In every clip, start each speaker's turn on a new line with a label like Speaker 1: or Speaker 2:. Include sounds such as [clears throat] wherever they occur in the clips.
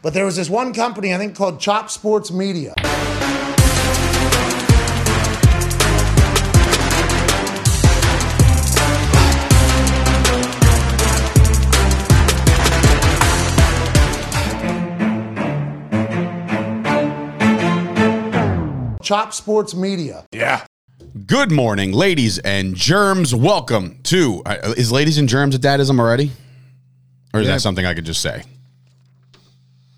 Speaker 1: But there was this one company, I think called Chop Sports Media. Chop Sports Media.
Speaker 2: Yeah. Good morning, ladies and germs. Welcome to uh, is ladies and germs a dadism already, or is
Speaker 3: Yeah.
Speaker 2: that something I could just say?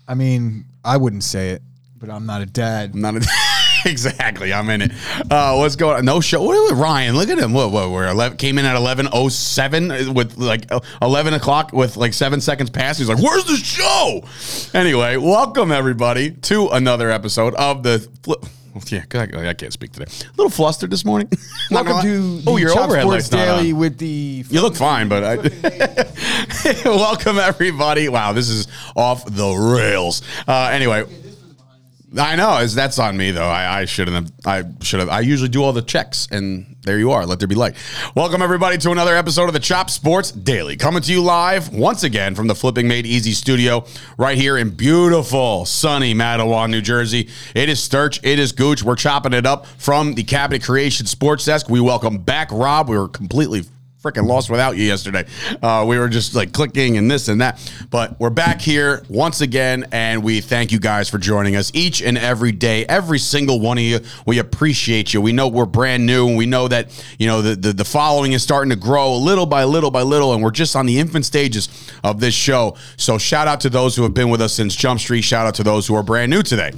Speaker 3: I mean, I wouldn't say it, but I'm not a dad.
Speaker 2: Not a, [laughs] exactly. I'm in it. Uh, what's going on? No show. What is it, Ryan? Look at him. What? What? We're 11, came in at eleven oh seven with like uh, eleven o'clock with like seven seconds past. He's like, "Where's the show?" Anyway, welcome everybody to another episode of the. Fli- yeah, God, I can't speak today. A little flustered this morning. [laughs] Not
Speaker 3: Welcome
Speaker 2: gonna
Speaker 3: to
Speaker 2: lie. oh, your
Speaker 3: Chop
Speaker 2: overhead
Speaker 3: Sports
Speaker 2: light's not on.
Speaker 3: Daily with the
Speaker 2: You look fine, but I. [laughs] Welcome everybody. Wow, this is off the rails. Uh, anyway, I know is that's on me though. I, I shouldn't have. I should have. I usually do all the checks, and there you are. Let there be light. Welcome everybody to another episode of the Chop Sports Daily, coming to you live once again from the Flipping Made Easy Studio, right here in beautiful sunny Mattawan, New Jersey. It is Sturch. It is Gooch. We're chopping it up from the Cabinet Creation Sports Desk. We welcome back Rob. We were completely freaking lost without you yesterday. Uh, we were just like clicking and this and that. But we're back here once again, and we thank you guys for joining us each and every day. Every single one of you, we appreciate you. We know we're brand new, and we know that you know the the, the following is starting to grow little by little by little, and we're just on the infant stages of this show. So shout out to those who have been with us since Jump Street. Shout out to those who are brand new today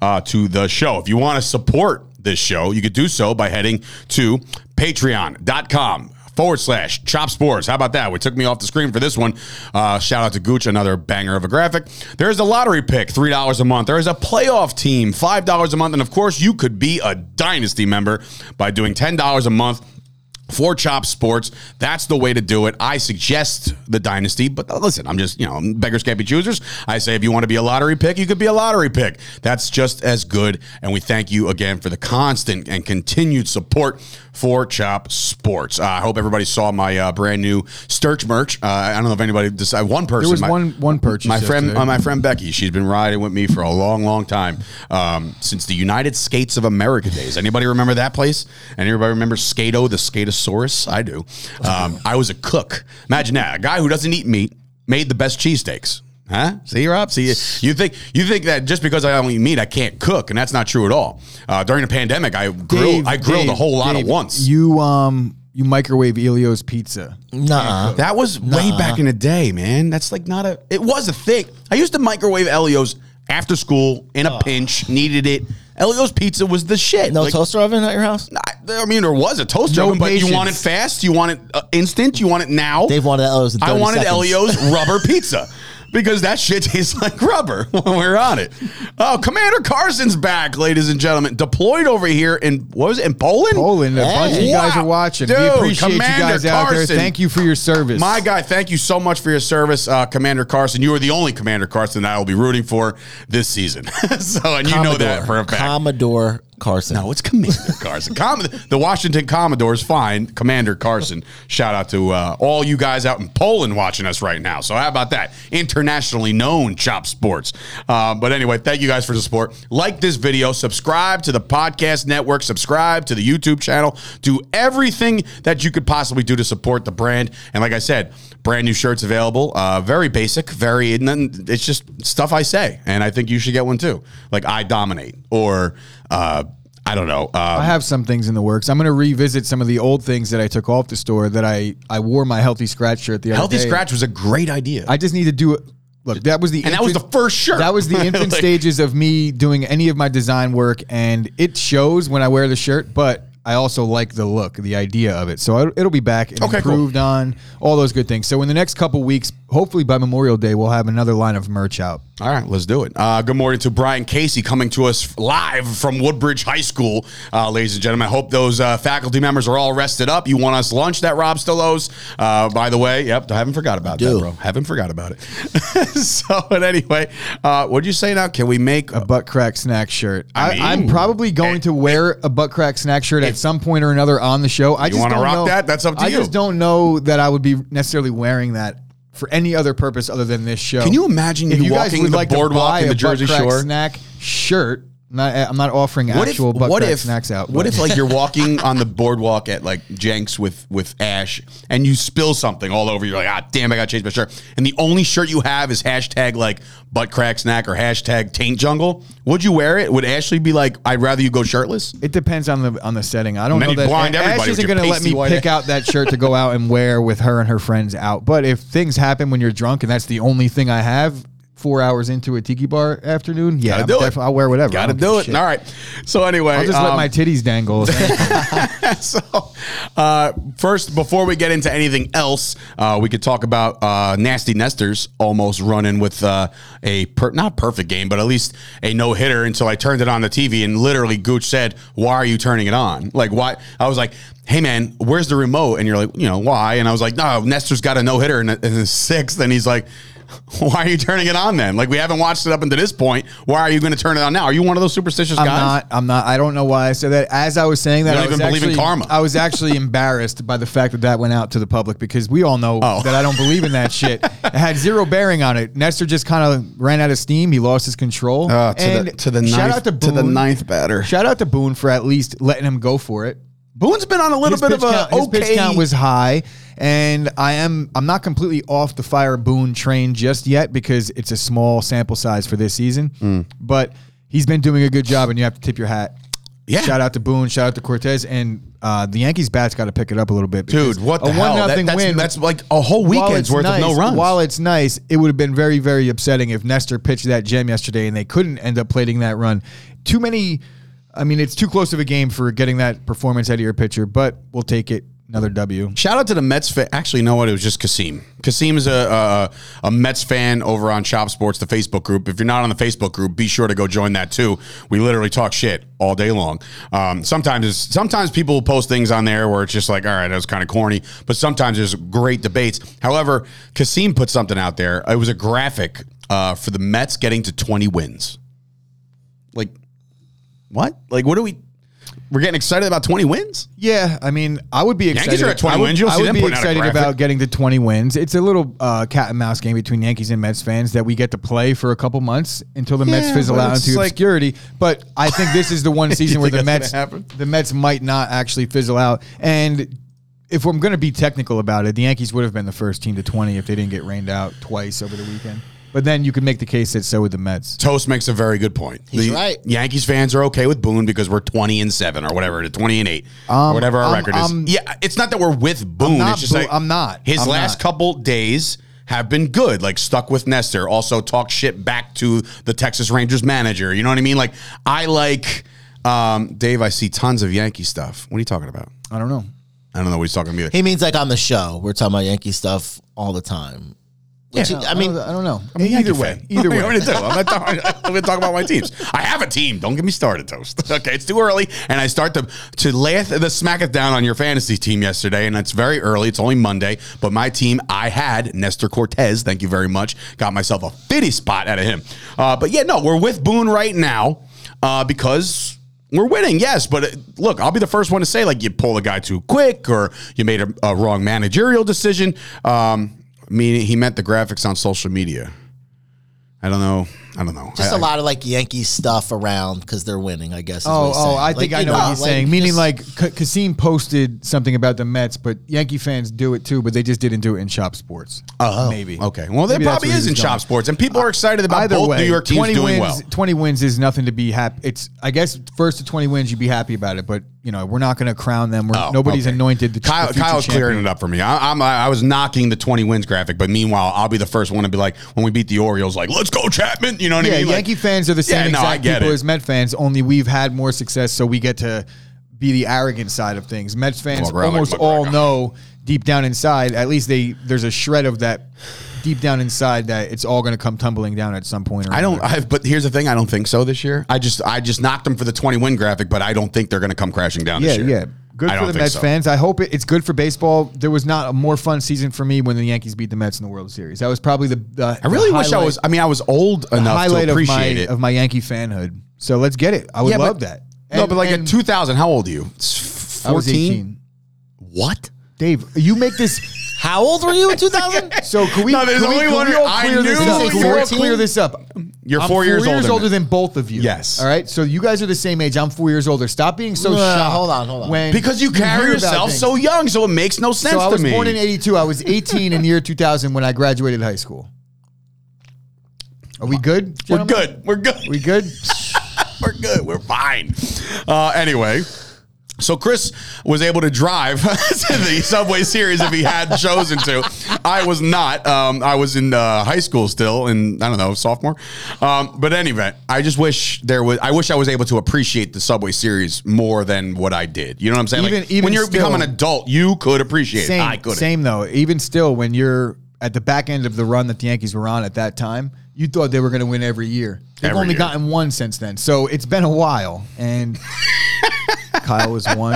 Speaker 2: uh, to the show. If you want to support this show, you could do so by heading to patreon.com forward slash chop sports. How about that? We took me off the screen for this one. Uh, shout out to Gooch, another banger of a graphic. There's a lottery pick, $3 a month. There is a playoff team, $5 a month. And of course, you could be a dynasty member by doing $10 a month for Chop Sports. That's the way to do it. I suggest the Dynasty, but listen, I'm just, you know, beggars can't be choosers. I say if you want to be a lottery pick, you could be a lottery pick. That's just as good. And we thank you again for the constant and continued support for Chop Sports. Uh, I hope everybody saw my uh, brand new Sturch merch. Uh, I don't know if anybody decided. One person.
Speaker 3: was
Speaker 2: my-
Speaker 3: one- one purchase
Speaker 2: My friend,
Speaker 3: yesterday.
Speaker 2: uh, my friend Becky, she's been riding with me for a long, long time um, since the United Skates of America days. Anybody remember that place? Anybody remember Skato, the Skatosaurus? I do. Um, I was a cook. Imagine that. A guy who doesn't eat meat made the best cheesesteaks. Huh? See, Rob. See, you think you think that just because I don't eat meat, I can't cook, and that's not true at all. Uh, during the pandemic, I grilled,
Speaker 3: Dave,
Speaker 2: I grilled a
Speaker 3: Dave,
Speaker 2: whole lot
Speaker 3: Dave,
Speaker 2: at once.
Speaker 3: You um, you microwave Elio's pizza.
Speaker 4: Nah.
Speaker 2: That was way back in the day, man. That's like not a. It was a thing. I used to microwave Elio's after school in a pinch. Needed it. Elio's pizza was the shit.
Speaker 4: No
Speaker 2: Like,
Speaker 4: toaster oven at your house?
Speaker 2: I, I mean, there was a toaster,
Speaker 3: No
Speaker 2: oven, but you
Speaker 3: patience.
Speaker 2: want it fast. You want it uh, instant. You want it now.
Speaker 4: They've wanted Elio's in
Speaker 2: I
Speaker 4: 30
Speaker 2: wanted
Speaker 4: seconds.
Speaker 2: Elio's
Speaker 4: [laughs]
Speaker 2: rubber pizza because that shit tastes [laughs] like rubber when we're on it. Oh, Commander Carson's back, ladies and gentlemen. Deployed over here in what was it in Poland?
Speaker 3: Poland, uh, a bunch of you guys
Speaker 2: Wow.
Speaker 3: are watching. we
Speaker 2: Dude,
Speaker 3: appreciate
Speaker 2: Commander
Speaker 3: you guys out there.
Speaker 2: Carson.
Speaker 3: Thank you for your service.
Speaker 2: My guy, thank you so much for your service, uh, Commander Carson. You are the only Commander Carson that I will be rooting for this season. [laughs] so, and you know that for a fact.
Speaker 4: Commodore Carson.
Speaker 2: no, it's Commander Carson. Com- the Washington Commodores, fine. Commander Carson. Shout out to uh, all you guys out in Poland watching us right now. So, how about that? Internationally known Chop Sports. Uh, but anyway, thank you guys for the support. Like this video, subscribe to the podcast network, subscribe to the YouTube channel, do everything that you could possibly do to support the brand. And like I said, brand new shirts available. Uh, very basic, very, none- it's just stuff I say. And I think you should get one too. Like, I dominate or, uh, I don't know.
Speaker 3: I
Speaker 2: Uh,
Speaker 3: have some things in the works. I'm going to revisit some of the old things that I took off the store that I I wore my healthy scratch shirt the other
Speaker 2: Healthy
Speaker 3: day.
Speaker 2: Scratch was a great idea.
Speaker 3: I just need to do it. Look, that was the
Speaker 2: and that was the first shirt.
Speaker 3: That was
Speaker 2: [laughs]
Speaker 3: the infant
Speaker 2: Like,
Speaker 3: stages of me doing any of my design work, and it shows when I wear the shirt, but I also like the look, the idea of it. So I- it'll be back and
Speaker 2: Okay, cool.
Speaker 3: improved on all those good things. So in the next couple weeks, hopefully by Memorial Day, we'll have another line of merch out.
Speaker 2: All right, let's do it. Uh, good morning to Brian Casey coming to us live from Woodbridge High School, uh, ladies and gentlemen. I hope those uh, faculty members are all rested up. You want us lunch that Rob still owes, uh, by the way. Yep, I haven't forgot about that,
Speaker 4: do.
Speaker 2: bro. Haven't forgot about it. [laughs] so, but anyway, uh, what'd you say now? Can we make
Speaker 3: A butt crack snack shirt. I
Speaker 2: Oh. mean- eh,
Speaker 3: I, am probably going to wear a butt crack snack shirt at some point or another on the show. I just
Speaker 2: wanna
Speaker 3: don't
Speaker 2: rock
Speaker 3: know-
Speaker 2: that? That's up to
Speaker 3: I
Speaker 2: you.
Speaker 3: just don't know that I would be necessarily wearing that for any other purpose other than this show.
Speaker 2: Can you imagine
Speaker 3: If
Speaker 2: you
Speaker 3: you guys
Speaker 2: walking
Speaker 3: would
Speaker 2: the
Speaker 3: like to
Speaker 2: boardwalk
Speaker 3: buy
Speaker 2: in the
Speaker 3: a Butt
Speaker 2: Jersey
Speaker 3: Crack
Speaker 2: Shore?
Speaker 3: snack shirt? Not, I'm not offering actual butt crack snacks out.
Speaker 2: What
Speaker 3: but-
Speaker 2: if
Speaker 3: [laughs]
Speaker 2: like you're walking on the boardwalk at like Jenks with with Ash and you spill something all over? You're like, ah, damn, I got to change my shirt. And the only shirt you have is hashtag like butt crack snack or hashtag taint jungle. Would you wear it? Would Ashley be like, I'd rather you go shirtless?
Speaker 3: It depends on the on the setting. I don't
Speaker 2: And then
Speaker 3: know
Speaker 2: you
Speaker 3: that
Speaker 2: blind
Speaker 3: Ash
Speaker 2: everybody with
Speaker 3: isn't
Speaker 2: your
Speaker 3: going to let
Speaker 2: pasty
Speaker 3: me
Speaker 2: white
Speaker 3: pick
Speaker 2: ass.
Speaker 3: out that shirt to go out and wear with her and her friends out. But if things happen when you're drunk and that's the only thing I have, four hours into a tiki bar afternoon, yeah,
Speaker 2: Gotta
Speaker 3: I'm
Speaker 2: do it.
Speaker 3: defi- I'll wear whatever. I
Speaker 2: Got to
Speaker 3: don't give
Speaker 2: do
Speaker 3: a
Speaker 2: it.
Speaker 3: shit.
Speaker 2: All right. So anyway,
Speaker 3: I'll just let
Speaker 2: um,
Speaker 3: my titties
Speaker 2: [laughs]
Speaker 3: dangle. [laughs]
Speaker 2: so uh, first, before we get into anything else, uh, we could talk about uh, Nasty Nesters almost running with uh, a per- not perfect game, but at least a no hitter until I turned it on the TV and literally Gooch said, "Why are you turning it on? Like why?" I was like, "Hey man, where's the remote?" And you're like, "You know why?" And I was like, "No, Nestor's got a no hitter in the in the sixth. And he's like. [laughs] Why are you turning it on then? Like we haven't watched it up until this point. Why are you going to turn it on now? Are you one of those superstitious
Speaker 3: I'm
Speaker 2: guys?
Speaker 3: not. I'm not. I don't know why I said that. As I was saying that,
Speaker 2: You don't
Speaker 3: I was
Speaker 2: even believe in
Speaker 3: actually,
Speaker 2: karma.
Speaker 3: I was actually embarrassed by the fact that that went out to the public because we all know
Speaker 2: Oh.
Speaker 3: that I don't believe in that
Speaker 2: [laughs]
Speaker 3: shit. It had zero bearing on it. Nestor just kind of ran out of steam. He lost his control.
Speaker 2: Uh, to the- to the
Speaker 3: shout
Speaker 2: ninth-
Speaker 3: out to,
Speaker 2: to the
Speaker 3: Boone.
Speaker 2: ninth batter.
Speaker 3: Shout out to Boone for at least letting him go for it.
Speaker 2: Boone's been on a little
Speaker 3: His
Speaker 2: bit
Speaker 3: pitch
Speaker 2: of a
Speaker 3: count, his
Speaker 2: okay.
Speaker 3: pitch count was high, and I am I'm not completely off the fire Boone train just yet because it's a small sample size for this season.
Speaker 2: Mm.
Speaker 3: But he's been doing a good job, and you have to tip your hat.
Speaker 2: Yeah.
Speaker 3: Shout out to Boone. Shout out to Cortez, and uh, the Yankees bats got to pick it up a little bit. because
Speaker 2: Dude, what
Speaker 3: a
Speaker 2: the hell? That-
Speaker 3: one-nothing
Speaker 2: that's,
Speaker 3: win-
Speaker 2: that's like a whole
Speaker 3: while
Speaker 2: weekend's
Speaker 3: it's
Speaker 2: worth
Speaker 3: nice-
Speaker 2: of no runs.
Speaker 3: While it's nice, it would have been very, very upsetting if Nestor pitched that gem yesterday and they couldn't end up plating that run. Too many. I mean, it's too close of a game for getting that performance out of your pitcher, but we'll take it. Another W.
Speaker 2: Shout out to the Mets fan. Actually, you know what? It was just Kasim. Kasim is a, a a Mets fan over on Shop Sports, the Facebook group. If you're not on the Facebook group, be sure to go join that too. We literally talk shit all day long. Um, sometimes it's, sometimes people post things on there where it's just like, all right, that was kind of corny. But sometimes there's great debates. However, Kasim put something out there. It was a graphic uh, for the Mets getting to 20 wins. Like, what? Like, what are we? We're getting excited about 20 wins.
Speaker 3: Yeah, I mean, I would be excited.
Speaker 2: are at 20
Speaker 3: I would,
Speaker 2: wins. You'll
Speaker 3: I
Speaker 2: see
Speaker 3: would
Speaker 2: them
Speaker 3: be
Speaker 2: putting out a
Speaker 3: excited
Speaker 2: graphic.
Speaker 3: about getting to 20 wins. It's a little uh, cat and mouse game between Yankees and Mets fans that we get to play for a couple months until the Mets
Speaker 2: Yeah,
Speaker 3: fizzle
Speaker 2: but
Speaker 3: out
Speaker 2: it's
Speaker 3: into
Speaker 2: like-
Speaker 3: obscurity. But I think this is
Speaker 2: [laughs]
Speaker 3: the one season where
Speaker 2: think
Speaker 3: the
Speaker 2: that's
Speaker 3: Mets
Speaker 2: gonna happen?
Speaker 3: the Mets might not actually fizzle out. And if I'm going to be technical about it, the Yankees would have been the first team to 20 if they didn't get rained out twice over the weekend. But then you could make the case that so would the Mets.
Speaker 2: Toast makes a very good point.
Speaker 4: He's
Speaker 2: the
Speaker 4: right.
Speaker 2: Yankees fans are okay with Boone because we're twenty and seven or whatever, twenty and eight, or
Speaker 3: Um,
Speaker 2: whatever our
Speaker 3: I'm-
Speaker 2: record
Speaker 3: I'm-
Speaker 2: is. Yeah, it's not that we're with Boone.
Speaker 3: not
Speaker 2: it's just
Speaker 3: Boo-
Speaker 2: like
Speaker 3: I'm not.
Speaker 2: His
Speaker 3: I'm
Speaker 2: last
Speaker 3: not.
Speaker 2: couple days have been good. Like stuck with Nestor. Also talk shit back to the Texas Rangers manager. You know what I mean? Like I like um, Dave. I see tons of Yankee stuff. What are you talking about?
Speaker 3: I don't know.
Speaker 2: I don't know what he's talking about.
Speaker 4: He means like on the show. We're talking about Yankee stuff all the time. Which,
Speaker 3: I,
Speaker 4: I mean,
Speaker 3: I don't know.
Speaker 2: I'm a Yankee
Speaker 3: either way,
Speaker 2: fan. [laughs]
Speaker 3: either
Speaker 2: What do you
Speaker 3: way.
Speaker 2: want me to do? I'm not talking, I'm going to talk about my teams. I have a team. Don't get me started, Toast. [laughs] Okay, it's too early, and I start to to laugh the smack it down on your fantasy team yesterday, and it's very early. It's only Monday, but my team I had Nestor Cortez. Thank you very much. Got myself a fitty spot out of him. Uh, but yeah, no, we're with Boone right now uh, because we're winning, yes, but uh, look, I'll be the first one to say like you pull a guy too quick or you made a, a wrong managerial decision. Um, meaning he meant the graphics on social media. I don't know. I don't know.
Speaker 4: just
Speaker 2: I-
Speaker 4: a
Speaker 2: I-
Speaker 4: lot of like Yankee stuff around because they're winning. I guess. Is
Speaker 3: Oh,
Speaker 4: what he's
Speaker 3: oh,
Speaker 4: saying.
Speaker 3: I
Speaker 4: Like,
Speaker 3: think I
Speaker 4: you
Speaker 3: know what he's saying. Meaning,
Speaker 4: just-
Speaker 3: like, K- Kasim posted something about the Mets, but Yankee fans do it too, but they just didn't do it in shop sports. Oh, maybe.
Speaker 2: Okay. Well, there
Speaker 3: Maybe that's
Speaker 2: probably
Speaker 3: where
Speaker 2: is
Speaker 3: he's
Speaker 2: in
Speaker 3: going. Uh,
Speaker 2: shop sports, and people are excited about
Speaker 3: Either
Speaker 2: both
Speaker 3: way,
Speaker 2: New York teams doing
Speaker 3: wins,
Speaker 2: well.
Speaker 3: 20 wins is nothing to be happy. It's, I guess, first to 20 wins, you'd be happy about it, but, you know, we're not going to crown them. We're,
Speaker 2: Oh,
Speaker 3: nobody's
Speaker 2: okay.
Speaker 3: anointed the the
Speaker 2: Kyle,
Speaker 3: future
Speaker 2: Kyle's
Speaker 3: champion.
Speaker 2: clearing it up for me. I, I'm, I I was knocking the 20 wins graphic, but meanwhile, I'll be the first one to be like, when we beat the Orioles, like, let's go Chapman. You know what
Speaker 3: Yeah,
Speaker 2: I mean? Like-
Speaker 3: Yankee fans are the same
Speaker 2: Yeah, no, I
Speaker 3: exact
Speaker 2: get
Speaker 3: people
Speaker 2: it.
Speaker 3: as Met fans. Only we've had more success, so we get to be the arrogant side of things. Mets fans
Speaker 2: Come on, bro,
Speaker 3: almost
Speaker 2: like, come on,
Speaker 3: all
Speaker 2: bro.
Speaker 3: know deep down inside. At least they there's a shred of that deep down inside that it's all going to come tumbling down at some point. Or
Speaker 2: I don't.
Speaker 3: another.
Speaker 2: I've, but here's the thing: I don't think so this year. I just, I just knocked them for the 20 win graphic, but I don't think they're going to come crashing down.
Speaker 3: yeah,
Speaker 2: this year.
Speaker 3: yeah. Good
Speaker 2: I
Speaker 3: for
Speaker 2: don't
Speaker 3: the
Speaker 2: think
Speaker 3: Mets
Speaker 2: so.
Speaker 3: fans. I hope it, it's good for baseball. There was not a more fun season for me when the Yankees beat the Mets in the World Series. That was probably the. the
Speaker 2: I really wish I was. I mean, I was old enough
Speaker 3: highlight
Speaker 2: to
Speaker 3: of my
Speaker 2: appreciate it.
Speaker 3: of my Yankee fanhood. So let's get it. I would
Speaker 2: Yeah, but-
Speaker 3: love that.
Speaker 2: no,
Speaker 3: And-
Speaker 2: but like at
Speaker 3: and
Speaker 2: 2000, how old are you?
Speaker 3: I was
Speaker 2: 14.
Speaker 3: 18.
Speaker 2: What?
Speaker 3: Dave, you make this
Speaker 4: [laughs] How old were you
Speaker 3: [laughs]
Speaker 4: in 2000?
Speaker 3: So can
Speaker 2: [laughs]
Speaker 3: we?
Speaker 2: No, there's
Speaker 3: can we-
Speaker 2: only
Speaker 3: can
Speaker 2: one-
Speaker 3: we all
Speaker 2: I
Speaker 3: clear this
Speaker 2: knew
Speaker 3: up?
Speaker 2: you
Speaker 3: Can we all
Speaker 4: were-
Speaker 3: clear this up.
Speaker 2: You're
Speaker 3: I'm
Speaker 2: four years
Speaker 3: years
Speaker 2: older
Speaker 3: older
Speaker 2: than-
Speaker 3: than both of you.
Speaker 2: Yes.
Speaker 3: All right. So you guys are the same age. I'm four years older. Stop being so
Speaker 4: No, no, no,
Speaker 3: shocked.
Speaker 4: hold on, hold on.
Speaker 3: when
Speaker 2: because you carry
Speaker 3: hear about
Speaker 2: yourself
Speaker 3: things.
Speaker 2: so young, so it makes no sense
Speaker 3: So I
Speaker 2: to
Speaker 3: was
Speaker 2: me.
Speaker 3: born in '82. I was 18 in the year 2000 when I graduated high school. Are we good?
Speaker 2: We're
Speaker 3: gentlemen?
Speaker 2: good. We're good.
Speaker 3: We good?
Speaker 2: [laughs] We're good. We're fine. Uh, anyway. So Chris was able to drive [laughs] to the Subway Series if he had chosen to. I was not. Um, I was in uh, high school still, in I don't know sophomore. Um, but anyway, I just wish there was. I wish I was able to appreciate the Subway Series more than what I did. You know what I'm saying?
Speaker 3: Even-
Speaker 2: like,
Speaker 3: even
Speaker 2: when you
Speaker 3: still-
Speaker 2: become an adult, you could appreciate. it. I
Speaker 3: Same.
Speaker 2: couldn't.
Speaker 3: Same though. Even still, when you're at the back end of the run that the Yankees were on at that time, you thought they were going to win every year. They've
Speaker 2: Every
Speaker 3: only
Speaker 2: year.
Speaker 3: gotten one since then, so it's been a while. And
Speaker 2: [laughs]
Speaker 3: Kyle was one.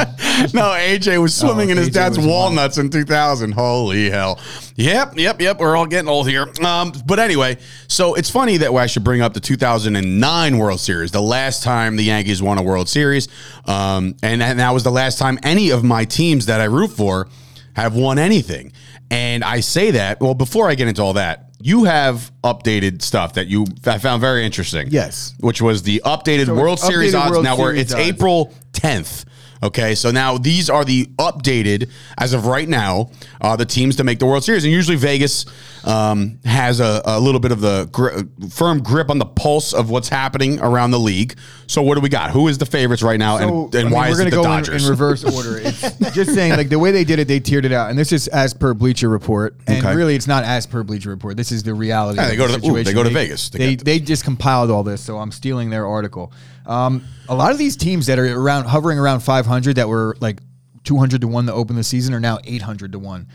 Speaker 2: No, AJ was swimming
Speaker 3: Oh,
Speaker 2: in his
Speaker 3: AJ
Speaker 2: dad's
Speaker 3: was wild.
Speaker 2: walnuts in 2000. Holy hell. Yep, yep, yep. We're all getting old here. Um, but anyway, so it's funny that I should bring up the 2009 World Series, the last time the Yankees won a World Series. Um, and, and that was the last time any of my teams that I root for have won anything. And I say that, well, before I get into all that, you have updated stuff that you I found very interesting.
Speaker 3: Yes.
Speaker 2: Which was the updated
Speaker 3: So
Speaker 2: World
Speaker 3: it's
Speaker 2: Series
Speaker 3: updated
Speaker 2: odds.
Speaker 3: World
Speaker 2: now we're
Speaker 3: Series
Speaker 2: it's
Speaker 3: odds.
Speaker 2: April. April 10th. Okay, so now these are the updated, as of right now, uh, the teams to make the World Series. And usually Vegas um, has a, a little bit of the gri- firm grip on the pulse of what's happening around the league. So what do we got? Who is the favorites right now,
Speaker 3: So,
Speaker 2: and, and
Speaker 3: I mean,
Speaker 2: why
Speaker 3: we're
Speaker 2: is it
Speaker 3: gonna
Speaker 2: the
Speaker 3: go in-
Speaker 2: Dodgers? [laughs]
Speaker 3: In, reverse order. It's just saying, like the way they did it, they tiered it out, and this is as per Bleacher Report, and
Speaker 2: Okay.
Speaker 3: really it's not as per Bleacher Report. This is the reality.
Speaker 2: Yeah,
Speaker 3: of
Speaker 2: they go to the- ooh, they
Speaker 3: situation.
Speaker 2: go to Vegas to
Speaker 3: They,
Speaker 2: get
Speaker 3: they just compiled all this, so I'm stealing their article. Um, a lot of these teams that are around hovering around 500 that were like 200 to one to open the season are now 800 to one.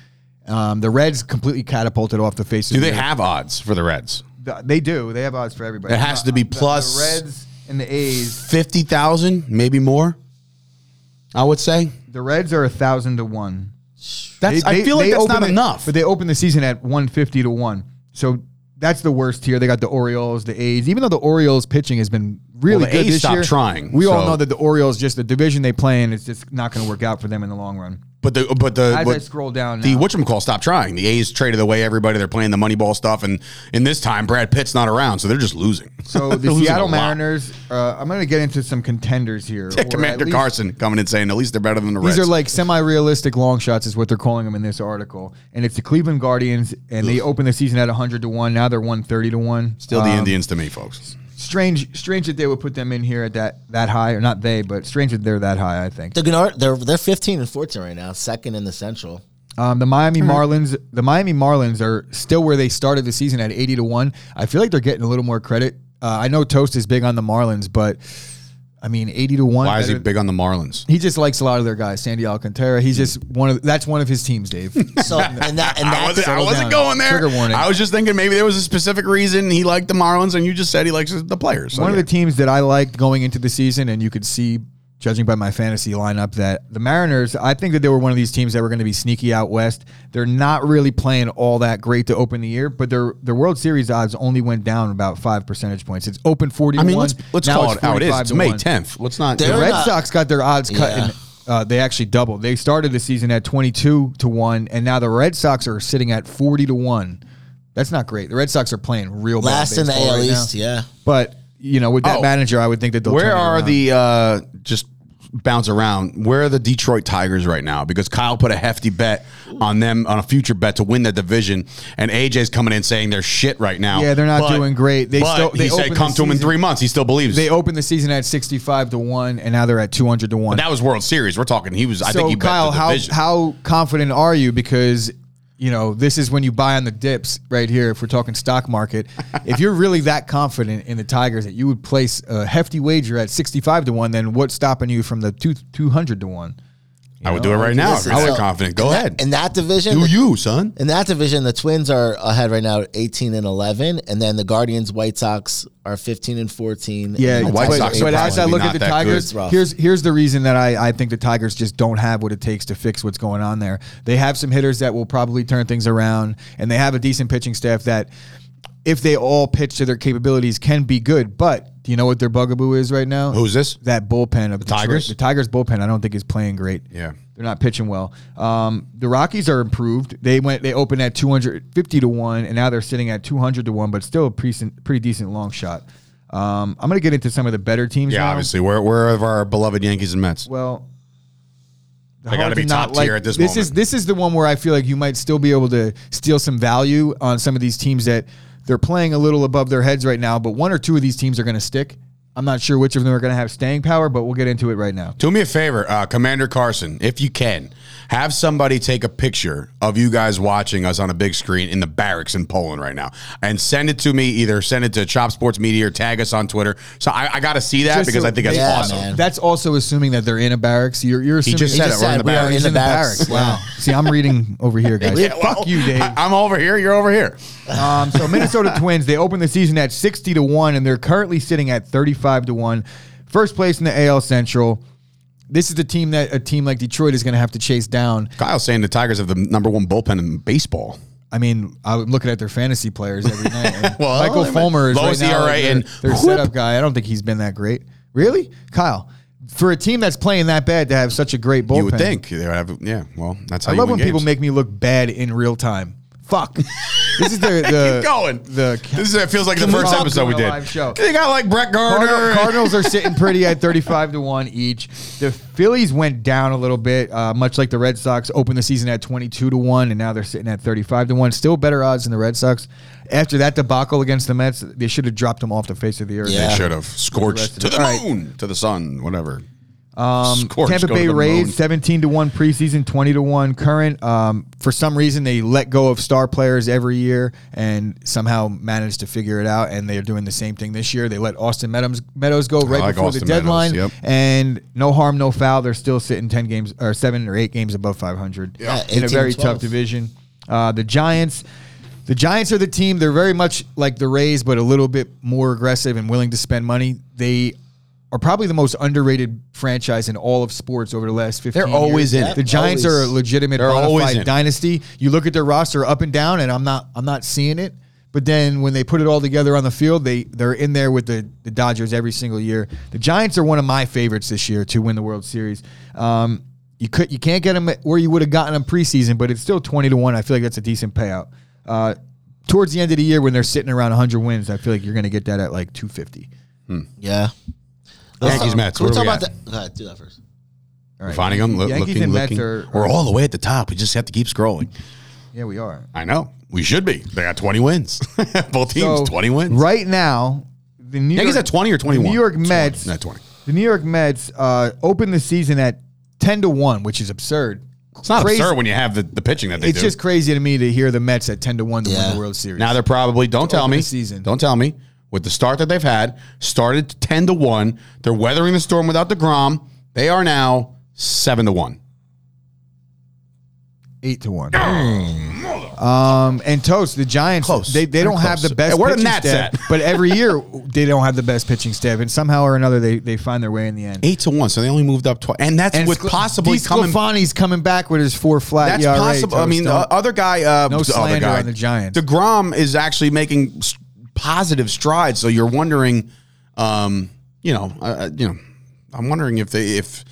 Speaker 3: Um, the Reds completely catapulted off the face.
Speaker 2: do
Speaker 3: of the
Speaker 2: they have odds for the Reds?
Speaker 3: have? They do. They have odds for everybody.
Speaker 2: It has to be
Speaker 3: The-
Speaker 2: plus-
Speaker 3: the Reds and the A's.
Speaker 2: 50,000, maybe more, I would say.
Speaker 3: The Reds are a thousand to one.
Speaker 2: That's, I feel like that's not
Speaker 3: opened it-
Speaker 2: enough.
Speaker 3: But they opened the season at 150 to 1. So that's the worst tier. They got the Orioles, the A's. Even though the Orioles pitching has been really
Speaker 2: Well, the
Speaker 3: good
Speaker 2: A's
Speaker 3: this
Speaker 2: stopped
Speaker 3: year,
Speaker 2: trying,
Speaker 3: We all
Speaker 2: so-
Speaker 3: know that the Orioles just the division they play in is just not going to work out for them in the long run.
Speaker 2: But the but the
Speaker 3: As
Speaker 2: what-
Speaker 3: I scroll down
Speaker 2: the
Speaker 3: now.
Speaker 2: whatchamacall stop trying. The A's traded away everybody. They're playing the Moneyball stuff, and in this time, Brad Pitt's not around, so they're just losing. [laughs]
Speaker 3: So
Speaker 2: They're
Speaker 3: the
Speaker 2: losing
Speaker 3: Seattle
Speaker 2: a lot.
Speaker 3: Mariners. Uh, I'm going to get into some contenders here. or at
Speaker 2: Commander
Speaker 3: least-
Speaker 2: Carson coming and saying at least they're better than the
Speaker 3: These
Speaker 2: Reds.
Speaker 3: are like semi-realistic long shots, is what they're calling them in this article. And it's the Cleveland Guardians, and they opened the season at 100 to one. Now they're 130 to one.
Speaker 2: still the
Speaker 3: Um,
Speaker 2: Indians to me, folks.
Speaker 3: strange strange that they would put them in here at that that high or not they but strange that they're that high i think
Speaker 4: They're gonna they're they're 15 and 14 right now, second in the Central.
Speaker 3: um, the miami marlins the miami marlins are still where they started the season at 80 to 1 i feel like they're getting a little more credit uh, i know toast is big on the marlins but i mean 80 to 1
Speaker 2: Why is he
Speaker 3: better-
Speaker 2: big Hmm. on the Marlins?
Speaker 3: he just likes a lot of their guys sandy alcantara he's just one of that's one of his teams dave [laughs]
Speaker 4: So and that and
Speaker 2: I
Speaker 4: that's
Speaker 2: wasn't, I
Speaker 3: settle
Speaker 2: wasn't
Speaker 3: down.
Speaker 2: going there.
Speaker 3: Trigger warning.
Speaker 2: I was just thinking maybe there was a specific reason he liked the Marlins, and you just said he likes the players. So
Speaker 3: one
Speaker 2: yeah.
Speaker 3: of the teams that I liked going into the season, and you could see, judging by my fantasy lineup, that the Mariners, I think that they were one of these teams that were going to be sneaky out west. They're not really playing all that great to open the year, but their their World Series odds only went down about five percentage points. It's open forty
Speaker 2: I
Speaker 3: one.
Speaker 2: mean, let's let's call it how it is. It's May 10th. Let's not.
Speaker 3: The
Speaker 4: They're
Speaker 3: Red
Speaker 4: not-
Speaker 3: Sox got their odds cut.
Speaker 4: Yeah.
Speaker 3: in uh, they actually doubled. They started the season at 22 to 1, and now the Red Sox are sitting at 40 to 1. That's not great. The Red Sox are playing real bad
Speaker 4: last in the
Speaker 3: baseball
Speaker 4: AL
Speaker 3: right now.
Speaker 4: East, yeah.
Speaker 3: But you know, with that
Speaker 2: Oh.
Speaker 3: manager, I would think that they'll. turn
Speaker 2: Where
Speaker 3: it
Speaker 2: are
Speaker 3: around.
Speaker 2: the uh, just bounce around? Where are the Detroit Tigers right now? Because Kyle put a hefty bet on them on a future bet to win that division, and AJ's coming in saying they're shit right now.
Speaker 3: Yeah, they're not
Speaker 2: But-
Speaker 3: doing great. They
Speaker 2: but
Speaker 3: still- they
Speaker 2: he said
Speaker 3: opened
Speaker 2: come
Speaker 3: the
Speaker 2: to him in
Speaker 3: season-
Speaker 2: three months. He still believes.
Speaker 3: They opened the season at sixty-five to one, and now they're at two hundred to one.
Speaker 2: that was World Series. We're talking. He was. I think
Speaker 3: so,
Speaker 2: he bet
Speaker 3: Kyle,
Speaker 2: the
Speaker 3: how
Speaker 2: division.
Speaker 3: how confident are you? Because you know this is when you buy on the dips right here. If we're talking stock
Speaker 2: [laughs]
Speaker 3: market, if you're really that confident in the Tigers that you would place a hefty wager at sixty-five to one, then what's stopping you from the two two hundred to one?
Speaker 2: I would do it right now if
Speaker 4: Listen,
Speaker 2: you're that
Speaker 4: so-
Speaker 2: confident. Go
Speaker 4: in that-
Speaker 2: ahead.
Speaker 4: in that division,
Speaker 2: do
Speaker 4: the-
Speaker 2: you, son?
Speaker 4: in that division, the Twins are ahead right now, at 18 and 11, and then the Guardians, White Sox are 15 and 14.
Speaker 3: Yeah,
Speaker 4: and the
Speaker 2: White
Speaker 3: but,
Speaker 4: Tigers
Speaker 2: Sox
Speaker 4: are
Speaker 2: are
Speaker 3: but
Speaker 4: eight
Speaker 3: as
Speaker 2: probably
Speaker 3: I look
Speaker 2: not
Speaker 3: at the
Speaker 2: that good.
Speaker 3: Tigers,
Speaker 4: It's rough.
Speaker 3: here's here's the reason that I, I think the Tigers just don't have what it takes to fix what's going on there. They have some hitters that will probably turn things around, and they have a decent pitching staff that, if they all pitch to their capabilities, can be good. But do you know what their bugaboo is right now?
Speaker 2: Who's this?
Speaker 3: That bullpen of the
Speaker 2: Tigers?
Speaker 3: The Tigers bullpen, I don't think is playing great.
Speaker 2: Yeah.
Speaker 3: They're not pitching well. Um, the Rockies are improved. They went they opened at 250 to 1 and now they're sitting at 200 to 1 but still a pretty pretty decent long shot. Um, I'm going to get into some of the better teams
Speaker 2: Yeah,
Speaker 3: now.
Speaker 2: obviously. Where where are our beloved Yankees and Mets?
Speaker 3: Well,
Speaker 2: They gotta
Speaker 3: hard
Speaker 2: be
Speaker 3: to
Speaker 2: top
Speaker 3: not like-
Speaker 2: tier at this
Speaker 3: This
Speaker 2: moment.
Speaker 3: is this is the one where I feel like you might still be able to steal some value on some of these teams that they're playing a little above their heads right now. But one or two of these teams are going to stick. I'm not sure which of them are going to have staying power, but we'll get into it right now.
Speaker 2: Do me a favor, uh, Commander Carson, if you can, have somebody take a picture of you guys watching us on a big screen in the barracks in Poland right now, and send it to me. Either send it to Chop Sports Media or tag us on Twitter. So I, I got to see that
Speaker 3: Just
Speaker 2: because
Speaker 3: so
Speaker 2: I think that's
Speaker 3: they-
Speaker 4: Yeah,
Speaker 2: awesome.
Speaker 4: man.
Speaker 3: That's also assuming that they're in a barracks. You're, you're assuming
Speaker 2: just
Speaker 3: he
Speaker 2: said
Speaker 3: just
Speaker 2: it, we're in the
Speaker 4: we are
Speaker 2: barracks.
Speaker 4: in the barracks.
Speaker 3: Wow. See, I'm reading over here,
Speaker 2: [laughs]
Speaker 3: guys.
Speaker 2: Yeah, well,
Speaker 3: Fuck you, Dave.
Speaker 2: I, am over here. You're over here.
Speaker 3: Um,
Speaker 2: [laughs]
Speaker 3: so Minnesota Twins, they opened the season at 60 to 1 and they're currently sitting at 35 to 1. First place in the AL Central. This is the team that a team like Detroit is going to have to chase down.
Speaker 2: Kyle's saying the Tigers have the number one bullpen in baseball.
Speaker 3: I mean, I'm looking at their fantasy players every night. and
Speaker 2: [laughs] Well,
Speaker 3: Michael
Speaker 2: they-
Speaker 3: Fulmer is
Speaker 2: lowest
Speaker 3: right now
Speaker 2: ERA
Speaker 3: their,
Speaker 2: and
Speaker 3: their
Speaker 2: whoop.
Speaker 3: setup guy. I don't think he's been that great. Really? Kyle, for a team that's playing that bad to have such a great bullpen.
Speaker 2: You would think they would have. Yeah, well, that's how
Speaker 3: I
Speaker 2: you
Speaker 3: love
Speaker 2: win
Speaker 3: when people
Speaker 2: games.
Speaker 3: make me look bad in real time.
Speaker 2: [laughs]
Speaker 3: Fuck. this is the, the
Speaker 2: Keep going.
Speaker 3: The
Speaker 2: this is, it feels like the
Speaker 3: Can we
Speaker 2: first
Speaker 3: talk
Speaker 2: episode we
Speaker 3: about a
Speaker 2: did.
Speaker 3: live show?
Speaker 2: They got like Brett Gardner.
Speaker 3: Cardinal- Cardinals are sitting pretty at 35 to 1 each. The Phillies went down a little bit, uh, much like the Red Sox opened the season at 22 to 1, and now they're sitting at 35 to 1. Still better odds than the Red Sox. After that debacle against the Mets, they should have dropped them off the face of the earth.
Speaker 4: Yeah.
Speaker 2: They should have scorched
Speaker 3: of
Speaker 2: to
Speaker 3: it.
Speaker 2: the
Speaker 3: All right. Um,
Speaker 2: moon, to the sun, whatever. Scorched, go to
Speaker 3: Tampa Bay
Speaker 2: the
Speaker 3: Rays
Speaker 2: moon.
Speaker 3: 17 to 1 preseason, 20 to 1 current. Um, for some reason, they let go of star players every year and somehow managed to figure it out. And they're doing the same thing this year. They let Austin Meadows, Meadows go right
Speaker 2: like
Speaker 3: before the
Speaker 2: Austin Meadows,
Speaker 3: deadline.
Speaker 2: yep.
Speaker 3: And no harm, no foul. They're still sitting 10 games or seven or eight games above 500
Speaker 4: Yeah,
Speaker 3: in a
Speaker 4: 18,
Speaker 3: very tough
Speaker 4: 12.
Speaker 3: division. Uh, the Giants. The Giants are the team. They're very much like the Rays, but a little bit more aggressive and willing to spend money. They are probably the most underrated franchise in all of sports over the last 15
Speaker 2: They're
Speaker 3: years.
Speaker 2: always in it.
Speaker 3: The Giants
Speaker 4: Always.
Speaker 3: are a legitimate
Speaker 2: They're
Speaker 3: bona
Speaker 2: always
Speaker 3: fide
Speaker 2: in it.
Speaker 3: dynasty. You look at their roster up and down, and I'm not I'm not seeing it. But then when they put it all together on the field, they they're in there with the, the Dodgers every single year. The Giants are one of my favorites this year to win the World Series. Um, you could you can't get them where you would have gotten them preseason, but it's still twenty to one. I feel like that's a decent payout. Uh, towards the end of the year, when they're sitting around hundred wins, I feel like you're going to get that at like two fifty.
Speaker 4: Yeah.
Speaker 2: [laughs] Yankees, Mets,
Speaker 4: Can we
Speaker 2: what do
Speaker 4: talk
Speaker 2: we
Speaker 4: about
Speaker 2: got?
Speaker 4: that? Go ahead, do that first.
Speaker 2: We're Finding them, loo-
Speaker 3: Yankees
Speaker 2: looking,
Speaker 3: and Mets
Speaker 2: looking.
Speaker 3: are-
Speaker 2: We're all the way at the top. We just have to keep scrolling.
Speaker 3: Yeah, we are.
Speaker 2: I know. We should be. They got 20 wins. [laughs] Both teams,
Speaker 3: So,
Speaker 2: 20 wins.
Speaker 3: Right now, the New
Speaker 2: Yankees
Speaker 3: York,
Speaker 2: at 20 or 21?
Speaker 3: New York
Speaker 2: 20,
Speaker 3: Mets.
Speaker 2: Not 20.
Speaker 3: the New York Mets uh, opened the season at ten to one, which is absurd.
Speaker 2: It's not
Speaker 3: Crazy-
Speaker 2: absurd when you have the, the pitching that they
Speaker 3: It's
Speaker 2: do.
Speaker 3: just crazy to me to hear the Mets at ten to one to win
Speaker 4: Yeah.
Speaker 3: the World Series.
Speaker 2: now they're probably, don't tell
Speaker 3: open
Speaker 2: me,
Speaker 3: the season.
Speaker 2: don't tell me, with the start that they've had, started 10 to 1. They're weathering the storm without the Grom. They are now 7 to 1.
Speaker 3: eight
Speaker 2: [clears throat]
Speaker 3: to one. Um, and toast the Giants.
Speaker 2: Close.
Speaker 3: They, they
Speaker 2: Very
Speaker 3: don't have
Speaker 2: close.
Speaker 3: the best.
Speaker 2: Hey, where the
Speaker 3: pitching
Speaker 2: Nats
Speaker 3: staff,
Speaker 2: at?
Speaker 3: but
Speaker 2: [laughs]
Speaker 3: every year they don't have the best pitching staff, and somehow or another they, they find their way in the end.
Speaker 2: 8 to 1. So they only moved up twice. And that's
Speaker 3: And
Speaker 2: with
Speaker 3: Scl- E
Speaker 2: possibly coming
Speaker 3: DeSclafani's coming back with his four flat.
Speaker 2: That's
Speaker 3: ERA,
Speaker 2: possible. I
Speaker 3: Toast.
Speaker 2: mean, the
Speaker 3: Don't-
Speaker 2: other guy. Uh,
Speaker 3: No
Speaker 2: the
Speaker 3: slander
Speaker 2: other guy,
Speaker 3: on the Giants.
Speaker 2: Degrom is actually making s- positive strides. So you're wondering, um, you know, uh, uh, you know, I'm wondering if they if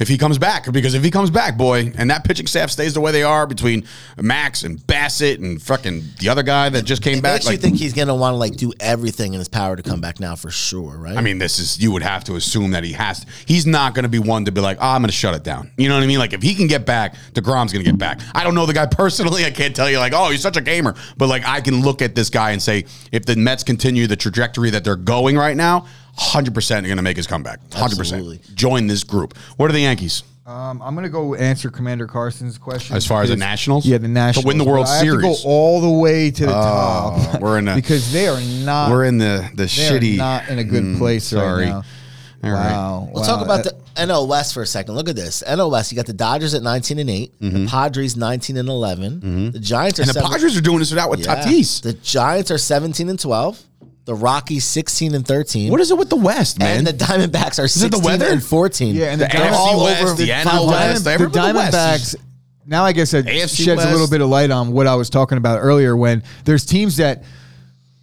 Speaker 2: if he comes back because if he comes back, boy, and that pitching staff stays the way they are between Max and Bassett and fucking the other guy that just came
Speaker 4: It
Speaker 2: back.
Speaker 4: makes you
Speaker 2: Like,
Speaker 4: think he's gonna want to like do everything in his power to come back now for sure, right?
Speaker 2: I mean, this is you would have to assume that he has. He's not going to be one to be like, oh, I'm going to shut it down. You know what I mean? Like if he can get back, Degrom's going to get back. I don't know the guy [laughs] personally. I can't tell you like, oh, he's such a gamer. But like, I can look at this guy and say, if the Mets continue the trajectory that they're going right now, hundred percent going to make his comeback. Hundred
Speaker 4: Absolutely.
Speaker 2: percent. Join this group. What are the Yankees
Speaker 3: [laughs] Um, I'm gonna go answer Commander Carson's question
Speaker 2: as far as the
Speaker 3: because-
Speaker 2: Nationals?
Speaker 3: Yeah, the Nationals
Speaker 2: to win the
Speaker 3: But
Speaker 2: World
Speaker 3: I have to
Speaker 2: Series.
Speaker 3: go all the way to the top.
Speaker 2: we're in a-
Speaker 3: [laughs] because they are not.
Speaker 2: We're in the the
Speaker 3: they are
Speaker 2: shitty. Mm,
Speaker 3: Not in a good place
Speaker 2: sorry.
Speaker 3: right now.
Speaker 2: All right.
Speaker 3: wow.
Speaker 4: We'll
Speaker 3: wow. Uh,
Speaker 4: talk about
Speaker 2: uh,
Speaker 3: that.
Speaker 4: the NL West for a second. Look at this. NL West, you got the Dodgers at 19 and 8, the Padres 19 and 11, the Giants are
Speaker 2: Mm-hmm. And the
Speaker 4: seven-
Speaker 2: Padres are doing this without with
Speaker 4: Yeah.
Speaker 2: Tatis.
Speaker 4: The Giants are 17 and 12, the Rockies 16 and 13.
Speaker 2: what is it with the West, man?
Speaker 4: and the Diamondbacks are
Speaker 2: it the
Speaker 4: 16
Speaker 2: weather?
Speaker 4: and 14.
Speaker 3: Yeah, and the,
Speaker 2: The
Speaker 3: Diamond-
Speaker 2: NFC
Speaker 3: all
Speaker 2: West,
Speaker 3: over
Speaker 2: the NL
Speaker 3: Diamond-
Speaker 2: West,
Speaker 3: the
Speaker 2: everybody West.
Speaker 3: Diamondbacks. Now I guess that
Speaker 2: AFC
Speaker 3: sheds a little
Speaker 2: West.
Speaker 3: bit of light on what I was talking about earlier. When there's teams that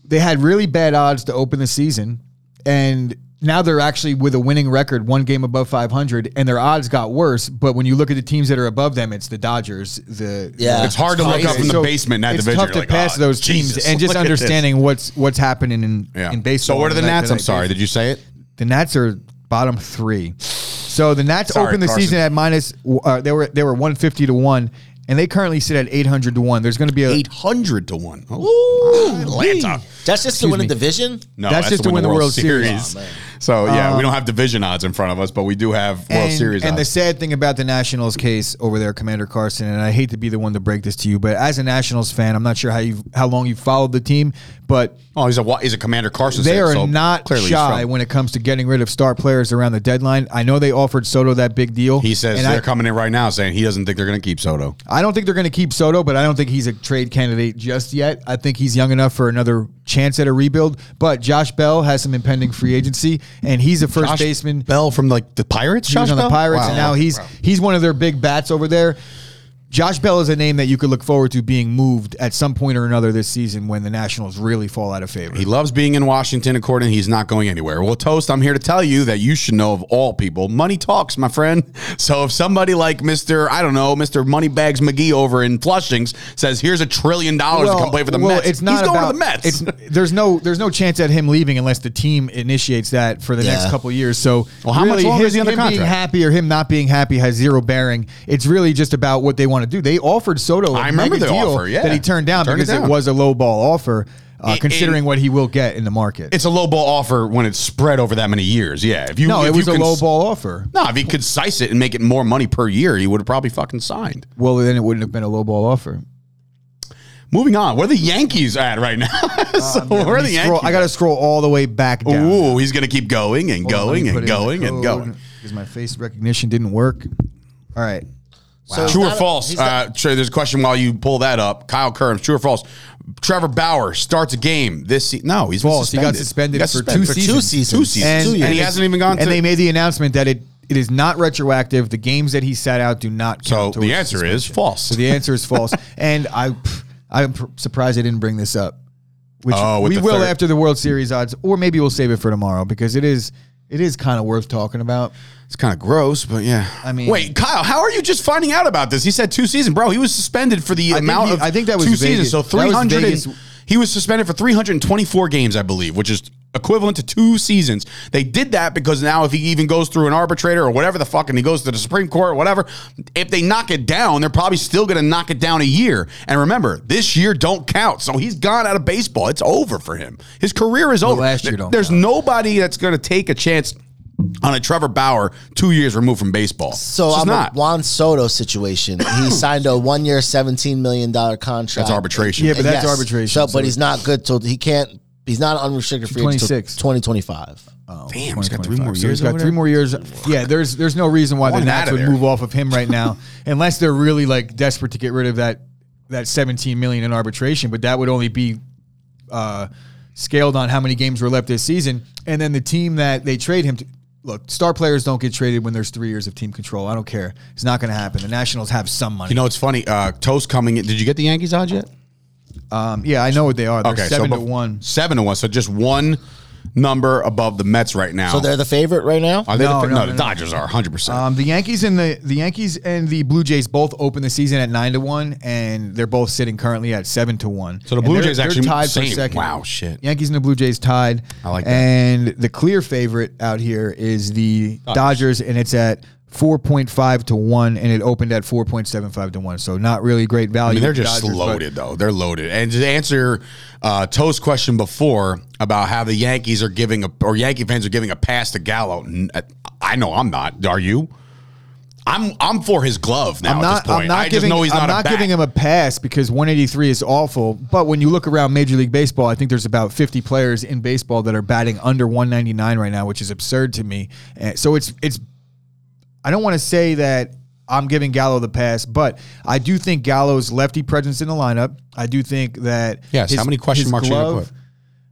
Speaker 3: they had really bad odds to open the season, and now they're actually with a winning record, one game above 500, and their odds got worse. But when you look at the teams that are above them, it's the Dodgers. The
Speaker 4: Yeah.
Speaker 2: It's hard to look up from the
Speaker 3: So
Speaker 2: basement in that
Speaker 3: it's
Speaker 2: division.
Speaker 3: tough
Speaker 2: You're
Speaker 3: to
Speaker 2: like,
Speaker 3: pass
Speaker 2: "Oh,
Speaker 3: those
Speaker 2: Jesus,
Speaker 3: teams and just
Speaker 2: look at this."
Speaker 3: understanding what's what's happening in
Speaker 2: Yeah.
Speaker 3: in baseball.
Speaker 2: So what are the
Speaker 3: on a night-
Speaker 2: Nats? I'm
Speaker 3: night
Speaker 2: sorry.
Speaker 3: basis.
Speaker 2: Did you say it?
Speaker 3: The Nats are bottom three. So the Nats
Speaker 2: Sorry,
Speaker 3: opened the
Speaker 2: Carson.
Speaker 3: season at minus. Uh, they were they were 150 to one, and they currently sit at 800 to one. There's going to be a
Speaker 2: 800 to 1. Oh, Atlanta.
Speaker 4: That's just to win a division.
Speaker 2: No,
Speaker 3: That's just to win the World Series. Um,
Speaker 2: so yeah, we don't have division odds in front of us, but we do have World
Speaker 3: and,
Speaker 2: Series
Speaker 3: and the
Speaker 2: odds.
Speaker 3: sad thing about the Nationals case over there, Commander Carson, and I hate to be the one to break this to you, but as a Nationals fan, I'm not sure how you how long you followed the team, but
Speaker 2: oh, he's a wa- he's a Commander Carson.
Speaker 3: they
Speaker 2: fan,
Speaker 3: are
Speaker 2: so
Speaker 3: not
Speaker 2: clearly he's
Speaker 3: shy
Speaker 2: from-
Speaker 3: when it comes to getting rid of star players around the deadline. I know they offered Soto that big deal.
Speaker 2: He says
Speaker 3: and
Speaker 2: they're
Speaker 3: I,
Speaker 2: coming in right now saying he doesn't think they're going to keep Soto.
Speaker 3: I don't think they're going to keep Soto, but I don't think he's a trade candidate just yet. I think he's young enough for another chance at a rebuild. But Josh Bell has some impending free agency, and he's a first
Speaker 2: Josh
Speaker 3: baseman.
Speaker 2: Bell from like the Pirates.
Speaker 3: He was
Speaker 2: Josh
Speaker 3: on the
Speaker 2: Bell?
Speaker 3: Pirates,
Speaker 2: Wow.
Speaker 3: and now he's he's one of their big bats over there. Josh Bell is a name that you could look forward to being moved at some point or another this season when the Nationals really fall out of favor.
Speaker 2: He loves being in Washington, according. He's not going anywhere. Well, Toast, I'm here to tell you that you should know of all people, money talks, my friend. [laughs] So if somebody like Mister, I don't know, Mister Moneybags McGee over in Flushings says, "Here's a trillion dollars to come play for the
Speaker 3: well,
Speaker 2: Mets,"
Speaker 3: It's not
Speaker 2: he's going
Speaker 3: about,
Speaker 2: to the Mets.
Speaker 3: It's, there's no there's no chance at him leaving unless the team initiates that for the
Speaker 4: Yeah.
Speaker 3: next couple of years. So
Speaker 2: Well, how much
Speaker 3: really,
Speaker 2: longer is
Speaker 3: his,
Speaker 2: he under
Speaker 3: him being
Speaker 2: contract?
Speaker 3: happy or him not being happy has zero bearing. It's really just about what they want to do. They offered Soto a
Speaker 2: I remember
Speaker 3: mega
Speaker 2: the
Speaker 3: deal
Speaker 2: offer, yeah.
Speaker 3: that he turned down
Speaker 2: Turned it
Speaker 3: because it,
Speaker 2: down.
Speaker 3: was a low ball offer, uh,
Speaker 2: It-
Speaker 3: considering
Speaker 2: it-
Speaker 3: what he will get in the
Speaker 2: [laughs]
Speaker 3: market.
Speaker 2: it's a low ball offer when it's spread over that many years. Yeah, if you
Speaker 3: no,
Speaker 2: if
Speaker 3: it
Speaker 2: you
Speaker 3: was a
Speaker 2: cons-
Speaker 3: low ball offer.
Speaker 2: No, if he could size it and make it more money per year, he would have probably fucking signed.
Speaker 3: Well, then it wouldn't have been a low ball
Speaker 2: [laughs]
Speaker 3: offer.
Speaker 2: Moving on, where are the Yankees at right now? [laughs] so where are
Speaker 3: Uh, Let
Speaker 2: the
Speaker 3: me scroll-
Speaker 2: Yankees?
Speaker 3: I got to scroll all the way back down.
Speaker 2: Ooh, he's going to keep going and
Speaker 3: Hold on, let
Speaker 2: going
Speaker 3: me put
Speaker 2: and
Speaker 3: in the
Speaker 2: going and
Speaker 3: code,
Speaker 2: going.
Speaker 3: because my face recognition didn't work. All right.
Speaker 4: So he's
Speaker 2: True or
Speaker 4: not a-
Speaker 2: false?
Speaker 4: he's not-
Speaker 2: Uh, Trey, there's a question while you pull that up. Kyle Kerms, true or false? Trevor Bauer starts a game this season. No, he's been
Speaker 3: False. He got suspended for two
Speaker 4: for two seasons.
Speaker 2: Two seasons.
Speaker 4: Two
Speaker 2: And,
Speaker 4: years.
Speaker 2: he hasn't even gone
Speaker 3: And
Speaker 2: to.
Speaker 3: they made the announcement that it it is not retroactive. The games that he sat out do not
Speaker 2: so
Speaker 3: count.
Speaker 2: the
Speaker 3: towards
Speaker 2: answer is
Speaker 3: suspension.
Speaker 2: false.
Speaker 3: So the answer is
Speaker 2: [laughs]
Speaker 3: false. and I pff, I'm pr- surprised I didn't bring this up. Which
Speaker 2: Oh, with
Speaker 3: we
Speaker 2: the
Speaker 3: will
Speaker 2: third-
Speaker 3: after the World Series odds, or maybe we'll save it for tomorrow because it is it is kind of worth talking about.
Speaker 2: It's kind of gross, but yeah.
Speaker 3: I mean-
Speaker 2: wait, Kyle, how are you just finding out about this? He said two seasons, bro. He was suspended for the
Speaker 3: I think
Speaker 2: amount
Speaker 3: he-
Speaker 2: of
Speaker 3: I think that was
Speaker 2: two
Speaker 3: Vegas-
Speaker 2: seasons. So
Speaker 3: that was
Speaker 2: three hundred.
Speaker 3: Vegas-
Speaker 2: He was suspended for three hundred and twenty-four games, I believe, which is equivalent to two seasons. They did that because now, if he even goes through an arbitrator or whatever the fuck, and he goes to the Supreme Court or whatever, if they knock it down, they're probably still going to knock it down a year. And remember, this year don't count. So he's gone out of baseball. It's over for him. His career is over.
Speaker 3: last year don't
Speaker 2: There's nobody that's going to take a chance on a Trevor Bauer two years removed from baseball.
Speaker 4: So
Speaker 2: It's just
Speaker 4: on the
Speaker 2: not.
Speaker 4: Juan Soto situation,
Speaker 2: [coughs]
Speaker 4: he signed a one-year, seventeen million dollar contract.
Speaker 2: That's arbitration.
Speaker 3: Yeah, but that's arbitration,
Speaker 4: So,
Speaker 3: so-
Speaker 4: but he's not good till he can't. He's not unrestricted free agent till
Speaker 3: 26.
Speaker 4: twenty twenty five.
Speaker 2: Damn, he's got three more
Speaker 3: 25.
Speaker 2: years.
Speaker 3: So he's got
Speaker 2: over
Speaker 3: three
Speaker 2: there?
Speaker 3: more Oh, years. Yeah, there's there's no reason why the
Speaker 2: Want
Speaker 3: Nats
Speaker 2: outta
Speaker 3: would
Speaker 2: there.
Speaker 3: move off of him right now, [laughs] unless they're really like desperate to get rid of that that 17 million in arbitration. But that would only be uh, scaled on how many games were left this season, and then the team that they trade him to. Look, star players don't get traded when there's three years of team control. I don't care. It's not going to happen. The Nationals have some money.
Speaker 2: You know, it's funny. Uh, Toast coming in. Did you get the Yankees odds yet?
Speaker 3: um, yeah, I know what they are. They're seven
Speaker 2: so
Speaker 3: to
Speaker 2: bef-
Speaker 3: one.
Speaker 2: Seven to one. So just one number above the Mets right now.
Speaker 4: So they're the favorite right now.
Speaker 2: Are they
Speaker 3: No,
Speaker 2: the,
Speaker 3: no,
Speaker 2: no,
Speaker 3: no,
Speaker 2: the
Speaker 3: no.
Speaker 2: Dodgers are 100. percent
Speaker 3: Um, the Yankees and the the Yankees and the Blue Jays both opened the season at nine to one, and they're both sitting currently at seven to one.
Speaker 2: So the
Speaker 3: And
Speaker 2: Blue
Speaker 3: they're-
Speaker 2: Jays
Speaker 3: they're
Speaker 2: actually
Speaker 3: tied
Speaker 2: same.
Speaker 3: for second.
Speaker 2: Wow, shit.
Speaker 3: Yankees and the Blue Jays tied.
Speaker 2: I like that.
Speaker 3: And the clear favorite out here is the Dodgers, and it's at. 4.5 to 1 and it opened at 4.75 to 1 so not really great value
Speaker 2: I mean, they're
Speaker 3: with the
Speaker 2: just
Speaker 3: Dodgers, but-
Speaker 2: loaded, though. They're loaded. And to answer uh, Toast's question before about how the Yankees are giving a or Yankee fans are giving a pass to Gallo, n- uh, I know I'm not. Are you? I'm I'm for his glove now.
Speaker 3: I'm
Speaker 2: at
Speaker 3: not.
Speaker 2: this point.
Speaker 3: I'm not
Speaker 2: I just
Speaker 3: giving.
Speaker 2: know he's not,
Speaker 3: I'm
Speaker 2: a
Speaker 3: not
Speaker 2: bat.
Speaker 3: giving him a pass because 183 is awful. But when you look around Major League Baseball, I think there's about 50 players in baseball that are batting under 199 right now, which is absurd to me. And so it's it's. I don't want to say that I'm giving Gallo the pass, but I do think Gallo's lefty presence in the lineup. I do think that.
Speaker 2: Yes, how many question marks are you gonna put?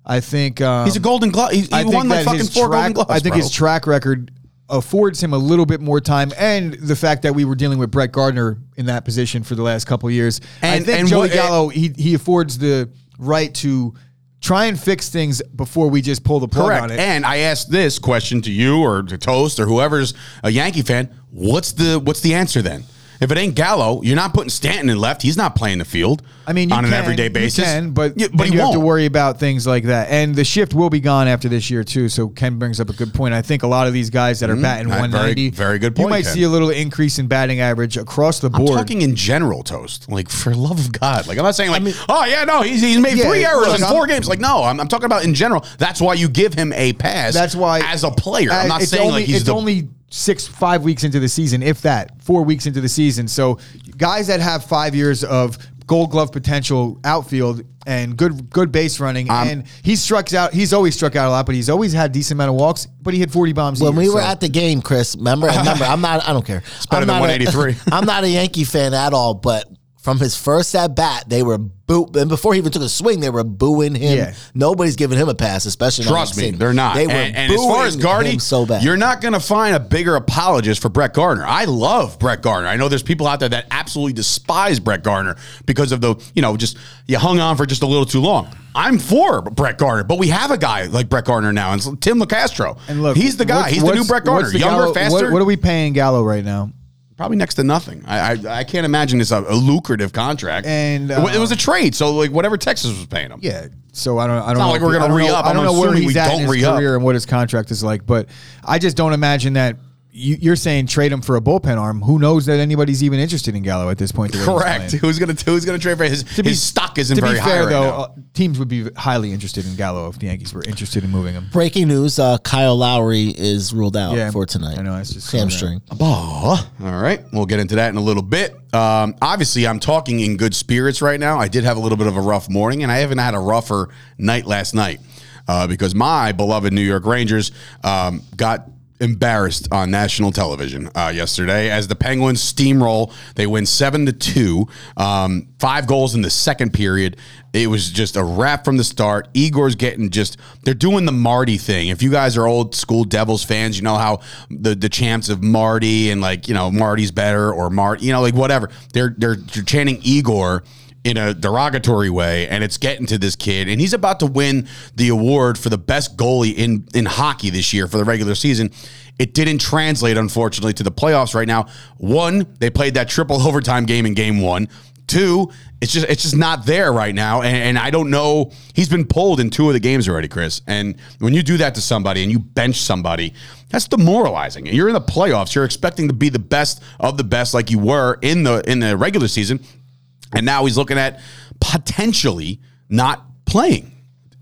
Speaker 3: I think um,
Speaker 2: He's a Golden Glove. He, he
Speaker 3: I think
Speaker 2: won like
Speaker 3: that
Speaker 2: fucking
Speaker 3: his
Speaker 2: four
Speaker 3: track,
Speaker 2: Golden Gloves.
Speaker 3: I think
Speaker 2: bro.
Speaker 3: his track record affords him a little bit more time, and the fact that we were dealing with Brett Gardner in that position for the last couple of years. I
Speaker 2: And-
Speaker 3: think
Speaker 2: and
Speaker 3: Joey
Speaker 2: what-
Speaker 3: Gallo he he affords the right to try and fix things before we just pull the plug
Speaker 2: Correct.
Speaker 3: on it.
Speaker 2: And I asked this question to you or to Toast or whoever's a Yankee fan. What's the what's the answer then? If it ain't Gallo, you're not putting Stanton in left. He's not playing the field.
Speaker 3: I mean, you
Speaker 2: on
Speaker 3: can,
Speaker 2: an everyday
Speaker 3: you
Speaker 2: basis,
Speaker 3: can, but,
Speaker 2: Yeah,
Speaker 3: then
Speaker 2: he
Speaker 3: you have to
Speaker 2: won't.
Speaker 3: worry about things like that. And the shift will be gone after this year too. So Ken brings up a good point. I think a lot of these guys that are batting
Speaker 2: Mm-hmm. Very-
Speaker 3: 190,
Speaker 2: very good
Speaker 3: You
Speaker 2: point,
Speaker 3: might
Speaker 2: Ken.
Speaker 3: see a little increase in batting average across the
Speaker 2: I'm
Speaker 3: board.
Speaker 2: talking in general, Toast. Like for love of God, like I'm not saying like, oh yeah, no, he's he's made
Speaker 3: Yeah,
Speaker 2: three errors
Speaker 3: look,
Speaker 2: in
Speaker 3: I'm-
Speaker 2: 4 games. Like no, I'm, I'm talking about in general. That's why you give him a pass.
Speaker 3: That's why
Speaker 2: as a player, I'm
Speaker 3: Uh,
Speaker 2: not
Speaker 3: it's
Speaker 2: saying
Speaker 3: only,
Speaker 2: like he's
Speaker 3: it's
Speaker 2: the
Speaker 3: only six five weeks into the season, if that four weeks into the season. So guys that have five years of Gold Glove potential outfield and good good base running, and he struck out. He's always struck out a lot, but he's always had decent amount of walks. But he hit forty bombs. a
Speaker 4: When
Speaker 3: year,
Speaker 4: we were
Speaker 3: so-
Speaker 4: at the game, Chris,
Speaker 2: [laughs]
Speaker 4: remember? Remember, I'm not. I don't care. It's
Speaker 2: better
Speaker 4: I'm
Speaker 2: than
Speaker 4: not a-
Speaker 2: 183.
Speaker 4: [laughs] I'm not a Yankee fan at all, but from his first at bat, they were boo. And before he even took a swing, they were booing him.
Speaker 3: Yeah.
Speaker 4: Nobody's giving him a pass, especially. not
Speaker 2: Trust
Speaker 4: in the
Speaker 2: me,
Speaker 4: city.
Speaker 2: they're not.
Speaker 4: They were
Speaker 2: and, and as far as
Speaker 4: booing
Speaker 2: Guardy,
Speaker 4: him so bad.
Speaker 2: you're not going to find a bigger apologist for Brett Gardner. I love Brett Gardner. I know there's people out there that absolutely despise Brett Gardner because of the, you know, just you hung on for just a little too long. I'm for Brett Gardner, but we have a guy like Brett Gardner now, and it's Tim LaCastro.
Speaker 3: And look,
Speaker 2: he's the guy.
Speaker 3: what's-
Speaker 2: He's the new
Speaker 3: what's-
Speaker 2: Brett Gardner,
Speaker 3: what's the
Speaker 2: younger,
Speaker 3: Gallo-
Speaker 2: faster.
Speaker 3: What, what are we paying Gallo right now?
Speaker 2: probably next to nothing. I I, I can't imagine it's a, a lucrative contract.
Speaker 3: And,
Speaker 2: It wa- it
Speaker 3: uh,
Speaker 2: was a trade, so like whatever Texas was paying him.
Speaker 3: Yeah. So I don't. I don't know.
Speaker 2: not like
Speaker 3: if
Speaker 2: we're
Speaker 3: he-
Speaker 2: gonna
Speaker 3: I don't know-
Speaker 2: re-up.
Speaker 3: I
Speaker 2: I'm
Speaker 3: don't know where
Speaker 2: assuming
Speaker 3: he's
Speaker 2: we
Speaker 3: at
Speaker 2: don't
Speaker 3: in his
Speaker 2: re-up.
Speaker 3: career and what his contract is like, but I just don't imagine that. You, you're saying trade him for a bullpen arm. Who knows that anybody's even interested in Gallo at this point? the way he's
Speaker 2: Correct.
Speaker 3: playing.
Speaker 2: [laughs] Who's gonna Who's gonna trade for his?
Speaker 3: be-
Speaker 2: his stock isn't
Speaker 3: to
Speaker 2: very
Speaker 3: be
Speaker 2: high
Speaker 3: fair,
Speaker 2: right
Speaker 3: though,
Speaker 2: now.
Speaker 3: uh, teams would be highly interested in Gallo if the Yankees were interested in moving him.
Speaker 4: Breaking news: uh, Kyle Lowry is ruled out
Speaker 3: Yeah,
Speaker 4: for tonight.
Speaker 3: I know, I just saw that.
Speaker 4: hamstring.
Speaker 2: Bah. All right. We'll get into that in a little bit. Um, obviously, I'm talking in good spirits right now. I did have a little bit of a rough morning, and I haven't had a rougher night last night uh, because my beloved New York Rangers um, got embarrassed on national television uh, yesterday as the Penguins steamroll. They win 7 to 2, um, five goals in the second period. It was just a wrap from the start. Igor's getting just they're doing the Marty thing. If you guys are old school Devils fans, you know how the the chants of Marty and like you know Marty's better or Mart, you know like whatever. They're they're chanting Igor in a derogatory way, and it's getting to this kid, and he's about to win the award for the best goalie in in hockey this year for the regular season. It didn't translate, unfortunately, to the playoffs right now. One, they played that triple [laughs] overtime game in game one. Two, it's just it's just not there right now, and, and I don't know. He's been pulled in two of the games already, Chris. And when you do that to somebody and you bench somebody, that's demoralizing. And you're in the playoffs. You're expecting to be the best of the best, like you were in the in the regular season, and now he's looking at potentially not playing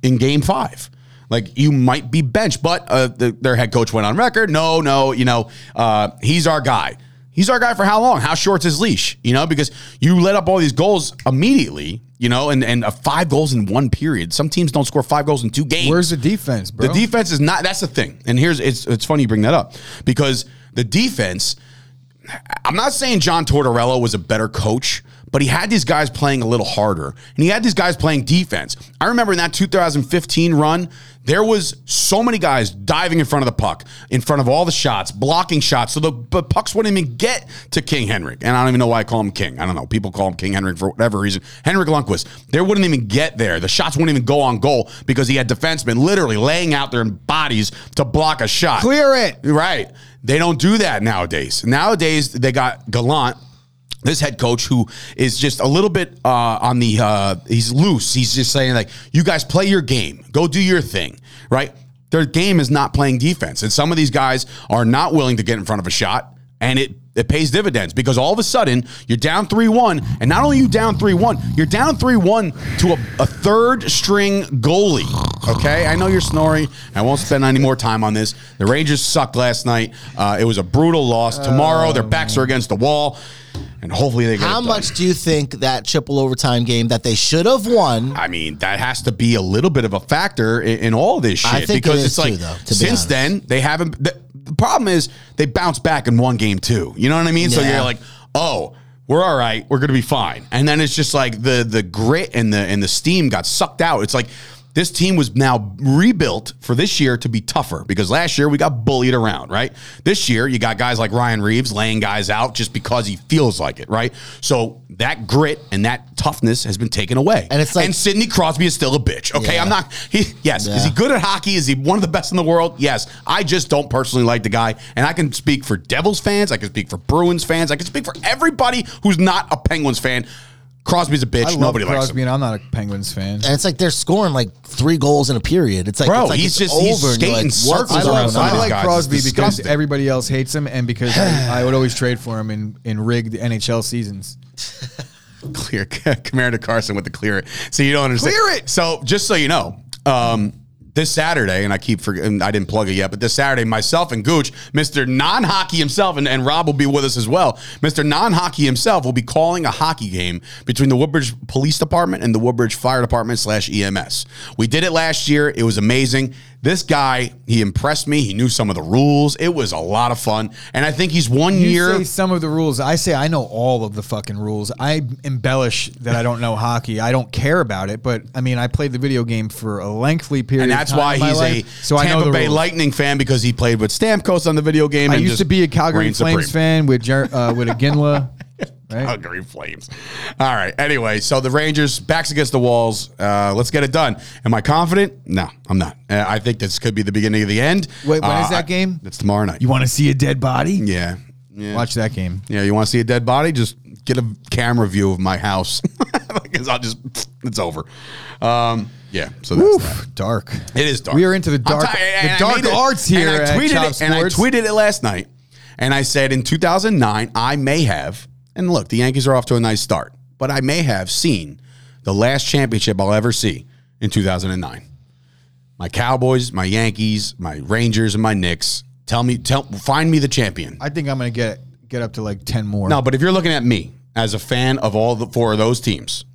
Speaker 2: in Game Five. Like you might be benched, but uh, the, their head coach went on record. No, no, you know, uh, he's our guy. He's our guy for how long? How short's his leash? You know, because you let up all these goals immediately. You know, and and uh, five goals in one period. Some teams don't score five goals in two games.
Speaker 3: Where's the defense, bro?
Speaker 2: The defense is not. That's the thing. And here's it's it's funny you bring that up because the defense. I'm not saying John Tortorella was a better coach, but he had these guys playing a little harder, and he had these guys playing defense. I remember in that 2015 run, there was so many guys diving in front of the puck, in front of all the shots, blocking shots, so the but pucks wouldn't even get to King Henrik. And I don't even know why I call him King. I don't know. People call him King Henrik for whatever reason. Henrik Lundqvist, they wouldn't even get there. The shots wouldn't even go on goal because he had defensemen literally laying out their bodies to block a shot.
Speaker 3: Clear it.
Speaker 2: Right. They don't do that nowadays. Nowadays, they got Gallant. This head coach who is just a little bit uh, on the uh, he's loose. He's just saying like, you guys play your game, go do your thing, right? Their game is not playing defense, and some of these guys are not willing to get in front of a shot, and it it pays dividends because all of a sudden you're down three one, and not only are you down three one, you're down three one to a, a third string goalie. Okay, I know you're snoring. I won't spend any more time on this. The Rangers sucked last night. Uh, it was a brutal loss. Tomorrow their backs are against the wall, and hopefully they get.
Speaker 4: How
Speaker 2: it done.
Speaker 4: much do you think that triple overtime game that they should have won?
Speaker 2: I mean, that has to be a little bit of a factor in, in all this shit
Speaker 4: I think
Speaker 2: because
Speaker 4: it is
Speaker 2: it's like
Speaker 4: too, though, to be
Speaker 2: since
Speaker 4: honest.
Speaker 2: then they haven't. The, the problem is they bounce back in one game too. You know what I mean? So
Speaker 4: Yeah.
Speaker 2: you're like, oh, we're all right, we're gonna be fine. And then it's just like the the grit and the and the steam got sucked out. It's like. This team was now rebuilt for this year to be tougher because last year we got bullied around, right? This year you got guys like Ryan Reeves laying guys out just because he feels like it, right? So that grit and that toughness has been taken away.
Speaker 4: And it's like-
Speaker 2: and Sidney Crosby is still a bitch. Okay,
Speaker 4: Yeah.
Speaker 2: I'm not. He yes, is he
Speaker 4: Yeah.
Speaker 2: good at hockey? Is he one of the best in the world? Yes. I just don't personally like the guy, and I can speak for Devils fans. I can speak for Bruins fans. I can speak for everybody who's not a Penguins fan. Crosby's a bitch.
Speaker 3: I love
Speaker 2: Nobody likes
Speaker 3: Crosby,
Speaker 2: him.
Speaker 3: and I'm not a Penguins fan.
Speaker 4: And it's like they're scoring like three goals in a period. It's like,
Speaker 2: Bro,
Speaker 4: it's like
Speaker 2: he's
Speaker 4: it's
Speaker 2: just- he's
Speaker 4: over and you're
Speaker 2: skating
Speaker 4: like, what's
Speaker 2: circles
Speaker 4: going
Speaker 2: around
Speaker 4: on?
Speaker 2: somebody.
Speaker 3: I like
Speaker 2: guys, it's
Speaker 3: Crosby because
Speaker 2: disgusting.
Speaker 3: everybody else hates him, and because I, I would always trade for him in, in rigged NHL seasons.
Speaker 2: Clear. [laughs] Kamara to Carson with the clear it. So you don't understand.
Speaker 3: Clear it!
Speaker 2: So just so you know, um, this Saturday, and I keep forgetting, I didn't plug it yet, but this Saturday, myself and Gooch, Mr. Non Hockey himself, and, and Rob will be with us as well. Mr. Non Hockey himself will be calling a hockey game between the Woodbridge Police Department and the Woodbridge Fire Department slash EMS. We did it last year. It was amazing. This guy, he impressed me. He knew some of the rules. It was a lot of fun. And I think he's one
Speaker 3: You
Speaker 2: year.
Speaker 3: say some of the rules. I say I know all of the fucking rules. I embellish that I don't know hockey. I don't care about it, but I mean, I played the video game for a lengthy period.
Speaker 2: and
Speaker 3: of
Speaker 2: that's
Speaker 3: time
Speaker 2: why
Speaker 3: in my
Speaker 2: he's a
Speaker 3: life, so I know
Speaker 2: Tampa
Speaker 3: the
Speaker 2: Bay
Speaker 3: rules.
Speaker 2: Lightning fan because he played with Stamkos on the video game.
Speaker 3: I
Speaker 2: and
Speaker 3: used
Speaker 2: just
Speaker 3: to be a Calgary
Speaker 2: reigned
Speaker 3: Flames
Speaker 2: supreme. Oh,
Speaker 3: fan with Jer- uh, with
Speaker 2: [laughs]
Speaker 3: a Ginla. Right?
Speaker 2: Calgary Flames. All right. Anyway, so the Rangers backs against the walls. Uh, let's get it done. Am I confident? No, I'm not. Uh, I think this could be the beginning of the end.
Speaker 3: Wait, when
Speaker 2: when is
Speaker 3: is that game?
Speaker 2: It's tomorrow night.
Speaker 3: You want to see a dead body?
Speaker 2: yeah. Yeah.
Speaker 3: Watch that game.
Speaker 2: Yeah, you want to see a dead body? Just get a camera view of my house [laughs] because I'll just it's over. Um, yeah, so that's that.
Speaker 3: Oof, dark.
Speaker 2: It is dark.
Speaker 3: We are into the
Speaker 2: I'm
Speaker 3: dark-
Speaker 2: ti- and
Speaker 3: the
Speaker 2: I
Speaker 3: dark
Speaker 2: made it-
Speaker 3: arts here
Speaker 2: And I
Speaker 3: at
Speaker 2: tweeted
Speaker 3: Chop
Speaker 2: it, and I
Speaker 3: Sports.
Speaker 2: tweeted it last night, and I said in 2009 I may have. And look, the Yankees are off to a nice start, but I may have seen the last championship I'll ever see in 2009. My Cowboys, my Yankees, my Rangers, and my Knicks. Tell me, tell, find me the champion.
Speaker 3: I think I'm gonna get get up to like ten more.
Speaker 2: No, but if you're looking at me as a fan of all the four of those teams,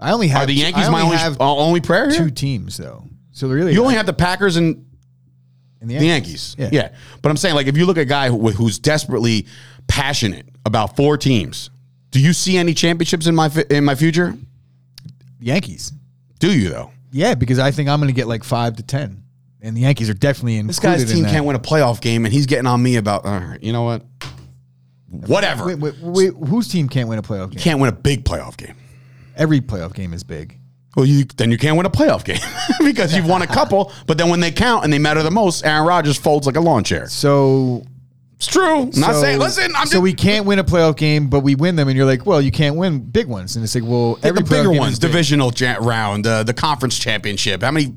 Speaker 3: I only have
Speaker 2: are the Yankees
Speaker 3: I
Speaker 2: my only,
Speaker 3: have
Speaker 2: uh, only prayer? here?
Speaker 3: two teams though. So really,
Speaker 2: You only have the Packers and
Speaker 3: and the
Speaker 2: The
Speaker 3: Yankees.
Speaker 2: Yankees.
Speaker 3: Yeah.
Speaker 2: Yeah. But I'm saying, like, if you look at a guy who, who's desperately passionate about four teams, do you see any championships in my fi- in my future?
Speaker 3: Yankees.
Speaker 2: Do you though?
Speaker 3: Yeah, because I think I'm gonna get like five to ten, and the Yankees are definitely included.
Speaker 2: This guy's
Speaker 3: in
Speaker 2: team
Speaker 3: that.
Speaker 2: can't win a playoff game, and he's getting on me about. All right, you know what? Whatever.
Speaker 3: Wait, wait, wait, whose team can't win a playoff game?
Speaker 2: Can't win a big playoff game.
Speaker 3: Every playoff game is big.
Speaker 2: Well, you then you can't win a playoff game [laughs] because you've won a couple, but then when they count and they matter the most, Aaron Rodgers folds like a lawn chair.
Speaker 3: So
Speaker 2: It's true. I'm not
Speaker 3: so-
Speaker 2: saying. Listen, I'm
Speaker 3: so
Speaker 2: just
Speaker 3: we can't win a playoff game, but we win them, and you're like, well, you can't win big ones, and it's like, well,
Speaker 2: Yeah,
Speaker 3: every
Speaker 2: the
Speaker 3: playoff
Speaker 2: bigger
Speaker 3: game is
Speaker 2: ones,
Speaker 3: big.
Speaker 2: divisional ja- round, uh, the conference championship. How many?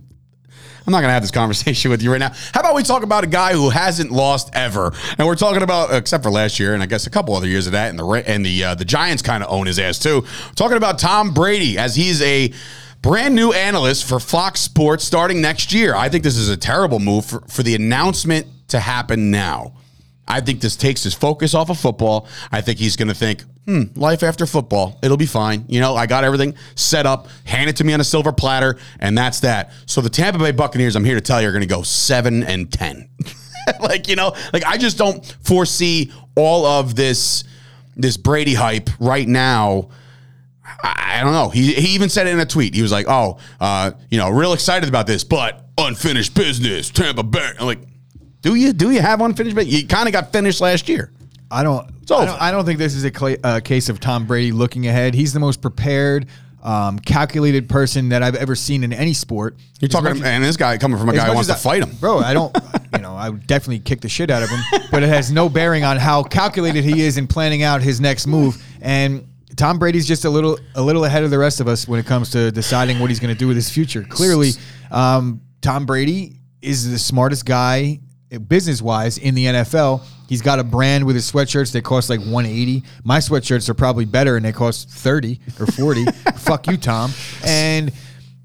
Speaker 2: I'm not going to have this [laughs] conversation with you right now. How about we talk about a guy who hasn't lost ever, and we're talking about except for last year, and I guess a couple other years of that, and the Ra- and the uh, the Giants kind of own his ass too. We're talking about Tom Brady as he's a brand new analyst for Fox Sports starting next year. I think this is a terrible move for, for the announcement to happen now. I think this takes his focus off of football. I think he's going to think, hmm, life after football, it'll be fine. You know, I got everything set up, hand it to me on a silver platter, and that's that. So the Tampa Bay Buccaneers, I'm here to tell you, are going to go seven and ten. [laughs] like you know, like I just don't foresee all of this this Brady hype right now. I, I don't know. He, he even said it in a tweet. He was like, "Oh, uh, you know, real excited about this, but unfinished business, Tampa Bay." I'm like, "Do you do you have unfinished business? You kind of got finished last year."
Speaker 3: I don't.
Speaker 2: over.
Speaker 3: I don't, I don't think this is a cla uh, case of Tom Brady looking ahead. He's the most prepared, um, calculated person that I've ever seen in any sport.
Speaker 2: You're
Speaker 3: As
Speaker 2: talking,
Speaker 3: much-
Speaker 2: and this guy coming from a
Speaker 3: as
Speaker 2: guy who
Speaker 3: much
Speaker 2: wants to
Speaker 3: as I-
Speaker 2: fight him.
Speaker 3: bro. I don't. You know, I would definitely kick the shit out of him, but it has no bearing on how calculated he is in planning out his next move. And Tom Brady's just a little, a little ahead of the rest of us when it comes to deciding what he's going to do with his future. Clearly, um, Tom Brady is the smartest guy business wise in the NFL. He's got a brand with his sweatshirts that cost like 180. My sweatshirts are probably better and they cost 30 or 40. [laughs] Fuck you, Tom. And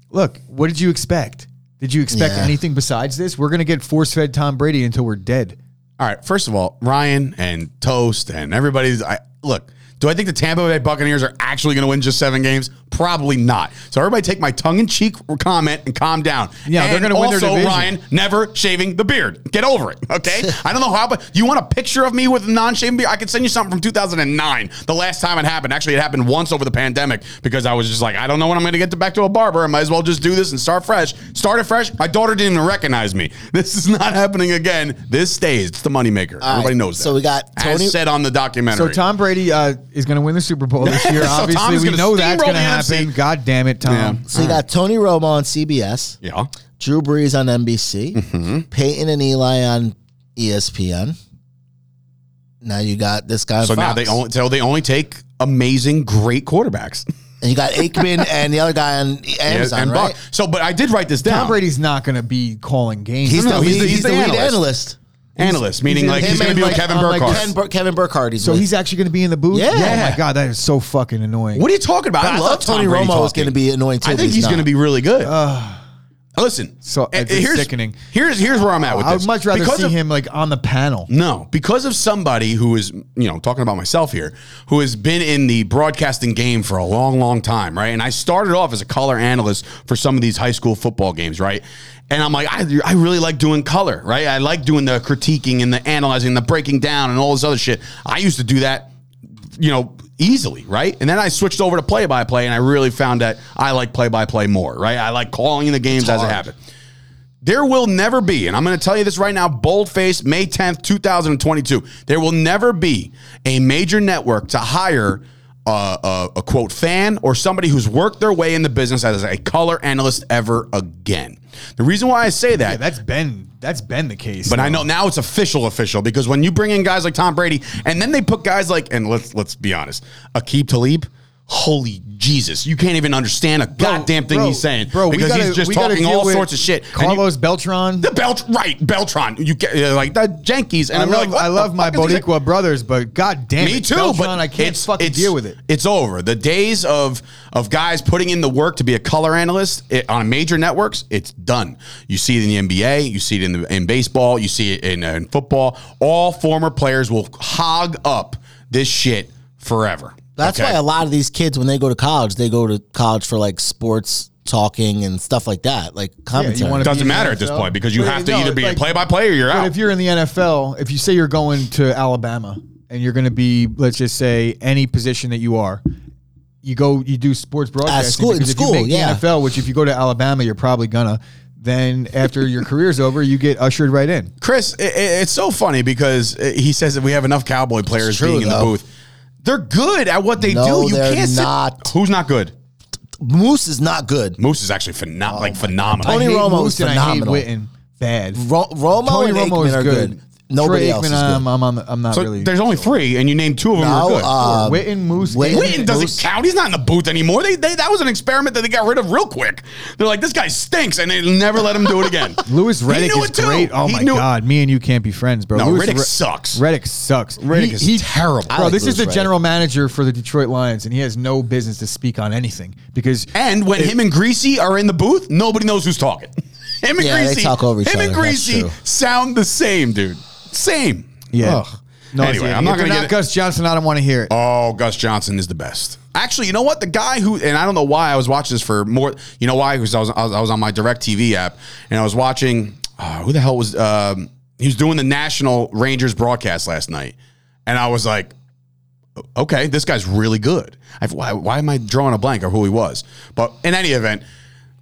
Speaker 3: look, what did you expect? Did you expect
Speaker 4: Yeah.
Speaker 3: anything besides this? We're going to get force fed Tom Brady until we're dead.
Speaker 2: All right. First of all, Ryan and Toast and everybody's. I look. Do I think the Tampa Bay Buccaneers are actually going to win just seven games? Probably not. So everybody take my tongue in cheek comment and calm down.
Speaker 3: Yeah, they're
Speaker 2: And
Speaker 3: gonna win their
Speaker 2: also,
Speaker 3: division.
Speaker 2: Ryan, never shaving the beard. Get over it.
Speaker 4: [laughs]
Speaker 2: Okay. I don't know how, but you want a picture of me with non-shaving beard? I could send you something from 2009, the last time it happened. Actually, it happened once over the pandemic because I was just like, I don't know when I'm going to get to back to a barber. I might as well just do this and start fresh. Started fresh. My daughter didn't even recognize me. [laughs] This is not happening again. This stays. It's the moneymaker. Everybody knows that.
Speaker 4: so we got Tony-
Speaker 2: As said on the documentary.
Speaker 3: So Tom Brady uh, is going to win the Super Bowl this year.
Speaker 2: [laughs] So
Speaker 3: Obviously,
Speaker 2: Tom's
Speaker 3: we
Speaker 2: gonna
Speaker 3: know that's
Speaker 2: steamroll
Speaker 3: going to
Speaker 2: the NFC.
Speaker 3: happen. God damn it, Tom.
Speaker 2: Yeah.
Speaker 4: So you got Tony Romo on CBS,
Speaker 2: yeah.
Speaker 4: Drew Brees on NBC,
Speaker 2: Mm-hmm.
Speaker 4: Peyton and Eli on E ESPN. Now you got this guy. on
Speaker 2: So now
Speaker 4: Fox.
Speaker 2: they only so they only take amazing, great quarterbacks.
Speaker 4: and you got
Speaker 2: [laughs]
Speaker 4: Aikman and the other guy on E Amazon,
Speaker 2: and
Speaker 4: right?
Speaker 2: Buck. So, but I did write this down.
Speaker 3: Tom Brady's not going to be calling games.
Speaker 4: He's,
Speaker 2: No,
Speaker 4: the,
Speaker 2: no, he's
Speaker 4: lead,
Speaker 2: the-
Speaker 4: he's,
Speaker 2: he's
Speaker 4: the,
Speaker 2: the
Speaker 4: lead
Speaker 2: analyst.
Speaker 4: analyst.
Speaker 2: analyst, meaning
Speaker 3: he's
Speaker 2: like
Speaker 3: in-
Speaker 2: he's
Speaker 3: him
Speaker 2: going to
Speaker 4: and
Speaker 2: be
Speaker 4: like-
Speaker 2: with Kevin
Speaker 3: I'm
Speaker 2: Burkhardt.
Speaker 3: like
Speaker 4: Ken Bur- Kevin Burkhardt. He's
Speaker 3: so
Speaker 4: with.
Speaker 3: he's actually going to be in the booth.
Speaker 4: Yeah.
Speaker 3: Oh my god, that is so fucking annoying.
Speaker 2: what are you talking about?
Speaker 4: But I thought Tony
Speaker 2: Brady
Speaker 4: Romo was
Speaker 2: talking.
Speaker 4: going to be annoying too.
Speaker 2: I
Speaker 4: but
Speaker 2: think he's,
Speaker 4: not.
Speaker 2: going to be really good. Listen,
Speaker 3: So,
Speaker 2: eh,
Speaker 3: it's
Speaker 2: eh, here's,
Speaker 3: sickening.
Speaker 2: Here's here's where I'm at with
Speaker 3: I
Speaker 2: this.
Speaker 3: would much rather
Speaker 2: Because
Speaker 3: see
Speaker 2: of-
Speaker 3: him like on the panel.
Speaker 2: No, because of somebody who is, you know, talking about myself here, who has been in the broadcasting game for a long, long time, right? And I started off as a color analyst for some of these high school football games, right? And I'm like, I, I really like doing color, right? I like doing the critiquing and the analyzing, the breaking down, and all this other shit. I used to do that you know, easily, right? And then I switched over to play by play, and I really found that I like play by play more, right? I like calling the games as it happened. There will never be, and I'm going to tell you this right now, boldface, May 10th, 2022. There will never be a major network to hire uh, a, a quote fan or somebody who's worked their way in the business as a color analyst ever again. The reason why I say that,
Speaker 3: Yeah, that's been that's been the case.
Speaker 2: but I know now it's official, official because when you bring in guys like Tom Brady, and then they put guys like, and let's let's be honest, Akib Talib. Holy Jesus! You can't even understand a goddamn thing
Speaker 3: bro,
Speaker 2: he's saying,
Speaker 3: bro, we
Speaker 2: Because
Speaker 3: gotta-
Speaker 2: he's just
Speaker 3: we gotta
Speaker 2: talking
Speaker 3: deal
Speaker 2: all
Speaker 3: with
Speaker 2: sorts of shit. And you- [laughs]
Speaker 3: Carlos Beltran.
Speaker 2: the Belt, right? Beltron. You get uh, like the Yankees, and
Speaker 3: I
Speaker 2: I'm
Speaker 3: love,
Speaker 2: like, what
Speaker 3: I
Speaker 2: the
Speaker 3: love my
Speaker 2: fuck is he-
Speaker 3: Boricua brothers, but god damn
Speaker 2: Me
Speaker 3: it,
Speaker 2: too,
Speaker 3: Beltran,
Speaker 2: but
Speaker 3: I can't
Speaker 2: it's-
Speaker 3: fucking
Speaker 2: it's-
Speaker 3: deal with it.
Speaker 2: It's over. The days of of guys putting in the work to be a color analyst it, on major networks, it's done. You see it in the NBA, you see it in the in baseball, you see it in, uh, in football. All former players will hog up this shit forever.
Speaker 4: That's
Speaker 2: okay?
Speaker 4: why a lot of these kids, when they go to college, they go to college for like sports talking and stuff like that, like commentary.
Speaker 3: wanna
Speaker 2: it
Speaker 3: be in
Speaker 2: doesn't
Speaker 3: the
Speaker 2: matter at this
Speaker 3: NFL.
Speaker 2: point because you
Speaker 3: But,
Speaker 2: have to
Speaker 3: no,
Speaker 2: either be
Speaker 3: like-
Speaker 2: a play by play or you're
Speaker 3: But
Speaker 2: out.
Speaker 3: if you're in the NFL, if you say you're going to Alabama and you're going to be, let's just say, any position that you are, you go, you do sports broadcasting.
Speaker 4: school- in
Speaker 3: because if
Speaker 4: school,
Speaker 3: you make
Speaker 4: yeah.
Speaker 3: the NFL, which if you go to Alabama, you're probably gonna. Then after your career's over, you get ushered right in.
Speaker 2: Chris, i i it's so funny because uh, he says that we have enough cowboy players
Speaker 4: true,
Speaker 2: being in the
Speaker 4: though.
Speaker 2: booth. They're good at what they
Speaker 4: No,
Speaker 2: do. You
Speaker 4: they're
Speaker 2: can't sit-
Speaker 4: not.
Speaker 2: Who's not good?
Speaker 4: Moose is not good.
Speaker 2: Moose is actually pheno- like phenomenal.
Speaker 4: Oh Tony
Speaker 3: I hate
Speaker 4: Romo
Speaker 3: Moose
Speaker 4: is
Speaker 3: and
Speaker 4: phenomenal.
Speaker 3: I hate Witten. Bad.
Speaker 4: Ro- Romo and Aikman are good. Nobody
Speaker 3: Troy
Speaker 4: else
Speaker 3: Aikman,
Speaker 4: is good.
Speaker 3: I'm, I'm, on the, I'm not
Speaker 2: So
Speaker 3: really.
Speaker 2: there's only three, and you named two of them
Speaker 4: No,
Speaker 2: were good.
Speaker 4: uh,
Speaker 3: Witten, Moose,
Speaker 4: Witten-
Speaker 3: Aikman.
Speaker 2: Witten doesn't
Speaker 4: Moose-
Speaker 2: count. He's not in the booth anymore. They, they that was an experiment that they got rid of real quick. They're like, this guy stinks, and they never let him do it
Speaker 4: [laughs]
Speaker 2: again.
Speaker 3: Lewis
Speaker 2: He
Speaker 3: Reddick
Speaker 2: knew
Speaker 3: is
Speaker 2: it too.
Speaker 3: great. Oh
Speaker 2: He
Speaker 3: my
Speaker 2: knew it.
Speaker 3: god, me and you can't be friends, bro.
Speaker 2: No,
Speaker 3: Lewis
Speaker 2: Riddick sucks.
Speaker 3: Reddick sucks.
Speaker 2: Riddick is terrible.
Speaker 3: Bro,
Speaker 4: like
Speaker 3: this
Speaker 4: Lewis
Speaker 3: is the
Speaker 4: Riddick.
Speaker 3: general manager for the Detroit Lions, and he has no business to speak on anything because
Speaker 2: And when him and Greasy are in the booth, nobody knows who's talking. [laughs] Him and
Speaker 4: Yeah, they
Speaker 2: Greasy,
Speaker 4: talk over each
Speaker 2: him and
Speaker 4: other. That's
Speaker 2: Greasy
Speaker 4: true.
Speaker 2: sound the same, dude. Same.
Speaker 3: yeah.
Speaker 2: Ugh. anyway, I'm not
Speaker 3: if they're
Speaker 2: going to get. it.
Speaker 3: Gus Johnson. I don't want to hear it.
Speaker 2: Oh, Gus Johnson is the best. Actually, you know what? The guy who and I don't know why I was watching this for more. You know why? Because I was I was I was on my Direct TV app and I was watching. Uh, who the hell was? Um, he was doing the National Rangers broadcast last night, and I was like, okay, this guy's really good. I've, why, why am I drawing a blank of who he was? But in any event,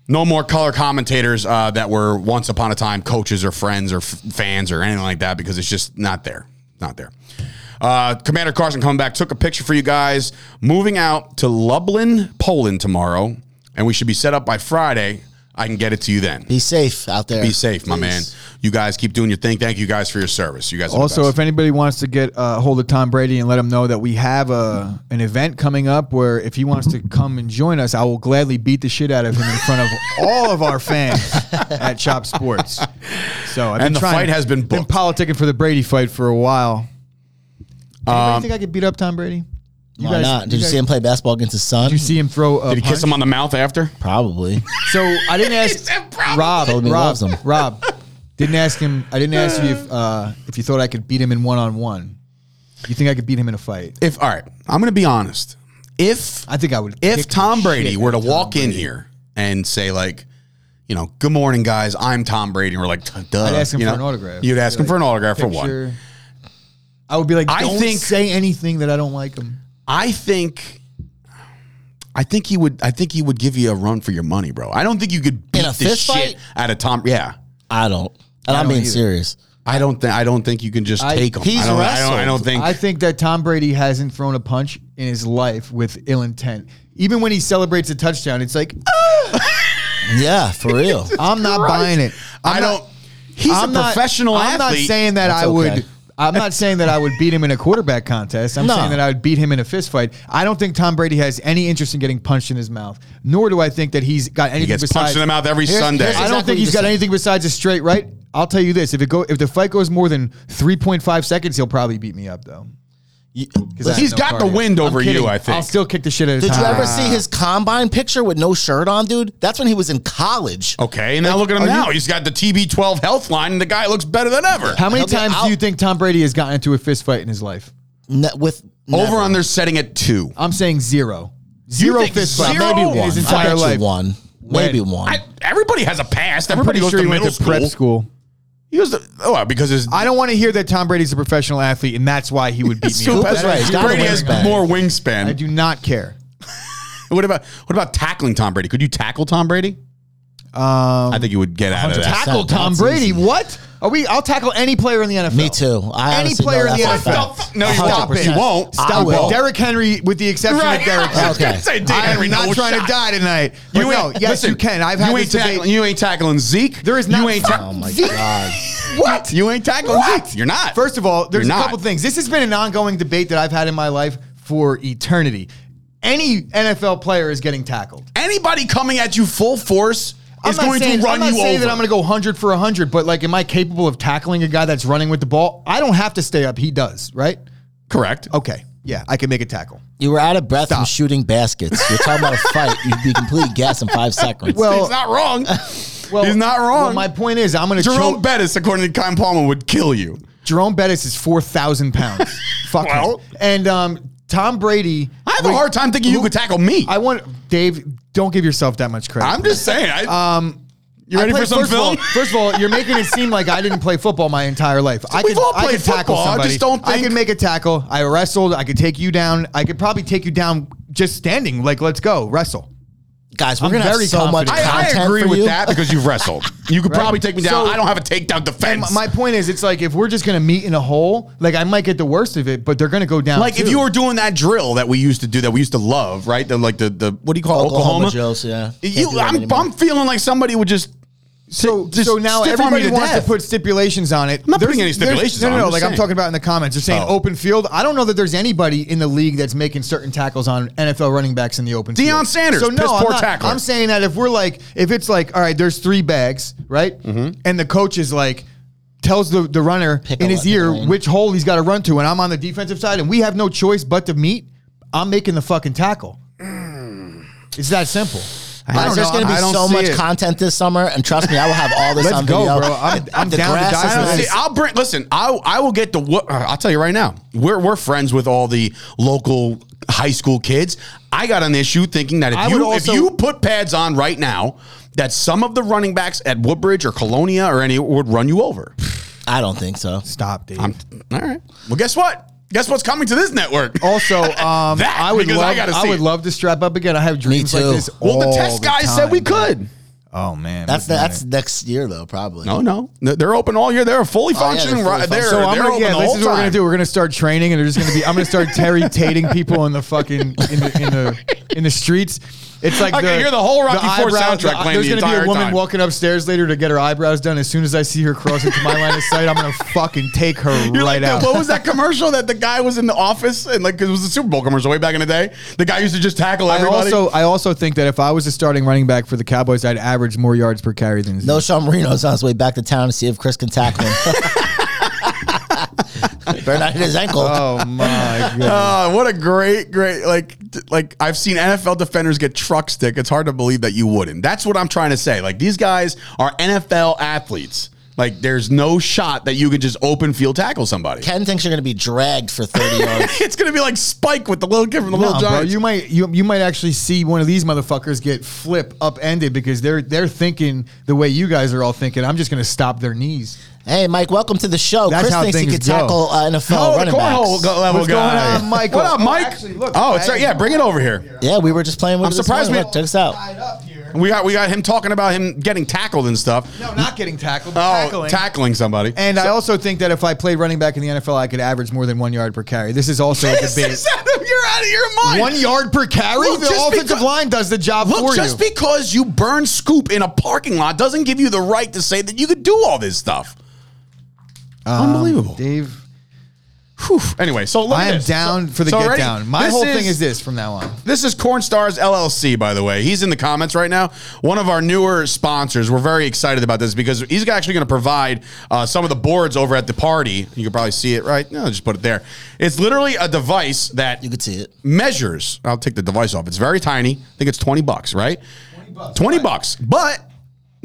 Speaker 2: no more color commentators uh, that were once upon a time coaches or friends or f- fans or anything like that because it's just not there. Not there. Uh, Commander Carson coming back, took a picture for you guys. Moving out to Lublin, Poland tomorrow, and we should be set up by Friday. I can get it to you then.
Speaker 4: Be safe out there.
Speaker 2: Be safe, my
Speaker 4: Please.
Speaker 2: man. You guys keep doing your thing. Thank you guys for your service. You guys are the
Speaker 3: Also,
Speaker 2: best.
Speaker 3: if anybody wants to get uh, hold of Tom Brady and let him know that we have a an event coming up where if he wants to come and join us, I will gladly beat the shit out of him in front of all of our
Speaker 2: [laughs]
Speaker 3: fans at Chop Sports. So, I've been
Speaker 2: And the
Speaker 3: trying-
Speaker 2: fight has been
Speaker 3: been
Speaker 2: booked.
Speaker 3: politicking for the Brady fight for a while. Um, Anybody think I could beat up Tom Brady?
Speaker 4: Why not? Did you,
Speaker 3: guys-
Speaker 4: see him play basketball against his son?
Speaker 3: Did you see him throw? A
Speaker 2: Did he kiss him on the mouth after?
Speaker 4: Probably.
Speaker 3: So I didn't ask
Speaker 2: said probably.
Speaker 3: Rob.
Speaker 4: Told me he
Speaker 3: Rob,
Speaker 4: loves him.
Speaker 3: Rob didn't ask him. I didn't ask you if uh, if you thought I could beat him in one on one. You think I could beat him in a fight?
Speaker 2: If all right, I'm going to be honest. If
Speaker 3: I think I would.
Speaker 2: if
Speaker 3: kick
Speaker 2: Tom
Speaker 3: the
Speaker 2: Brady
Speaker 3: shit
Speaker 2: were to
Speaker 3: out of
Speaker 2: walk
Speaker 3: Tom
Speaker 2: in
Speaker 3: Brady.
Speaker 2: here and say like, you know, good morning guys, I'm Tom Brady, and we're like, duh,
Speaker 3: I'd ask him
Speaker 2: you
Speaker 3: for
Speaker 2: know?
Speaker 3: an autograph.
Speaker 2: You'd ask
Speaker 3: Be
Speaker 2: him for
Speaker 3: like,
Speaker 2: an autograph for one.
Speaker 3: picture. I would be like,
Speaker 2: I
Speaker 3: don't
Speaker 2: think-
Speaker 3: say anything that I don't like him.
Speaker 2: I think I think he would I think he would give you a run for your money, bro. I don't think you could beat
Speaker 4: a
Speaker 2: the
Speaker 4: fist
Speaker 2: shit
Speaker 4: fight?
Speaker 2: out of Tom. Yeah.
Speaker 4: I don't. And I am
Speaker 3: don't
Speaker 4: being
Speaker 3: either.
Speaker 4: serious.
Speaker 2: I don't think I don't think you can just
Speaker 3: I-
Speaker 2: take him.
Speaker 4: he's
Speaker 2: I don't, I don't, I
Speaker 4: wrestled.
Speaker 2: don't think
Speaker 3: I think that Tom Brady hasn't thrown a punch in his life with ill intent. Even when he celebrates a touchdown, it's like
Speaker 4: Yeah,
Speaker 3: [laughs]
Speaker 4: for real.
Speaker 3: I'm not buying it. I'm
Speaker 2: I
Speaker 3: not-
Speaker 2: don't he's
Speaker 3: I'm
Speaker 2: a
Speaker 3: not-
Speaker 2: professional
Speaker 3: I'm
Speaker 2: athlete.
Speaker 3: not saying that
Speaker 4: That's
Speaker 3: I would.
Speaker 4: okay.
Speaker 3: I'm not saying that I would beat him in a quarterback contest. I'm
Speaker 4: No.
Speaker 3: saying that I would beat him in a fist fight. I don't think Tom Brady has any interest in getting punched in his mouth. Nor do I think that he's got anything
Speaker 2: he gets
Speaker 3: besides.
Speaker 2: punched in the mouth every
Speaker 4: Here's-
Speaker 2: Sunday.
Speaker 4: here's
Speaker 3: I don't
Speaker 4: Exactly
Speaker 3: think
Speaker 4: what you
Speaker 3: he's got
Speaker 4: said.
Speaker 3: anything besides a straight right. I'll tell you this: if it go, if the fight goes more than 3.5 seconds, he'll probably beat me up though.
Speaker 4: You-
Speaker 3: 'Cause I have
Speaker 2: He's
Speaker 3: no
Speaker 2: got the
Speaker 3: cardio.
Speaker 2: wind over you,
Speaker 3: kidding.
Speaker 2: I think.
Speaker 3: I'll still kick the shit out of
Speaker 4: Did
Speaker 3: Tom
Speaker 4: you
Speaker 3: Brady.
Speaker 4: ever see his combine picture with no shirt on, dude? That's when he was in college.
Speaker 2: okay, and now look at him
Speaker 3: are you-
Speaker 2: now. he's got the TB12 health line, and the guy looks better than ever.
Speaker 3: How many
Speaker 4: He'll be
Speaker 3: times
Speaker 4: out.
Speaker 3: do you think Tom Brady has gotten into a fist fight in his life?
Speaker 4: Ne- with
Speaker 2: Over on their setting at two.
Speaker 3: I'm saying zero. Zero
Speaker 2: think
Speaker 3: fist fight.
Speaker 2: zero?
Speaker 3: In his
Speaker 2: I
Speaker 4: I
Speaker 3: entire
Speaker 4: bet
Speaker 3: life.
Speaker 4: you one, maybe
Speaker 3: When?
Speaker 4: one.
Speaker 2: I, everybody has a past.
Speaker 3: I'm
Speaker 2: Everybody
Speaker 3: pretty
Speaker 2: goes
Speaker 3: sure
Speaker 2: to
Speaker 3: he went
Speaker 2: middle
Speaker 3: to prep
Speaker 2: school.
Speaker 3: school.
Speaker 2: He was the, oh because his
Speaker 3: I don't want to hear that Tom Brady's a professional athlete and that's why he would beat
Speaker 2: [laughs]
Speaker 3: me.
Speaker 2: Scoop
Speaker 3: up.
Speaker 2: has-
Speaker 4: That's right. He's got a
Speaker 2: Brady has
Speaker 4: wingspan.
Speaker 2: more
Speaker 3: I
Speaker 2: wingspan.
Speaker 3: do not care.
Speaker 2: What about what about tackling Tom Brady? Could you tackle Tom Brady? I
Speaker 3: Um,
Speaker 2: think you would get out of that.
Speaker 4: That's
Speaker 3: tackle
Speaker 4: not-
Speaker 3: Tom
Speaker 4: that's
Speaker 3: Brady.
Speaker 4: easy.
Speaker 3: What? Are we? I'll tackle any player in the NFL.
Speaker 4: Me too. I
Speaker 3: any
Speaker 4: honestly
Speaker 3: player
Speaker 4: know
Speaker 3: in the
Speaker 4: that for a
Speaker 3: NFL.
Speaker 4: fact.
Speaker 2: No, you
Speaker 3: Stop
Speaker 2: won't.
Speaker 3: it.
Speaker 2: You won't. I
Speaker 3: Stop
Speaker 2: will.
Speaker 3: it. Derrick Henry, with the exception
Speaker 2: Right.
Speaker 3: of Derrick
Speaker 2: I
Speaker 3: Henry.
Speaker 2: was gonna say, Derrick
Speaker 3: I am
Speaker 2: Henry,
Speaker 3: not
Speaker 2: no
Speaker 3: trying
Speaker 2: shot.
Speaker 3: to die tonight. But you no, yes,
Speaker 2: listen,
Speaker 3: you can. I've had
Speaker 2: you
Speaker 3: this
Speaker 2: ain't
Speaker 3: debate.
Speaker 2: tackling, you ain't tackling Zeke.
Speaker 3: There is
Speaker 2: you
Speaker 3: not-
Speaker 2: ain't
Speaker 4: Oh
Speaker 2: tackling
Speaker 4: my god.
Speaker 2: [laughs] what you ain't tackling Zeke. You're not.
Speaker 3: First of all, there's
Speaker 2: You're
Speaker 3: a
Speaker 2: not.
Speaker 3: couple things. This has been an ongoing debate that I've had in my life for eternity. Any NFL player is getting tackled.
Speaker 2: anybody coming at you full force
Speaker 3: I'm
Speaker 2: is
Speaker 3: not
Speaker 2: going
Speaker 3: saying-
Speaker 2: to run
Speaker 3: I'm not
Speaker 2: you
Speaker 3: saying
Speaker 2: over.
Speaker 3: that I'm going to go 100 for 100, but like, am I capable of tackling a guy that's running with the ball? I don't have to stay up. He does, right?
Speaker 2: Correct.
Speaker 3: Okay. Yeah, I can make a tackle.
Speaker 4: You were out of breath from shooting baskets. You're
Speaker 3: [laughs]
Speaker 4: talking about a fight. You'd be completely gassed in five seconds.
Speaker 3: Well-
Speaker 2: He's not
Speaker 3: [laughs]
Speaker 2: wrong.
Speaker 3: Well,
Speaker 2: He's not wrong.
Speaker 3: well, my point is, I'm going to
Speaker 2: Jerome
Speaker 3: choke.
Speaker 2: Bettis, according to Kyle Palmer, would kill you.
Speaker 3: Jerome Bettis is 4,000 pounds.
Speaker 2: [laughs]
Speaker 3: Fuck
Speaker 2: Well.
Speaker 3: him. And um, Tom Brady.
Speaker 2: I have a hard time thinking you could tackle me.
Speaker 3: I want, Dave, don't give yourself that much credit.
Speaker 2: I'm just saying. I, um, you ready
Speaker 3: I
Speaker 2: for
Speaker 3: played-
Speaker 2: some
Speaker 3: first
Speaker 2: film?
Speaker 3: Of all, first of all, you're making it seem like I didn't play football my entire life. I
Speaker 2: We've
Speaker 3: could,
Speaker 2: all
Speaker 3: I
Speaker 2: played
Speaker 3: could tackle
Speaker 2: football. I
Speaker 3: somebody.
Speaker 2: just don't
Speaker 3: I
Speaker 2: think-
Speaker 3: could make a tackle. I wrestled. I could take you down. I could probably take you down just standing. Like, let's go wrestle.
Speaker 4: guys, we're
Speaker 3: I'm
Speaker 4: gonna have
Speaker 3: very
Speaker 4: so
Speaker 3: confident.
Speaker 4: much
Speaker 2: I,
Speaker 4: content
Speaker 2: I agree
Speaker 4: for
Speaker 2: with
Speaker 4: you.
Speaker 2: that because you've wrestled. You could probably take me down.
Speaker 3: So-
Speaker 2: I don't have a takedown
Speaker 3: And
Speaker 2: defense.
Speaker 3: my, my point is, it's like if we're just gonna meet in a hole, like I might get the worst of it, but they're gonna go down.
Speaker 2: like if
Speaker 3: too.
Speaker 2: you were doing that drill that we used to do that we used to love, right? The like the the what do you call it? Oklahoma?
Speaker 4: Oklahoma drills, yeah. Can't do
Speaker 2: You,
Speaker 4: that
Speaker 2: I'm,
Speaker 4: anymore.
Speaker 2: I'm feeling like somebody would just
Speaker 3: So,
Speaker 2: Just
Speaker 3: so now
Speaker 2: stiff arm me
Speaker 3: everybody
Speaker 2: to
Speaker 3: wants
Speaker 2: death.
Speaker 3: to put stipulations on it. I'm
Speaker 2: not putting any stipulations
Speaker 3: No, no,
Speaker 2: on it,
Speaker 3: no.
Speaker 2: I'm just
Speaker 3: like I'm
Speaker 2: saying.
Speaker 3: talking about in the comments, they're saying
Speaker 2: Oh.
Speaker 3: open field. I don't know that there's anybody in the league that's making certain tackles on NFL running backs in the open.
Speaker 2: Deion
Speaker 3: field.
Speaker 2: Sanders,
Speaker 3: So no,
Speaker 2: piss
Speaker 3: I'm
Speaker 2: poor
Speaker 3: not-
Speaker 2: tackler.
Speaker 3: I'm saying that if we're like, if it's like, all right, there's three bags, right,
Speaker 2: Mm-hmm.
Speaker 3: and the coach is like. Tells the, the runner
Speaker 4: Pick
Speaker 3: in
Speaker 4: a
Speaker 3: his
Speaker 4: lane.
Speaker 3: ear which hole he's got to run to, and I'm on the defensive side, and we have no choice but to meet. I'm making the fucking tackle.
Speaker 2: Mm.
Speaker 3: It's that simple. I
Speaker 4: Guys,
Speaker 3: don't
Speaker 4: there's
Speaker 3: know.
Speaker 4: gonna
Speaker 3: I
Speaker 4: be
Speaker 3: don't
Speaker 4: so
Speaker 3: see
Speaker 4: much
Speaker 3: it.
Speaker 4: content this summer, and trust me, I will have all this
Speaker 3: Let's
Speaker 4: on
Speaker 3: go,
Speaker 4: video.
Speaker 3: bro. I'm-
Speaker 4: [laughs] The-
Speaker 3: I'm
Speaker 4: the
Speaker 3: down to
Speaker 4: grass
Speaker 3: die
Speaker 4: is
Speaker 3: for
Speaker 2: I don't
Speaker 3: that.
Speaker 2: see.
Speaker 4: nice.
Speaker 2: I'll bring. Listen, I'll I will get the. wo- I'll tell you right now. We're we're friends with all the local high school kids. I got an issue thinking that
Speaker 3: I
Speaker 2: if
Speaker 3: would
Speaker 2: you
Speaker 3: also-
Speaker 2: if you put pads on right now, that some of the running backs at Woodbridge or Colonia or any would run you over.
Speaker 4: I don't think so.
Speaker 3: Stop, dude.
Speaker 2: I'm all right. Well, guess what? Guess what's coming to this network? [laughs]
Speaker 3: Also, um,
Speaker 2: That,
Speaker 3: I would
Speaker 2: because
Speaker 3: love,
Speaker 2: I
Speaker 3: I,
Speaker 2: gotta see
Speaker 3: would
Speaker 2: it.
Speaker 3: love to strap up again. I have dreams like
Speaker 4: too.
Speaker 3: this.
Speaker 2: well, the
Speaker 3: all
Speaker 2: test guys said
Speaker 3: time,
Speaker 2: we
Speaker 3: bro.
Speaker 2: could.
Speaker 3: Oh man,
Speaker 4: That's
Speaker 3: look at
Speaker 4: that's
Speaker 3: it.
Speaker 4: next year though, probably.
Speaker 2: No, no, No, they're open all year. They're a fully
Speaker 3: Oh,
Speaker 4: they're
Speaker 2: functioning.
Speaker 4: fully
Speaker 2: ri-
Speaker 4: functioning.
Speaker 2: They're,
Speaker 4: So
Speaker 3: So
Speaker 2: they're
Speaker 3: I'm gonna,
Speaker 2: open
Speaker 3: yeah,
Speaker 2: the
Speaker 3: this
Speaker 2: whole
Speaker 3: is what we're gonna
Speaker 2: time.
Speaker 3: do. We're gonna start training, and they're just gonna be. I'm gonna start
Speaker 2: [laughs]
Speaker 3: terry tating people in the fucking in the in the, in the streets. It's like
Speaker 2: I can
Speaker 3: the,
Speaker 2: hear the whole Rocky IV soundtrack
Speaker 3: the-
Speaker 2: playing
Speaker 3: There's
Speaker 2: the
Speaker 3: gonna be
Speaker 2: entire
Speaker 3: a woman
Speaker 2: time.
Speaker 3: walking upstairs later to get her eyebrows done. As soon as I see her cross into my line of sight, I'm gonna fucking take her
Speaker 2: [laughs] You're
Speaker 3: right
Speaker 2: like,
Speaker 3: out.
Speaker 2: What was that commercial that the guy was in the office and like 'cause it was a Super Bowl commercial way back in the day? The guy used to just tackle
Speaker 3: I
Speaker 2: everybody.
Speaker 3: also I also think that if I was a starting running back for the Cowboys, I'd average more yards per carry than Zeke.
Speaker 4: No, Sean Marino's on his way back to town to see if Chris can
Speaker 2: [laughs]
Speaker 4: tackle him. Better not hit his ankle.
Speaker 3: Oh my god.
Speaker 2: [laughs] Uh, what a great, great like t- like I've seen NFL defenders get truck stick. It's hard to believe that you wouldn't. That's what I'm trying to say. Like these guys are NFL athletes. Like there's no shot that you could just open field tackle somebody.
Speaker 4: Ken thinks you're going to be dragged for 30
Speaker 2: [laughs]
Speaker 4: yards.
Speaker 2: it's gonna be like Spike with the little kid from the
Speaker 3: Nah,
Speaker 2: little
Speaker 3: bro,
Speaker 2: giant.
Speaker 3: you might you, you might actually see one of these motherfuckers get flip upended because they're they're thinking the way you guys are all thinking. I'm just going to stop their knees.
Speaker 4: hey, Mike, welcome to the show.
Speaker 3: That's
Speaker 4: Chris
Speaker 3: how
Speaker 4: thinks he
Speaker 3: things
Speaker 4: could
Speaker 3: go.
Speaker 4: tackle uh, NFL
Speaker 2: oh, the
Speaker 4: running backs.
Speaker 2: cornhole go- level
Speaker 3: What's going
Speaker 2: guy.
Speaker 3: on, Michael?
Speaker 2: What up,
Speaker 3: Oh,
Speaker 2: Mike?
Speaker 3: actually, look,
Speaker 2: oh, it's
Speaker 3: I-
Speaker 2: right. Yeah, bring it over here.
Speaker 4: Yeah, we were just playing with
Speaker 2: I'm
Speaker 4: it this
Speaker 2: surprised
Speaker 4: morning.
Speaker 2: we-
Speaker 4: Look, check this out.
Speaker 3: up here.
Speaker 2: We got we got him talking about him getting tackled and stuff.
Speaker 3: No, not getting tackled.
Speaker 2: Oh,
Speaker 3: but tackling.
Speaker 2: tackling, somebody.
Speaker 3: and I also think that if I played running back in the NFL, I could average more than one yard per carry. This is also a
Speaker 2: This [laughs]
Speaker 3: debate.
Speaker 2: is out of- you're out of your mind.
Speaker 3: One yard per carry?
Speaker 2: Look,
Speaker 3: the
Speaker 2: just
Speaker 3: offensive
Speaker 2: because-
Speaker 3: line does the job
Speaker 2: Look,
Speaker 3: for
Speaker 2: just
Speaker 3: you.
Speaker 2: because you burn scoop in a parking lot doesn't give you the right to say that you could do all this stuff. Um, Unbelievable.
Speaker 3: Um, Dave,
Speaker 2: Whew. Anyway, so look
Speaker 3: I
Speaker 2: at
Speaker 3: am
Speaker 2: this.
Speaker 3: down
Speaker 2: So-
Speaker 3: for the
Speaker 2: so
Speaker 3: get
Speaker 2: already-
Speaker 3: down. My
Speaker 2: this
Speaker 3: whole thing is this from now on.
Speaker 2: This is Cornstars LLC, by the way. He's in the comments right now. One of our newer sponsors. We're very excited about this because he's actually going to provide uh, some of the boards over at the party. You can probably see it, right? No, just put it there. It's literally a device that
Speaker 4: You could see it.
Speaker 2: measures. I'll take the device off. It's very tiny. I think it's twenty bucks, right? Twenty bucks. Twenty bucks. But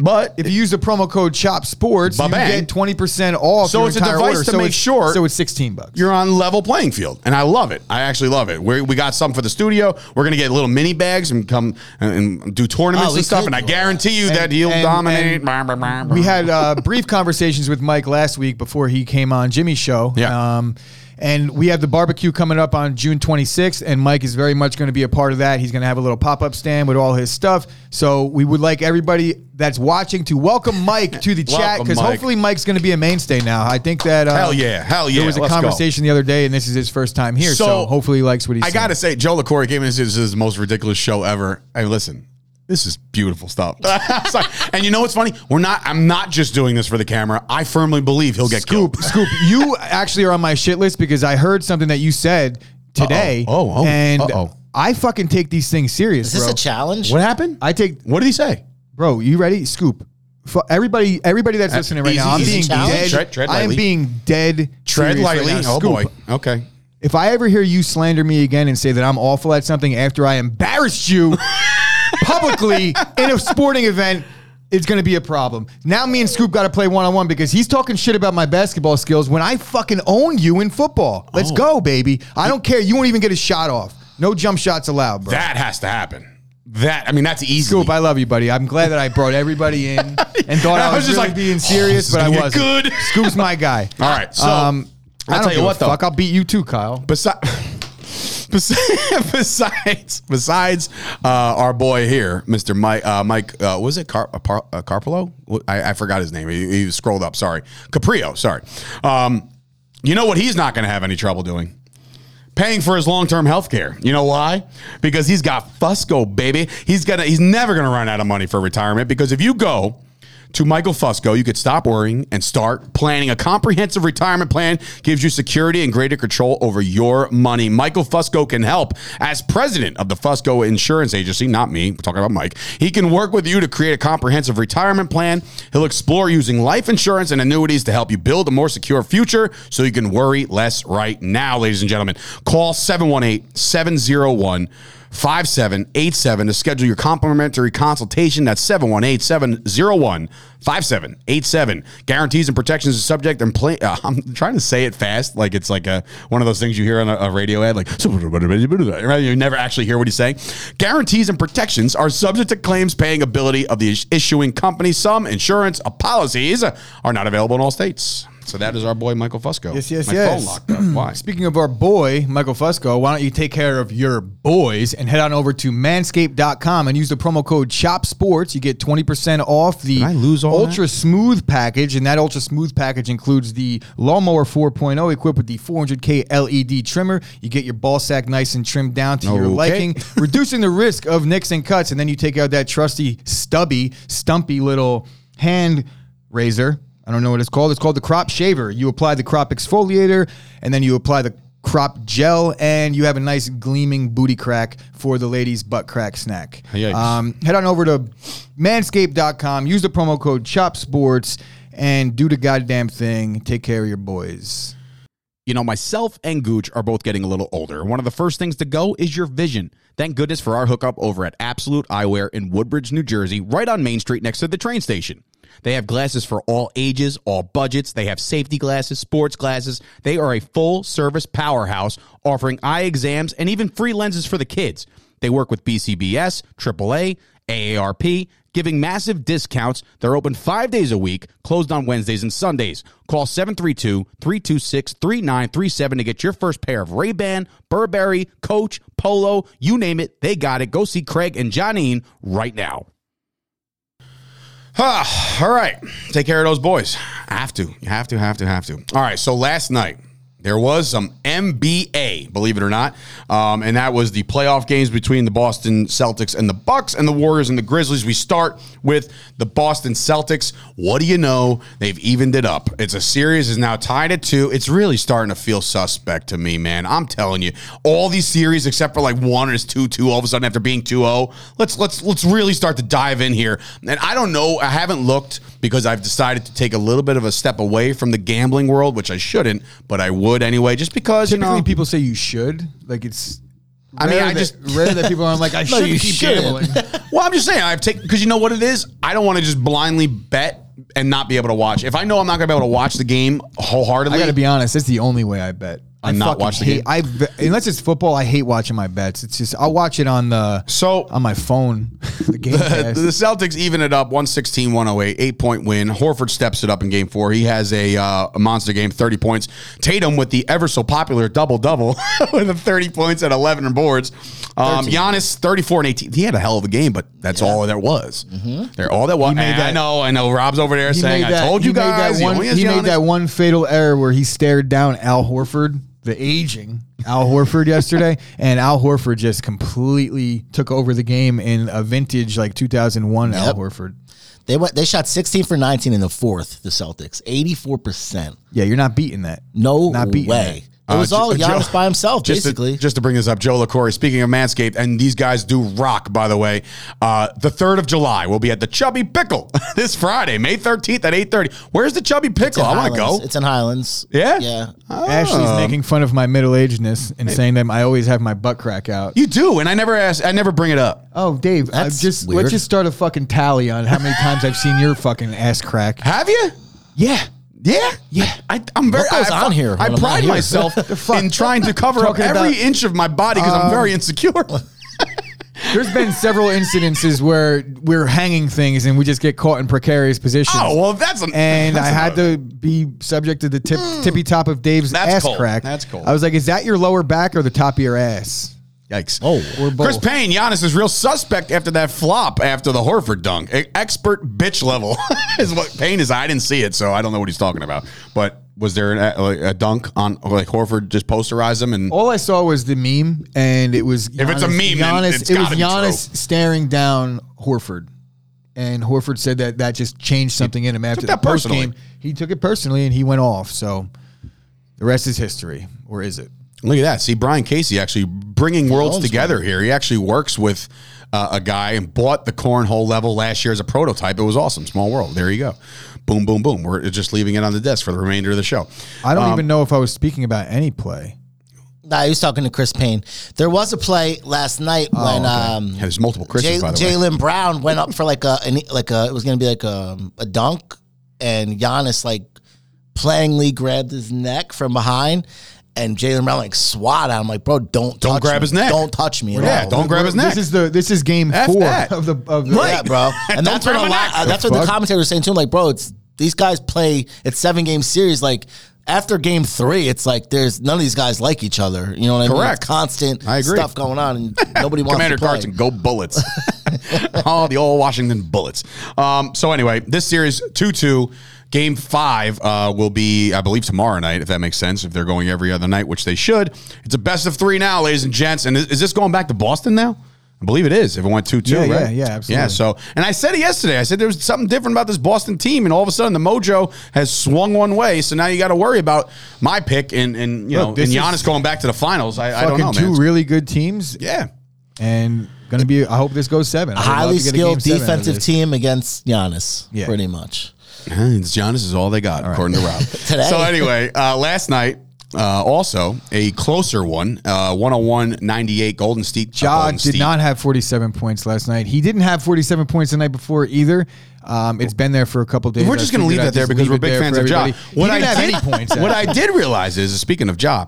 Speaker 2: but
Speaker 3: If you use the promo code Chop Sports, you
Speaker 2: Ba-bang.
Speaker 3: get twenty percent off.
Speaker 2: So
Speaker 3: your
Speaker 2: it's a
Speaker 3: entire
Speaker 2: device
Speaker 3: order.
Speaker 2: to
Speaker 3: so
Speaker 2: make
Speaker 3: it's,
Speaker 2: sure
Speaker 3: So it's sixteen bucks.
Speaker 2: you're on level playing field, and I love it. I actually love it. we we got some for the studio. We're gonna get little mini bags and come and, and do tournaments
Speaker 4: Oh, we
Speaker 2: and stuff.
Speaker 4: could
Speaker 2: And I
Speaker 4: do all
Speaker 2: guarantee you that
Speaker 3: And-
Speaker 2: he'll
Speaker 3: and-
Speaker 2: dominate.
Speaker 3: and we had uh, brief conversations with Mike last week before he came on Jimmy's show.
Speaker 2: Yeah.
Speaker 3: Um, and we have the barbecue coming up on June 26th, and Mike is very much going to be a part of that. He's going to have a little pop up stand with all his stuff. So we would like everybody that's watching to welcome
Speaker 2: [laughs]
Speaker 3: Mike to the chat
Speaker 2: Welcome,
Speaker 3: because
Speaker 2: Mike.
Speaker 3: hopefully Mike's going to be a mainstay now. I think that uh,
Speaker 2: Hell yeah, hell yeah.
Speaker 3: There was a
Speaker 2: Let's go.
Speaker 3: conversation the other day, and this is his first time here, so,
Speaker 2: So,
Speaker 3: hopefully he likes what he's.
Speaker 2: I gotta say, Joe LaCory came in and said, "This is the most ridiculous show ever." And listen, this is beautiful stuff. [laughs] It's like- and you know what's funny? We're not. I'm not just doing this for the camera. I firmly believe he'll get
Speaker 3: Scoop,
Speaker 2: killed.
Speaker 3: Scoop, you actually are on my shit list because I heard something that you said today.
Speaker 2: Uh-oh. Oh, oh.
Speaker 3: and
Speaker 2: Uh-oh.
Speaker 3: I fucking take these things serious,
Speaker 4: Is this
Speaker 3: bro.
Speaker 4: a challenge?
Speaker 2: What happened?
Speaker 3: I take,
Speaker 2: what did he say?
Speaker 3: bro. You ready, Scoop? Fu everybody, everybody that's listening right
Speaker 2: Uh, easy,
Speaker 3: now, I'm
Speaker 2: easy
Speaker 3: being
Speaker 4: challenge.
Speaker 3: dead.
Speaker 2: Tread- tread
Speaker 3: I am
Speaker 2: lightly.
Speaker 3: being dead.
Speaker 2: Tread
Speaker 3: serious right
Speaker 2: lightly.
Speaker 3: now.
Speaker 2: oh
Speaker 3: Scoop,
Speaker 2: boy. Okay.
Speaker 3: If I ever hear you slander me again and say that I'm awful at something after I
Speaker 2: [laughs]
Speaker 3: embarrassed you publicly in a sporting event, it's going to be a problem. Now me and Scoop got to play one on one because he's talking shit about my basketball skills when I fucking own you in football.
Speaker 2: Oh.
Speaker 3: Let's go, baby. I don't care. You won't even get a shot off. No jump shots allowed, bro.
Speaker 2: That has to happen. That I mean, that's easy.
Speaker 3: Scoop, I love you, buddy. I'm glad that I brought everybody
Speaker 2: [laughs]
Speaker 3: in and thought I was, just like, being serious,
Speaker 2: this is
Speaker 3: but I
Speaker 2: gonna get
Speaker 3: wasn't.
Speaker 2: good.
Speaker 3: Scoop's my guy. Um,
Speaker 2: All right. [laughs] So
Speaker 3: I
Speaker 2: I'll
Speaker 3: don't
Speaker 2: tell you
Speaker 3: give a
Speaker 2: what though.
Speaker 3: Fuck, I'll beat you too, Kyle.
Speaker 2: Besi- [laughs] besi- [laughs] besides, besides uh, our boy here, Mister Mike, uh, Mike, uh, was it Car- uh, Par- uh, Carpolo? Wh- I, I forgot his name. He, he scrolled up. Sorry, Caprio. Sorry. Um, you know what? He's not going to have any trouble doing paying for his long-term health care. You know why? Because he's got Fusco, baby. He's gonna he's never gonna run out of money for retirement because if you go to Michael Fusco, you could stop worrying and start planning. A comprehensive retirement plan gives you security and greater control over your money. Michael Fusco can help as president of the Fusco Insurance Agency, not me, we're talking about Mike. He can work with you to create a comprehensive retirement plan. He'll explore using life insurance and annuities to help you build a more secure future so you can worry less right now, ladies and gentlemen. Call 718 701 5787 to schedule your complimentary consultation. That's 718 701 5787. Guarantees and protections are subject and play. Uh, [laughs] I'm trying to say it fast, like it's like a, one of those things you hear on a, a radio ad, like, right? you never actually hear what he's saying. Guarantees and protections are subject to claims paying ability of the issuing company. Some insurance policies are not available in all states. So that is our boy Michael Fusco.
Speaker 3: Yes, yes,
Speaker 2: My
Speaker 3: yes.
Speaker 2: phone locked up. Why?
Speaker 3: Speaking of our boy, Michael Fusco, why don't you take care of your boys and head on over to manscaped.com and use the promo code CHOPSPORTS. You get 20% off the
Speaker 2: I lose all
Speaker 3: Ultra Smooth package, and that Ultra Smooth package includes the Lawnmower 4.0 equipped with the 400K LED E trimmer. You get your ball sack nice and trimmed down to your
Speaker 2: Okay.
Speaker 3: liking, reducing the risk of nicks and cuts, and then you take out that trusty, stubby, stumpy little hand razor. I don't know what it's called. It's called the crop shaver. You apply the crop exfoliator, and then you apply the crop gel, and you have a nice gleaming booty crack for the ladies' butt crack snack.
Speaker 2: Yikes.
Speaker 3: Um, head on over to manscaped.com, use the promo code CHOPSPORTS, and do the goddamn thing. Take care of your boys.
Speaker 2: You know, myself and Gooch are both getting a little older. One of the first things to go is your vision. Thank goodness for our hookup over at Absolute Eyewear in Woodbridge, New Jersey, right on Main Street next to the train station.
Speaker 5: They have glasses for all ages, all budgets. They have safety glasses, sports glasses. They are a full service powerhouse offering eye exams and even free lenses for the kids. They work with BCBS, AAA, AARP, giving massive discounts. They're open five days a week, closed on Wednesdays and Sundays. Call 732-326-3937 to get your first pair of Ray-Ban, Burberry, Coach, Polo, you name it, they got it. Go see Craig and Johnine right now.
Speaker 2: Ah, all right. Take care of those boys. I have to. You have to, have to, have to. All right. So last night, there was some MBA, believe it or not. Um, and that was the playoff games between the Boston Celtics and the Bucks and the Warriors and the Grizzlies. We start with the Boston Celtics. What do you know? They've evened it up. It's a series is now tied at two. It's really starting to feel suspect to me, man. I'm telling you. All these series except for like one and it's 2-2 all of a sudden after being 2-0. Let's let's let's really start to dive in here. And I don't know, I haven't looked because I've decided to take a little bit of a step away from the gambling world, which I shouldn't, but I would anyway just because, you
Speaker 3: Typically,
Speaker 2: know.
Speaker 3: people say you should. Like it's.
Speaker 2: I mean,
Speaker 3: rare
Speaker 2: I
Speaker 3: that-
Speaker 2: just-
Speaker 3: [laughs] rare that people aren't like I should
Speaker 4: you
Speaker 3: keep
Speaker 4: shouldn't.
Speaker 3: gambling.
Speaker 2: Well, I'm just saying I've taken because you know what it is. I don't want to just blindly bet and not be able to watch. If I know I'm not going to be able to watch the game wholeheartedly,
Speaker 3: [laughs] I got to be honest. That's the only way I bet. I
Speaker 2: And not
Speaker 3: fucking
Speaker 2: watch the
Speaker 3: hate,
Speaker 2: game?
Speaker 3: I ve- unless it's football, I hate watching my bets. It's just I'll watch it on the
Speaker 2: So-
Speaker 3: on my phone. [laughs]
Speaker 2: [laughs]
Speaker 3: The game pass.
Speaker 2: the Celtics even it up 116 108, eight point win. Horford steps it up in game four. He has a, uh, a monster game, 30 points. Tatum with the ever so popular double double [laughs] with the 30 points and 11 and boards. Um, Giannis, 34 and 18. He had a hell of a game, but that's all there was. There, all that was.
Speaker 3: Mm-hmm. made
Speaker 2: And I
Speaker 3: that-
Speaker 2: know, I know. Rob's over there
Speaker 3: He
Speaker 2: saying,
Speaker 3: made
Speaker 2: I
Speaker 3: that-
Speaker 2: told you
Speaker 3: he made that
Speaker 2: guys. he
Speaker 3: one-
Speaker 2: only has
Speaker 3: he made
Speaker 2: Giannis."
Speaker 3: that one fatal error where he stared down Al Horford, the aging Al Horford yesterday, [laughs] and Al Horford just completely took over the game in a vintage like 2001 Al
Speaker 4: Yep.
Speaker 3: Horford.
Speaker 4: They went. They shot 16 for 19 in the fourth. The Celtics, 84 percent.
Speaker 3: Yeah, you're not beating that.
Speaker 4: No
Speaker 3: Not beating
Speaker 4: way.
Speaker 2: Uh,
Speaker 4: It was
Speaker 2: Jo-
Speaker 4: all Giannis
Speaker 2: Jo-
Speaker 4: by himself,
Speaker 2: just
Speaker 4: basically.
Speaker 2: To, just to bring this up, Joe LaCory, speaking of Manscaped, and these guys do rock, by the way. Uh, the 3rd of July will be at the Chubby Pickle [laughs] this Friday, May 13th at 8.30. Where's the Chubby Pickle? I
Speaker 4: in
Speaker 2: want to
Speaker 4: Highlands.
Speaker 2: go.
Speaker 4: It's in Highlands.
Speaker 2: Yeah?
Speaker 4: Yeah.
Speaker 3: Ashley's making fun of my middle agedness and saying that I always have my butt crack out.
Speaker 2: You do, and I never ask, I never bring it up.
Speaker 3: Oh, Dave, i
Speaker 4: That's
Speaker 3: just
Speaker 4: weird.
Speaker 3: let's just start a fucking tally on how many times I've seen your fucking ass crack.
Speaker 2: Have you?
Speaker 3: Yeah.
Speaker 2: Yeah, yeah. I, I'm very.
Speaker 4: goes
Speaker 2: I,
Speaker 4: on
Speaker 2: I
Speaker 4: here when I'm not
Speaker 2: pride
Speaker 4: here? [laughs]
Speaker 2: myself in trying to cover up
Speaker 3: Talking
Speaker 2: every
Speaker 3: about-
Speaker 2: inch of my body because I'm
Speaker 4: um,
Speaker 2: very
Speaker 4: [laughs]
Speaker 2: insecure.
Speaker 3: There's been several incidences where we're hanging things and we just get caught in precarious positions.
Speaker 2: oh well, that's an,
Speaker 3: and I
Speaker 2: [laughs] that's
Speaker 3: had
Speaker 2: another-
Speaker 3: to be subject to the tip, tippy top of Dave's
Speaker 2: That's
Speaker 3: ass
Speaker 2: cold.
Speaker 3: crack.
Speaker 2: That's cold.
Speaker 3: I was like, "Is that your lower back or the top of your ass?"
Speaker 2: Yikes!
Speaker 3: Oh, or both.
Speaker 2: Chris Payne, Giannis is real suspect after that flop after the Horford dunk. E- Expert bitch level [laughs] is what Payne is. I didn't see it, so I don't know what he's talking about. But was there an, a, like, a dunk on like Horford just posterized him and
Speaker 3: All I saw was the meme, and it was Giannis,
Speaker 2: it's a meme, then
Speaker 3: Giannis,
Speaker 2: it's
Speaker 3: it was
Speaker 2: gotta be
Speaker 3: Giannis staring down Horford, and Horford said that that just changed something in him after
Speaker 2: that
Speaker 3: the post
Speaker 2: personally.
Speaker 3: game. He took it personally, and he went off. So the rest is history, or is it?
Speaker 2: look at that? See Brian Casey actually bringing worlds
Speaker 4: owns
Speaker 2: together here. He actually works with uh, a guy and bought the cornhole level last year as a prototype. It was awesome. Small world. There you go. Boom, boom, boom. We're just leaving it on the desk for the remainder of the show.
Speaker 3: I
Speaker 2: Um,
Speaker 3: don't even know if I was speaking about any play.
Speaker 4: Nah, he was talking to Chris Payne. There was a play last night
Speaker 2: Oh,
Speaker 4: when um,
Speaker 2: Yeah, there's multiple Chris's
Speaker 4: Jay-
Speaker 2: by the way.
Speaker 4: Jalen Brown went up for like a an, like a it was gonna be like a, a dunk, and Giannis like playingly grabbed his neck from behind, and Jalen Brown like swat at him like, bro, don't don't touch
Speaker 2: grab
Speaker 4: me.
Speaker 2: his neck.
Speaker 4: don't touch me, at
Speaker 2: Yeah,
Speaker 4: all."
Speaker 2: don't grab his neck.
Speaker 3: This is the this is game
Speaker 2: F
Speaker 3: four
Speaker 2: that.
Speaker 3: of the of the
Speaker 4: Yeah, bro.
Speaker 2: [laughs]
Speaker 4: And
Speaker 2: Don't
Speaker 4: that's what
Speaker 2: grab
Speaker 4: a
Speaker 2: my
Speaker 4: lot.
Speaker 2: neck.
Speaker 4: uh, that's what the
Speaker 3: Fuck.
Speaker 4: commentator was saying too. I'm like, bro, it's these guys play. It's seven game series. Like after game three, it's like there's none of these guys like each other. You know what I mean?
Speaker 2: Correct.
Speaker 4: It's constant
Speaker 2: I agree.
Speaker 4: stuff going
Speaker 2: [laughs]
Speaker 4: on, and nobody wants
Speaker 2: Commander
Speaker 4: to play.
Speaker 2: Carson, go
Speaker 3: [laughs]
Speaker 2: Bullets. oh, the old Washington Bullets. Um, so anyway, this series two two. Game five uh, will be, I believe, tomorrow night, if that makes sense. If they're going every other night, which they should, it's a best of three now, ladies and gents. And is, is this going back to Boston now? I believe it is. If it went two two,
Speaker 3: Yeah, yeah,
Speaker 2: right?
Speaker 3: yeah, absolutely.
Speaker 2: Yeah. So, and I said it yesterday. I said there was something different about this Boston team, and all of a sudden the mojo has swung one way. So now you got to worry about my pick and and you
Speaker 3: Look,
Speaker 2: know
Speaker 3: this
Speaker 2: and
Speaker 3: is
Speaker 2: Giannis going back to the finals. I, I don't
Speaker 3: fucking
Speaker 2: know,
Speaker 3: two
Speaker 2: man.
Speaker 3: really good teams,
Speaker 2: yeah.
Speaker 3: and gonna be. I hope this goes seven. I would love
Speaker 4: Highly
Speaker 3: to get a game
Speaker 4: skilled
Speaker 3: seven out of
Speaker 4: defensive
Speaker 3: this.
Speaker 4: team against Giannis,
Speaker 3: Yeah.
Speaker 4: pretty much.
Speaker 2: It's Giannis is all they got, according to [laughs] Rob.
Speaker 4: Today.
Speaker 2: So anyway, uh, last night. Uh, also, a closer one, uh, 101-98 Golden State. uh,
Speaker 3: Ja
Speaker 2: Golden
Speaker 3: did
Speaker 2: State.
Speaker 3: not have 47 points last night. He didn't have 47 points the night before either. Um, it's been there for a couple days.
Speaker 2: We're
Speaker 3: I
Speaker 2: just going to
Speaker 3: figured
Speaker 2: leave
Speaker 3: I'd
Speaker 2: that there because
Speaker 3: just leave
Speaker 2: we're
Speaker 3: it
Speaker 2: big
Speaker 3: there
Speaker 2: fans
Speaker 3: for
Speaker 2: of Ja.
Speaker 3: everybody. He didn't have any [laughs] points.
Speaker 2: What
Speaker 3: actually.
Speaker 2: I did realize is, speaking of Ja,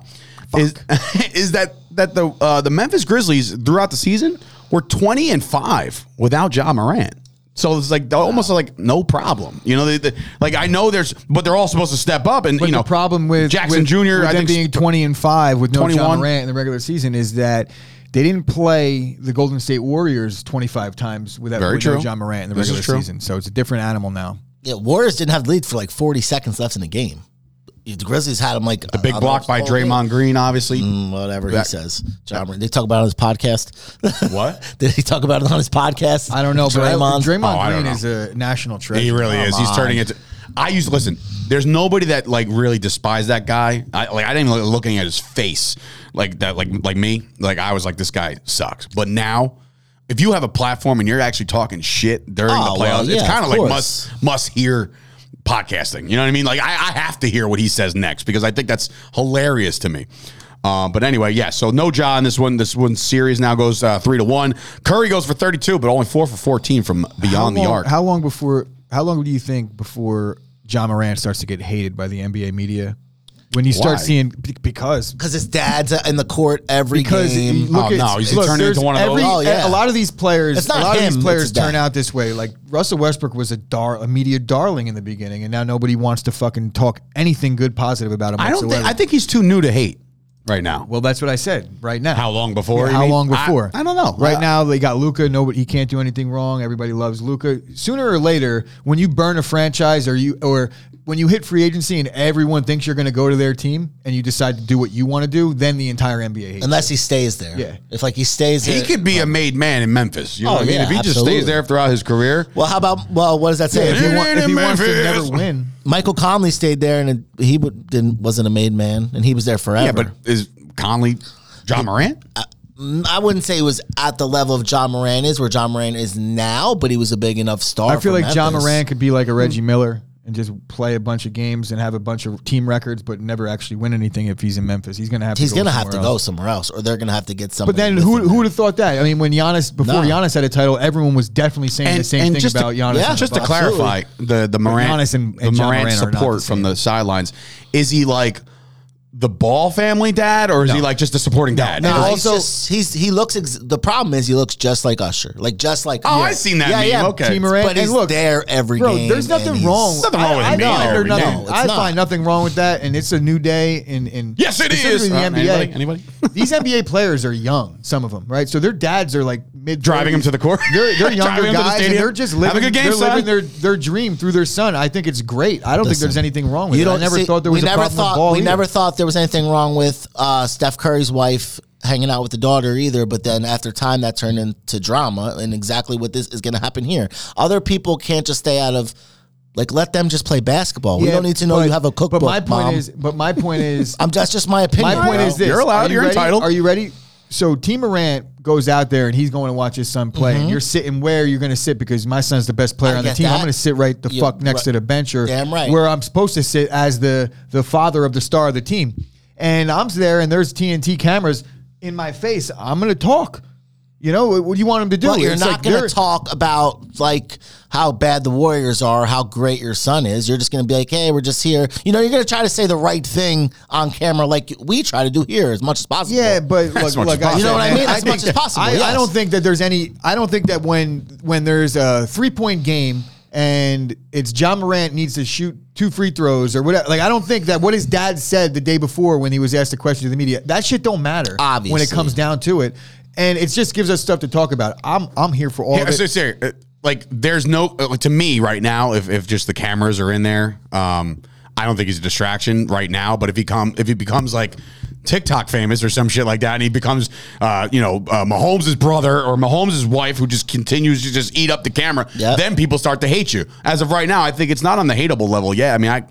Speaker 2: is [laughs] is that that the uh, the Memphis Grizzlies throughout the season were twenty and five without Ja Morant. So it's like they're almost like no problem, you know. They, they, like I know there's, but they're all supposed to step up, and
Speaker 3: But
Speaker 2: you know,
Speaker 3: the problem with
Speaker 2: Jackson
Speaker 3: with-
Speaker 2: Jr.
Speaker 3: with
Speaker 2: I
Speaker 3: them
Speaker 2: think
Speaker 3: being twenty and five with no
Speaker 2: 21.
Speaker 3: John Morant in the regular season is that they didn't play the Golden State Warriors twenty five times without
Speaker 2: Very
Speaker 3: with no
Speaker 2: true.
Speaker 3: John Morant in the
Speaker 2: This is
Speaker 3: regular
Speaker 2: true.
Speaker 3: season. So it's a different animal now.
Speaker 4: Yeah, Warriors didn't have the lead for like 40 seconds left in the game. The Grizzlies had him like uh, the
Speaker 2: big block by Draymond Green, obviously.
Speaker 4: Mm, whatever he
Speaker 2: That-
Speaker 4: says. John, Moran. did he talk about it on his podcast? [laughs]
Speaker 2: What?
Speaker 4: did he talk about it on his podcast?
Speaker 3: I don't know, but I-
Speaker 4: Draymond.
Speaker 2: Oh, I
Speaker 3: Draymond
Speaker 2: don't
Speaker 3: Green is a national treasure.
Speaker 2: He really is. He's turning into. I used to listen. There's nobody that like really despised that guy. I like I didn't even like looking at his face like that. Like like me. Like I was like this guy sucks. But now, if you have a platform and you're actually talking shit during
Speaker 4: Oh,
Speaker 2: the playoffs,
Speaker 4: well,
Speaker 2: it's
Speaker 4: yeah,
Speaker 2: kind of
Speaker 4: of
Speaker 2: like
Speaker 4: course.
Speaker 2: must must hear podcasting. You know what I mean? Like I, I have to hear what he says next because I think that's hilarious to me. Um, but anyway, yeah. So no jaw in this one. This one series now goes uh, three to one. Curry goes for thirty two, but only four for fourteen from
Speaker 3: How
Speaker 2: beyond the
Speaker 3: long-
Speaker 2: arc.
Speaker 3: How long before? How long do you think before John Morant starts to get hated by the NBA media? When you start
Speaker 2: Why?
Speaker 3: seeing be- because
Speaker 4: Because his dad's in the court every
Speaker 3: because
Speaker 4: game.
Speaker 3: look
Speaker 2: Oh,
Speaker 3: at
Speaker 2: no, he's
Speaker 3: look,
Speaker 2: turning into
Speaker 3: there's
Speaker 2: one of
Speaker 3: every-
Speaker 2: those.
Speaker 4: Oh, yeah.
Speaker 3: A lot of these players,
Speaker 4: It's not
Speaker 3: a lot
Speaker 4: him,
Speaker 3: of
Speaker 4: it's
Speaker 3: these
Speaker 4: his
Speaker 3: players
Speaker 4: dad.
Speaker 3: turn out this way. Like Russell Westbrook was a dar a media darling in the beginning, and now nobody wants to fucking talk anything good positive about him.
Speaker 2: I don't think.
Speaker 3: whatsoever.
Speaker 2: I think he's too new to hate right now.
Speaker 3: well, that's what I said right now.
Speaker 2: How long before, you
Speaker 3: how
Speaker 2: mean?
Speaker 3: long before?
Speaker 2: I- I don't know.
Speaker 3: Right
Speaker 2: Uh,
Speaker 3: now, they got Luca. Nobody, he can't do anything wrong. Everybody loves Luca. Sooner or later, when you burn a franchise, or you, or when you hit free agency, and everyone thinks you're going to go to their team, and you decide to do what you want to do, then the entire NBA hates. you.
Speaker 4: Unless he stays there.
Speaker 3: Yeah.
Speaker 4: If like he stays
Speaker 2: he
Speaker 4: there.
Speaker 2: could be a made man in Memphis. You know
Speaker 4: Oh,
Speaker 2: what I mean?
Speaker 4: yeah,
Speaker 2: if he just
Speaker 4: absolutely.
Speaker 2: stays there throughout his career,
Speaker 4: well, how about well, what does that say?
Speaker 3: if he,
Speaker 2: Yeah.
Speaker 3: want, if he wants to
Speaker 2: Memphis.
Speaker 3: never win,
Speaker 4: Michael Conley stayed there and he would, didn't wasn't a made man and he was there forever.
Speaker 2: yeah. But is Conley John Morant?
Speaker 4: Mm, I wouldn't say he was at the level of John Moran is where John Moran is now, but he was a big enough star.
Speaker 3: I feel
Speaker 4: for
Speaker 3: like John
Speaker 4: Memphis. Hmm.
Speaker 3: Moran could be like a Reggie Miller and just play a bunch of games and have a bunch of team records, but never actually win anything if he's in Memphis. He's going to have
Speaker 4: He's
Speaker 3: to go
Speaker 4: gonna have to
Speaker 3: somewhere
Speaker 4: go
Speaker 3: else.
Speaker 4: somewhere else, or they're gonna have to get somebody.
Speaker 3: But then
Speaker 4: with
Speaker 3: who
Speaker 4: him
Speaker 3: who
Speaker 4: there.
Speaker 3: would have thought that? I mean, when Giannis before
Speaker 4: No.
Speaker 3: Giannis had a title, everyone was definitely saying the same thing
Speaker 2: just
Speaker 3: about
Speaker 2: to,
Speaker 3: Giannis.
Speaker 2: yeah,
Speaker 3: and
Speaker 2: just to
Speaker 3: Ibaka.
Speaker 2: clarify, the the Morant
Speaker 3: Giannis and-
Speaker 2: the
Speaker 3: and John
Speaker 2: Morant
Speaker 3: Moran are not
Speaker 2: support
Speaker 3: the
Speaker 2: from
Speaker 3: same.
Speaker 2: the sidelines is he like the ball family dad or is he like just the supporting dad?
Speaker 4: No,
Speaker 2: Is-
Speaker 4: he's
Speaker 3: also-
Speaker 4: just- he's he looks. Ex- the problem is he looks just like Usher, like just like.
Speaker 2: Oh, I seen that meme. Okay.
Speaker 3: Team Morant.
Speaker 4: but he's
Speaker 3: and look,
Speaker 4: there every
Speaker 3: bro,
Speaker 4: game.
Speaker 3: there's
Speaker 4: and
Speaker 3: nothing
Speaker 4: he's-
Speaker 3: wrong.
Speaker 2: Nothing wrong with
Speaker 3: I,
Speaker 2: him being
Speaker 3: I,
Speaker 2: there
Speaker 3: find
Speaker 2: every day.
Speaker 3: nothing,
Speaker 4: No,
Speaker 3: I
Speaker 4: it's
Speaker 3: find
Speaker 4: not.
Speaker 3: nothing wrong with that, and it's a new day. In in
Speaker 2: Yes, it
Speaker 3: specifically
Speaker 2: is.
Speaker 3: in the
Speaker 2: Uh,
Speaker 3: NBA.
Speaker 2: anybody? Anybody?
Speaker 3: [laughs] These NBA players are young, some of them, right? So their dads are like mid
Speaker 2: Driving him to the court.
Speaker 3: They're, they're
Speaker 2: Driving
Speaker 3: younger
Speaker 2: him to the
Speaker 3: guys, and
Speaker 2: stadium.
Speaker 3: they're just
Speaker 2: Have a
Speaker 3: living,
Speaker 2: good game,
Speaker 3: they're
Speaker 2: son.
Speaker 3: living their, their dream through their son. I think it's great. I don't
Speaker 4: Listen,
Speaker 3: think there's anything wrong with
Speaker 4: you
Speaker 3: it. I
Speaker 4: don't
Speaker 3: never
Speaker 4: see-
Speaker 3: thought there was
Speaker 4: we
Speaker 3: a
Speaker 4: never
Speaker 3: problem
Speaker 4: thought
Speaker 3: with ball.
Speaker 4: we
Speaker 3: either.
Speaker 4: never thought there was anything wrong with uh, Steph Curry's wife hanging out with the daughter either. But then after time, that turned into drama, and exactly what this is going to happen here. Other people can't just stay out of. Like, let them just play basketball. we
Speaker 3: Yeah,
Speaker 4: don't need to know
Speaker 3: but-
Speaker 4: you have a cookbook.
Speaker 3: But my point
Speaker 4: Mom.
Speaker 3: is, but my point is,
Speaker 4: I'm that's just my opinion.
Speaker 3: my point
Speaker 4: bro.
Speaker 3: is this:
Speaker 2: You're allowed,
Speaker 3: Are you
Speaker 2: you're
Speaker 3: ready?
Speaker 2: entitled.
Speaker 3: Are you ready? So Team Morant goes out there and he's going to watch his son play. And you're sitting where you're going to sit because my son's the best player
Speaker 4: Mm-hmm. I
Speaker 3: on the
Speaker 4: get
Speaker 3: team. I'm
Speaker 4: that.
Speaker 3: going to sit right the
Speaker 4: You-
Speaker 3: fuck next to the bench or
Speaker 4: Damn right.
Speaker 3: where I'm supposed to sit as the the father of the star of the team. And I'm there and there's TNT cameras in my face. I'm going to talk. You know what do you want him to do?
Speaker 4: But you're
Speaker 3: It's
Speaker 4: not
Speaker 3: like
Speaker 4: going
Speaker 3: they're-
Speaker 4: to talk about like how bad the Warriors are, how great your son is. You're just going to be like, "Hey, we're just here." You know, you're going to try to say the right thing on camera, like we try to do here as much as possible.
Speaker 3: Yeah, but
Speaker 2: As
Speaker 3: look,
Speaker 2: much
Speaker 3: look,
Speaker 2: as
Speaker 3: I-
Speaker 2: You know
Speaker 4: what I
Speaker 3: man,
Speaker 4: mean? As
Speaker 3: think
Speaker 4: much as
Speaker 3: that-
Speaker 4: possible,
Speaker 3: I, I
Speaker 4: yes.
Speaker 3: don't think that there's any. I don't think that when when there's a three point game and it's John Morant needs to shoot two free throws or whatever. Like I don't think that what his dad said the day before when he was asked a question to the media that shit don't matter. when
Speaker 4: Obviously.
Speaker 3: it comes down to it, and it just gives us stuff to talk about. I'm I'm here for all
Speaker 2: Yeah,
Speaker 3: of it.
Speaker 2: so serious. Uh, Like, there's no uh, like, to me right now. If if just the cameras are in there, um, I don't think he's a distraction right now. But if he come if he becomes like TikTok famous or some shit like that, and he becomes, uh, you know, uh, Mahomes' brother or Mahomes' wife, who just continues to just eat up the camera,
Speaker 4: Yep.
Speaker 2: then people start to hate you. As of right now, I think it's not on the hateable level yet. I mean, I.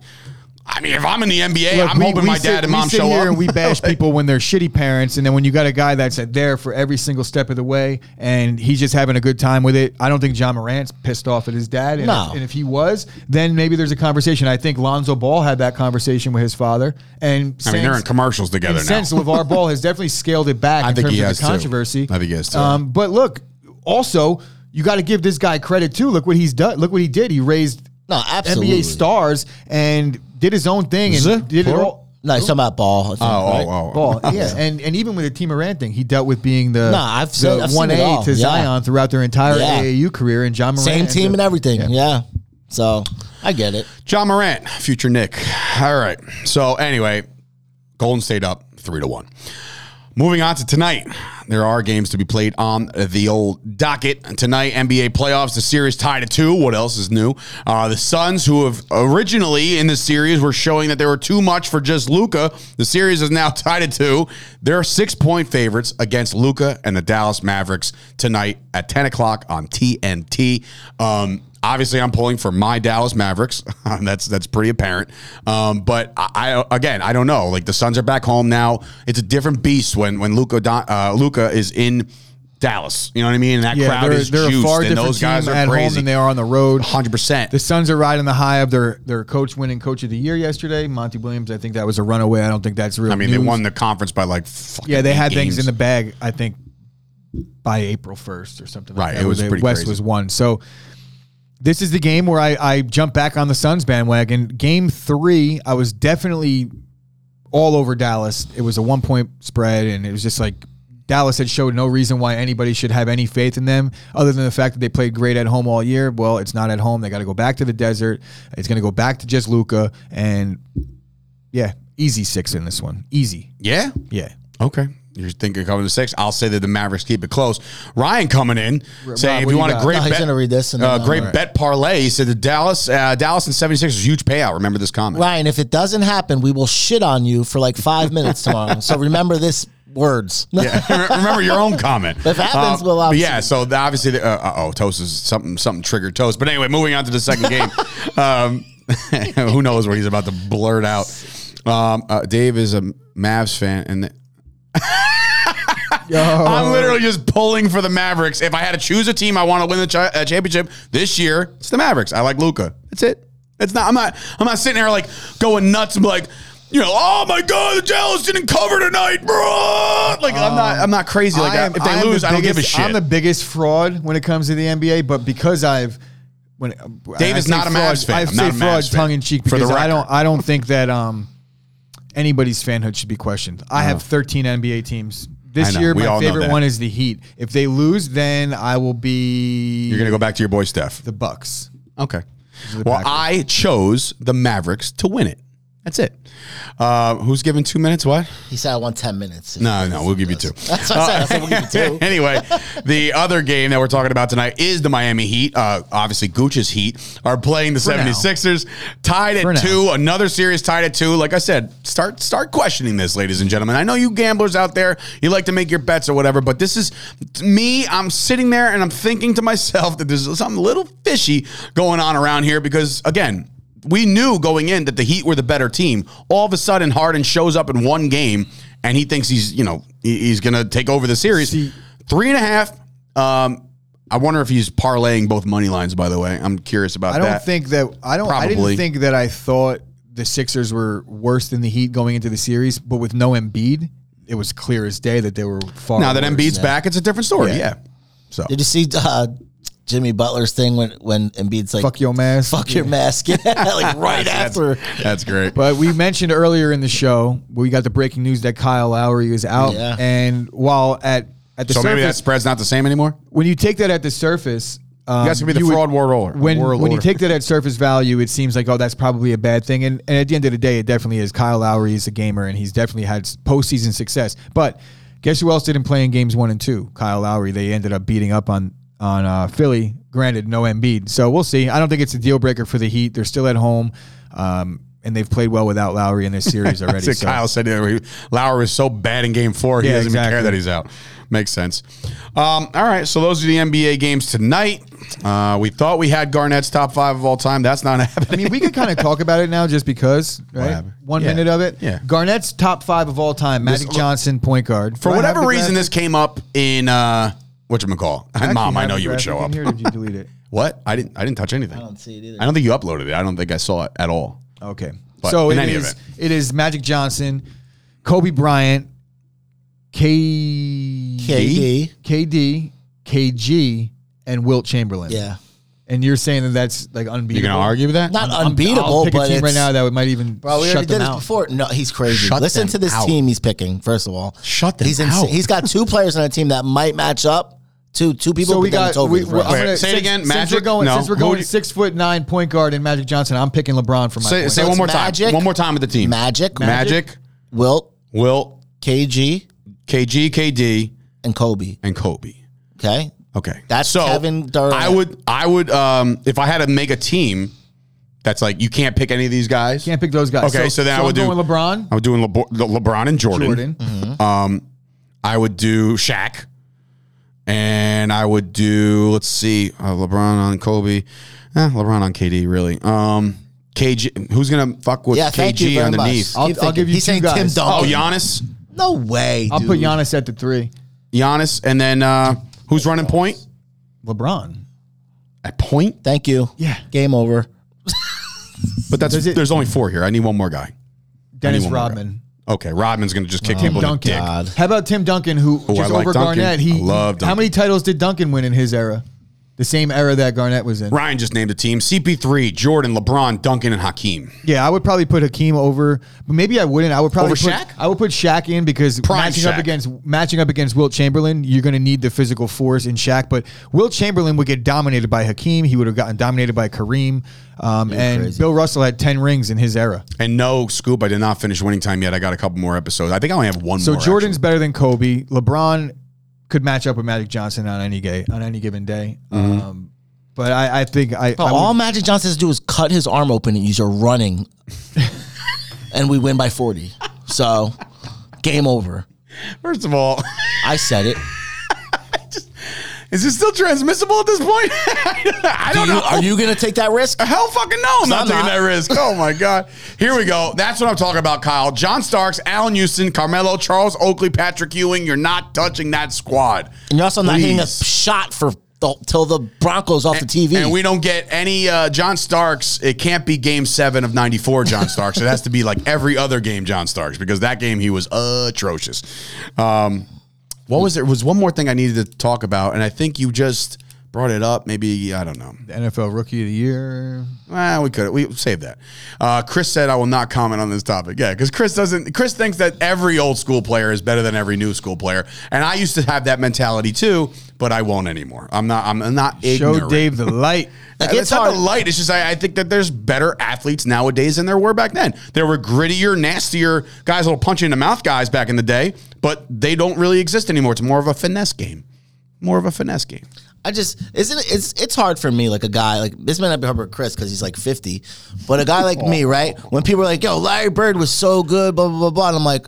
Speaker 2: I mean, if I'm in the NBA,
Speaker 3: Look,
Speaker 2: I'm
Speaker 3: we-
Speaker 2: hoping
Speaker 3: we
Speaker 2: my
Speaker 3: sit-
Speaker 2: dad and
Speaker 3: we
Speaker 2: mom
Speaker 3: sit
Speaker 2: show
Speaker 3: here
Speaker 2: up.
Speaker 3: And
Speaker 2: [laughs]
Speaker 3: we bash people when they're shitty parents, and then when you got a guy that's there for every single step of the way, and he's just having a good time with it. I don't think John Morant's pissed off at his dad. And,
Speaker 4: No.
Speaker 3: if, and if he was, then maybe there's a conversation. I think Lonzo Ball had that conversation with his father, and
Speaker 2: I mean, they're in commercials together now. Oh,
Speaker 3: Since LeVar Ball has definitely scaled it back
Speaker 2: I
Speaker 3: in
Speaker 2: think
Speaker 3: terms
Speaker 2: he
Speaker 3: of
Speaker 2: has,
Speaker 3: the
Speaker 2: too.
Speaker 3: controversy.
Speaker 2: I think he has, too.
Speaker 3: Um, but look, also you got to give this guy credit too. Look what he's done. Look what he did. He raised
Speaker 4: No, absolutely.
Speaker 3: NBA stars and did his own thing and
Speaker 2: Z,
Speaker 3: did it
Speaker 2: plural?
Speaker 3: all.
Speaker 4: No, he's talking about ball. I think, right?
Speaker 2: oh, [laughs]
Speaker 3: Ball, yeah, and and even with the Team Moran thing, he dealt with being the
Speaker 4: Nah, I've seen-
Speaker 3: the
Speaker 4: I've seen
Speaker 3: one
Speaker 4: it
Speaker 3: A
Speaker 4: all,
Speaker 3: to
Speaker 4: yeah.
Speaker 3: Zion throughout their entire
Speaker 4: Yeah.
Speaker 3: AAU career, and John Moran
Speaker 4: Same team and everything. Yeah.
Speaker 3: Yeah.
Speaker 4: So I get it.
Speaker 2: John Morant, future Nick. All right. So anyway, Golden State up three to one. Moving on to tonight, there are games to be played on the old docket. Tonight, NBA playoffs, the series tied at two. What else is new? Uh, the Suns, who have originally in the series were showing that they were too much for just Luca, the series is now [laughs] tied at two. They're six point favorites against Luca and the Dallas Mavericks tonight at 10 o'clock on TNT. Um, Obviously, I'm pulling for my Dallas Mavericks. [laughs] that's that's pretty apparent. Um, but I, I again, I don't know. Like the Suns are back home now. It's a different beast when when Luca uh, Luca is in Dallas. You know what I mean? And that
Speaker 3: Yeah,
Speaker 2: crowd
Speaker 3: they're,
Speaker 2: is
Speaker 3: they're
Speaker 2: juiced,
Speaker 3: a far
Speaker 2: and
Speaker 3: different
Speaker 2: those
Speaker 3: team
Speaker 2: guys are
Speaker 3: at home
Speaker 2: crazy.
Speaker 3: than they are on the road.
Speaker 2: Hundred percent.
Speaker 3: The Suns are riding the high of their their coach winning coach of the year yesterday, Monty Williams. I think that was a runaway. I don't think that's real.
Speaker 2: I mean, they
Speaker 3: news.
Speaker 2: won the conference by like fucking
Speaker 3: Yeah, they
Speaker 2: eight
Speaker 3: had things
Speaker 2: games.
Speaker 3: in the bag. I think by April first or something.
Speaker 2: Right,
Speaker 3: like that,
Speaker 2: it was
Speaker 3: where they-
Speaker 2: pretty
Speaker 3: West
Speaker 2: crazy.
Speaker 3: was one. So this is the game where I I jump back on the Suns bandwagon. Game three, I was definitely all over Dallas. It was a one point spread, and it was just like. Dallas had showed no reason why anybody should have any faith in them other than the fact that they played great at home all year. Well, it's not at home. They got to go back to the desert. It's going to go back to just Luca. And yeah, easy six in this one. Easy.
Speaker 2: Yeah.
Speaker 3: Yeah.
Speaker 2: Okay. You're thinking coming to six. I'll say that the Mavericks keep it close. Ryan coming in saying
Speaker 3: Rob,
Speaker 2: if
Speaker 3: what
Speaker 2: you
Speaker 3: do
Speaker 2: want
Speaker 3: you
Speaker 2: a
Speaker 3: got?
Speaker 2: great
Speaker 4: No, Oh, he's
Speaker 2: bet,
Speaker 4: gonna read this and
Speaker 2: uh,
Speaker 4: then-
Speaker 2: great
Speaker 4: All right.
Speaker 2: bet parlay. He said the Dallas uh, Dallas and 76 is a huge payout. Remember this comment.
Speaker 4: Ryan, if it doesn't happen, we will shit on you for
Speaker 2: [laughs]
Speaker 4: like five minutes tomorrow. So remember this words. [laughs]
Speaker 2: Yeah. [laughs] Remember your own comment.
Speaker 4: If it happens,
Speaker 2: Uh,
Speaker 4: we'll
Speaker 2: but
Speaker 4: obviously-
Speaker 2: yeah. So the, obviously, the, uh oh, toast is something something triggered toast. But anyway, moving on to the second game.
Speaker 4: [laughs]
Speaker 2: um, [laughs] who knows what he's about to blurt out? Um, uh, Dave is a Mavs fan, and I'm literally just pulling for the Mavericks. If I had to choose a team I want to win the chi- uh, championship this year, it's the Mavericks. I like Luca. That's it. It's not. I'm not. I'm not sitting here like going nuts and like. You know, oh my God, the Dallas didn't cover tonight, bro. Like I'm not, I'm not crazy like that. If they
Speaker 3: am
Speaker 2: lose,
Speaker 3: the
Speaker 2: I don't give a
Speaker 3: biggest-
Speaker 2: shit.
Speaker 3: I'm the biggest fraud when it comes to the NBA, but because I've when
Speaker 2: Dave is
Speaker 3: say
Speaker 2: not a
Speaker 3: fraud-
Speaker 2: Mavs fan.
Speaker 3: I
Speaker 2: I'm
Speaker 3: say
Speaker 2: not a
Speaker 3: fraud
Speaker 2: Mavs fan.
Speaker 3: tongue in cheek
Speaker 2: For the
Speaker 3: because I
Speaker 2: record.
Speaker 3: don't I don't think that um anybody's fanhood should be questioned. I have 13 NBA teams.
Speaker 2: I
Speaker 3: This
Speaker 2: know.
Speaker 3: year,
Speaker 2: We all
Speaker 3: my
Speaker 2: know
Speaker 3: favorite
Speaker 2: that.
Speaker 3: one is the Heat. If they lose, then I will be
Speaker 2: You're gonna go back to your boy Steph.
Speaker 3: the Bucks.
Speaker 2: Okay.
Speaker 3: the
Speaker 2: Well,
Speaker 3: Packers.
Speaker 2: I chose the Mavericks to win it. That's it. Uh, who's given two minutes? What?
Speaker 4: He said I want ten minutes.
Speaker 2: No, no, we'll give you two.
Speaker 4: [laughs] That's what I said. I said we'll give you two.
Speaker 2: [laughs] anyway, the other game that we're talking about tonight is the Miami Heat. Uh, obviously, Gooch's Heat are playing the
Speaker 3: now.
Speaker 2: 76ers. Tied
Speaker 3: For
Speaker 2: at
Speaker 3: now.
Speaker 2: two. Another series tied at two. Like I said, start start questioning this, ladies and gentlemen. I know you gamblers out there, you like to make your bets or whatever, but this is to me. I'm sitting there and I'm thinking to myself that there's something a little fishy going on around here because, again, we knew going in that the Heat were the better team. All of a sudden, Harden shows up in one game and he thinks he's, you know, he- he's going to take over the series.
Speaker 3: See-
Speaker 2: Three and a half. Um, I wonder if he's parlaying both money lines. By the way, I'm curious about
Speaker 3: I don't
Speaker 2: that.
Speaker 3: think that I don't. I
Speaker 2: Probably.
Speaker 3: didn't think that I thought the Sixers were worse than the Heat going into the series, but with no Embiid, it was clear as day that they were far.
Speaker 2: now that
Speaker 3: worse.
Speaker 2: Embiid's back, it's a different story. Yeah.
Speaker 3: Yeah.
Speaker 2: So
Speaker 4: Did you see uh, Jimmy Butler's thing when when Embiid's like
Speaker 3: fuck your mask,
Speaker 4: fuck your mask [laughs]
Speaker 3: [laughs]
Speaker 4: like right after
Speaker 2: that's great.
Speaker 3: But we mentioned earlier in the show we got the breaking news that Kyle Lowry is out,
Speaker 4: Yeah.
Speaker 3: and while at at the
Speaker 2: so maybe that
Speaker 3: surface,
Speaker 2: spread's not the same anymore.
Speaker 3: when you take that at the surface, um,
Speaker 2: That's gonna be the
Speaker 3: you would-
Speaker 2: fraud war roller.
Speaker 3: When
Speaker 2: War
Speaker 3: when you
Speaker 2: lord.
Speaker 3: take that at surface value, it seems like oh that's probably a bad thing. And and at the end of the day, it definitely is. Kyle Lowry is a gamer, and he's definitely had s- postseason success. But guess who else didn't play in games one and two? Kyle Lowry. They ended up beating up on on uh, Philly. Granted, no Embiid, so we'll see. I don't think it's a deal breaker for the Heat. They're still at home. Um, and they've played well without Lowry in this series already.
Speaker 2: [laughs] That's
Speaker 3: so-
Speaker 2: what Kyle said the other way. Lauer is so bad in game four, he
Speaker 3: Yeah,
Speaker 2: doesn't even care
Speaker 3: exactly.
Speaker 2: that he's out. Makes sense. Um, all right, so those are the NBA games tonight. Uh, we thought we had Garnett's top five of all time. That's not [laughs]
Speaker 3: I
Speaker 2: happening.
Speaker 3: mean, we could kind of talk about it now just because, right?
Speaker 2: happened?
Speaker 3: One
Speaker 2: Yeah.
Speaker 3: minute of it.
Speaker 2: Yeah.
Speaker 3: Garnett's top five of all time, Magic Johnson, point guard.
Speaker 2: For whatever reason, this came up in uh, what you [laughs] call Mom, I know you would show up.
Speaker 3: Here, did you delete
Speaker 2: [laughs]
Speaker 3: it?
Speaker 2: What? I didn't. I didn't touch anything. I
Speaker 4: don't see it either.
Speaker 2: I don't think you uploaded it. I don't think I saw it at all.
Speaker 3: Okay.
Speaker 2: But
Speaker 3: so
Speaker 2: in
Speaker 3: it
Speaker 2: any
Speaker 3: is,
Speaker 2: event.
Speaker 3: it is Magic Johnson, Kobe Bryant, K-
Speaker 4: KD.
Speaker 3: KD, KG, and Wilt Chamberlain.
Speaker 4: Yeah.
Speaker 3: And you're saying that that's like unbeatable.
Speaker 2: You gonna argue with that?
Speaker 4: Not
Speaker 3: I'm-
Speaker 4: unbeatable,
Speaker 3: I'll pick
Speaker 4: but
Speaker 3: a team
Speaker 4: it's,
Speaker 3: right now that would- might even
Speaker 4: Bro, we already
Speaker 3: shut
Speaker 4: did
Speaker 3: them
Speaker 4: this
Speaker 3: out.
Speaker 4: before. No, he's crazy.
Speaker 2: Shut
Speaker 4: Listen
Speaker 2: them
Speaker 4: to this
Speaker 2: out.
Speaker 4: team he's picking. First of all,
Speaker 2: Shut them
Speaker 4: he's ins-
Speaker 2: out.
Speaker 4: He's got two players on a team that might match up. Two two people.
Speaker 3: So we
Speaker 4: but then
Speaker 3: got.
Speaker 4: it's over
Speaker 3: we,
Speaker 4: for
Speaker 3: we're-
Speaker 4: us.
Speaker 3: I'm gonna-
Speaker 2: Wait, say it
Speaker 3: since-
Speaker 2: again.
Speaker 3: Since we're
Speaker 2: Magic?
Speaker 3: going,
Speaker 2: No.
Speaker 3: since we're
Speaker 2: Who
Speaker 3: going
Speaker 2: do you-
Speaker 3: six foot nine point guard and Magic Johnson, I'm picking LeBron for my.
Speaker 2: Say,
Speaker 3: point
Speaker 2: say
Speaker 4: So
Speaker 2: one
Speaker 4: it's
Speaker 2: more
Speaker 4: Magic,
Speaker 2: time. One more time with the team.
Speaker 4: Magic,
Speaker 2: Magic,
Speaker 4: Wilt,
Speaker 2: Wilt,
Speaker 4: KG,
Speaker 2: KG, KD,
Speaker 4: and Kobe.
Speaker 2: and Kobe.
Speaker 4: Okay,
Speaker 2: Okay,
Speaker 4: That's Kevin Durant.
Speaker 2: I would, I would, um, if I had to make a team, that's like you can't pick any of these guys.
Speaker 3: Can't pick those guys.
Speaker 2: Okay, so, then I would
Speaker 3: I'm
Speaker 2: do
Speaker 3: going LeBron,
Speaker 2: I would do Lebo- Le- LeBron and Jordan.
Speaker 3: Jordan.
Speaker 2: Um, I would do Shaq, and I would do let's see, uh, LeBron on Kobe, eh, LeBron on KD. Really, um, KG. Who's gonna fuck with
Speaker 4: yeah, thank you
Speaker 2: KG
Speaker 4: very
Speaker 2: underneath?
Speaker 4: much.
Speaker 3: I'll-
Speaker 4: Keep
Speaker 3: I'll give
Speaker 4: thinking.
Speaker 3: you
Speaker 4: He's
Speaker 3: two
Speaker 4: saying
Speaker 3: guys.
Speaker 4: Tim
Speaker 2: Oh,
Speaker 4: Duncan.
Speaker 2: Giannis,
Speaker 4: No way.
Speaker 3: I'll
Speaker 4: dude.
Speaker 3: put Giannis at the three.
Speaker 2: Giannis, and then uh, who's running point?
Speaker 3: LeBron.
Speaker 2: At point,
Speaker 4: Thank you.
Speaker 3: Yeah.
Speaker 4: Game over.
Speaker 2: but that's
Speaker 3: Does it-
Speaker 2: there's only four here. I need one more guy.
Speaker 3: Dennis
Speaker 2: Anyone would
Speaker 3: Rodman.
Speaker 2: Okay, Rodman's gonna just kick
Speaker 3: Tim
Speaker 2: people in the
Speaker 3: Duncan.
Speaker 2: dick.
Speaker 3: How about Tim Duncan, who
Speaker 2: Ooh,
Speaker 3: just
Speaker 2: I like
Speaker 3: over
Speaker 2: Duncan.
Speaker 3: Garnett? He
Speaker 2: I love
Speaker 3: How
Speaker 2: Duncan.
Speaker 3: many titles did Duncan win in his era? The same era that Garnett was in.
Speaker 2: Ryan just named a team: CP3, Jordan, LeBron, Duncan, and Hakeem.
Speaker 3: Yeah, I would probably put Hakeem over, but maybe I wouldn't. I would probably
Speaker 2: Over
Speaker 3: put,
Speaker 2: Shaq?
Speaker 3: I would put Shaq in because
Speaker 2: Prime
Speaker 3: matching up
Speaker 2: Shaq.
Speaker 3: against matching up against Wilt Chamberlain, you're going to need the physical force in Shaq. But Wilt Chamberlain would get dominated by Hakeem. He would have gotten dominated by Kareem. Um, and Bill Russell had ten rings in his era.
Speaker 2: And no, Scoop, I did not finish winning time yet. I got a couple more episodes. I think I only have one
Speaker 3: So
Speaker 2: more.
Speaker 3: Jordan's better than Kobe. LeBron could match up with Magic Johnson on any day on any given day.
Speaker 2: Mm-hmm.
Speaker 3: Um, but I, I think I,
Speaker 2: Oh,
Speaker 4: Bro,
Speaker 3: I would-
Speaker 2: um,
Speaker 4: all Magic Johnson has to do is cut his arm open and use
Speaker 3: [laughs]
Speaker 4: your running, and we win by forty. So, game over.
Speaker 2: actually. First of all, [laughs]
Speaker 4: I said it.
Speaker 2: is this still transmissible at this point? [laughs] I
Speaker 4: Do
Speaker 2: don't
Speaker 4: you,
Speaker 2: know.
Speaker 4: are you gonna take that risk?
Speaker 2: Hell fucking no, I'm not
Speaker 4: I'm
Speaker 2: taking
Speaker 4: not.
Speaker 2: that risk. Oh my God. Here we go. That's what I'm talking about, Kyle. John Starks, Alan Houston, Carmelo, Charles Oakley, Patrick Ewing. You're not touching that squad.
Speaker 4: And you're also not hitting a
Speaker 2: Please.
Speaker 4: shot for till the Broncos off the TV.
Speaker 2: And we don't get any uh, John Starks. It can't be game seven of 94 John Starks. it has to be like every other game John Starks because that game he was atrocious. Um, what was there? was one more thing I needed to talk about, and I think you just brought it up. Maybe, I don't know.
Speaker 3: NFL Rookie of the Year.
Speaker 2: Well, we could we saved that. Uh, Chris said I will not comment on this topic. Yeah, because Chris doesn't. Chris thinks that every old school player is better than every new school player, and I used to have that mentality too, but I won't anymore. I'm not. I'm not ignorant.
Speaker 3: Show
Speaker 2: [laughs]
Speaker 3: Dave the light.
Speaker 4: Like,
Speaker 2: it's
Speaker 4: it's
Speaker 2: not the
Speaker 4: hard.
Speaker 2: light. It's just I, I think that there's better athletes nowadays than there were back then. There were grittier, nastier guys, little punch in the mouth guys back in the day, but they don't really exist anymore. It's more of a finesse game. More of a finesse game.
Speaker 4: I just isn't it- it's it's hard for me like a guy like this may not be hard for Chris because he's like fifty, but a guy like me, right? When people are like, "Yo, Larry Bird was so good," blah blah blah blah, and I'm like,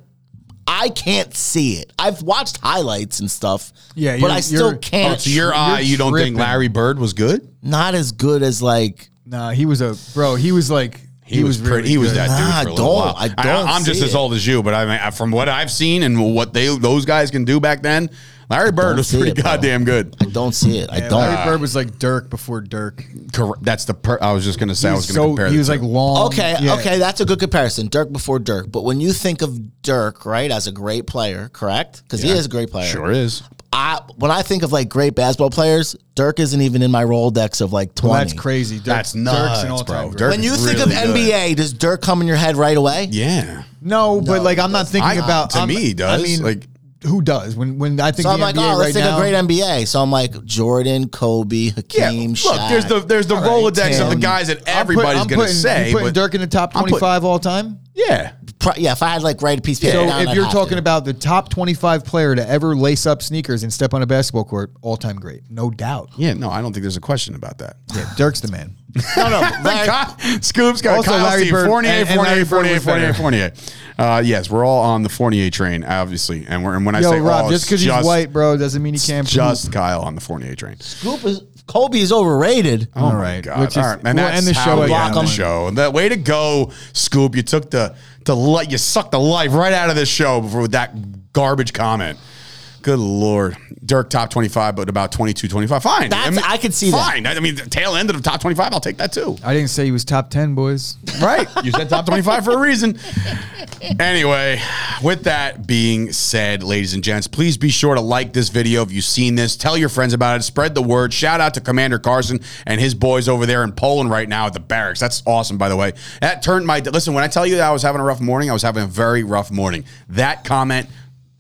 Speaker 4: I can't see it. I've watched highlights and stuff,
Speaker 3: Yeah,
Speaker 4: but
Speaker 3: you're-
Speaker 4: I
Speaker 3: you're-
Speaker 4: still
Speaker 3: Oh,
Speaker 2: Oh,
Speaker 4: can't.
Speaker 2: to your eye, you don't
Speaker 3: tripping.
Speaker 2: think Larry Bird was good?
Speaker 4: not as good as like
Speaker 3: Nah, he was a bro. He was like he,
Speaker 2: He, was,
Speaker 3: really
Speaker 2: pretty. he was
Speaker 3: good.
Speaker 2: that dude. for
Speaker 4: Nah,
Speaker 2: a
Speaker 4: I
Speaker 2: little
Speaker 4: don't.
Speaker 2: while.
Speaker 4: I don't
Speaker 2: I'm just
Speaker 4: see
Speaker 2: as
Speaker 4: it.
Speaker 2: old as you, but I mean, I- from what I've seen and what they those guys can do back then, Larry Bird
Speaker 4: don't
Speaker 2: was
Speaker 4: see
Speaker 2: pretty
Speaker 4: it, bro.
Speaker 2: goddamn good.
Speaker 4: I don't see it. I
Speaker 3: Yeah,
Speaker 4: don't.
Speaker 3: Larry Bird was like Dirk before Dirk.
Speaker 2: Correct. That's the. Per- I was just gonna say. I was gonna
Speaker 3: so
Speaker 2: compare.
Speaker 3: he
Speaker 2: the
Speaker 3: was
Speaker 2: two.
Speaker 3: like long.
Speaker 4: Okay,
Speaker 3: um, yeah.
Speaker 4: okay, that's a good comparison. Dirk before Dirk, but when you think of Dirk, right, as a great player, correct? Because he is a great player.
Speaker 2: sure is.
Speaker 4: I when I think of like great basketball players, Dirk isn't even in my Rolodex of like twenty.
Speaker 3: Well, that's crazy. Dirk,
Speaker 2: That's
Speaker 3: an
Speaker 2: nuts,
Speaker 3: all-time
Speaker 2: bro.
Speaker 3: great.
Speaker 2: Dirk
Speaker 4: When you
Speaker 2: is
Speaker 4: think
Speaker 2: really
Speaker 4: of
Speaker 2: good.
Speaker 4: NBA, does Dirk come in your head right away?
Speaker 2: yeah.
Speaker 3: No, but like I'm not thinking
Speaker 2: I-
Speaker 3: about.
Speaker 2: to
Speaker 3: I'm-
Speaker 2: me, he does.
Speaker 3: I mean,
Speaker 2: Like-
Speaker 3: who does? When when I think
Speaker 4: So
Speaker 3: the
Speaker 4: I'm like,
Speaker 3: NBA
Speaker 4: oh,
Speaker 3: right
Speaker 4: let's think
Speaker 3: now,
Speaker 4: of great NBA. So I'm like Jordan, Kobe, Hakeem, Shaq.
Speaker 2: look, there's the there's the
Speaker 4: All right,
Speaker 2: Rolodex of the
Speaker 4: Tim.
Speaker 2: guys that
Speaker 3: I'm put-
Speaker 2: everybody's
Speaker 3: I'm
Speaker 2: gonna
Speaker 3: putting,
Speaker 2: say.
Speaker 3: you putting
Speaker 2: but-
Speaker 3: Dirk in the top
Speaker 2: I'm putting-
Speaker 3: 25 all time.
Speaker 2: yeah,
Speaker 4: Pro- yeah. If I had like right a piece of paper,
Speaker 3: So
Speaker 4: down,
Speaker 3: if
Speaker 4: I'd
Speaker 3: you're
Speaker 4: have
Speaker 3: talking
Speaker 4: to.
Speaker 3: about the top 25 player to ever lace up sneakers and step on a basketball court, all time great,
Speaker 2: [sighs]
Speaker 3: no doubt.
Speaker 2: yeah. No, I don't think there's a question about that.
Speaker 3: Yeah, Dirk's the man.
Speaker 4: no, no, [laughs] Larry-
Speaker 2: [laughs] Kyle, Scoop's got
Speaker 3: Also,
Speaker 2: Kyle's
Speaker 3: Larry
Speaker 2: team.
Speaker 3: Bird-
Speaker 2: Fournier,
Speaker 3: and- and
Speaker 2: Fournier,
Speaker 3: Larry Bird
Speaker 2: Fournier,
Speaker 3: was
Speaker 2: Fournier,
Speaker 3: better.
Speaker 2: Fournier, Uh, yes, we're all on the Fournier train, obviously. And we're and when I
Speaker 3: Yo,
Speaker 2: say
Speaker 3: Rob,
Speaker 2: all,
Speaker 3: just
Speaker 2: it's
Speaker 3: because he's white, bro, doesn't mean he can't.
Speaker 2: just Kyle on the Fournier train.
Speaker 4: Scoop is Kobe is overrated.
Speaker 2: Oh
Speaker 3: All
Speaker 2: my
Speaker 3: right,
Speaker 2: God.
Speaker 3: which is-
Speaker 2: all right, man.
Speaker 3: we'll
Speaker 2: that's
Speaker 3: end the
Speaker 2: how
Speaker 3: show
Speaker 2: we end
Speaker 3: at-
Speaker 2: the
Speaker 4: Block 'em.
Speaker 2: show. The way to go, Scoop. You took the the li- you sucked the life right out of this show before with that garbage comment. Good lord, Dirk top twenty five, but about 22, 25. Fine,
Speaker 4: That's-
Speaker 2: mean,
Speaker 4: I could see that.
Speaker 2: Fine, I mean the tail end of the top twenty five, I'll take that too.
Speaker 3: I didn't say he was top 10, [laughs] boys.
Speaker 2: Right. You said top 25 for a reason. Anyway, with that being said, ladies and gents, please be sure to like this video if you've seen this. Tell your friends about it. Spread the word. Shout out to Commander Carson and his boys over there in Poland right now at the barracks. That's awesome, by the way. That turned my. Listen, when I tell you that I was having a rough morning, I was having a very rough morning. That comment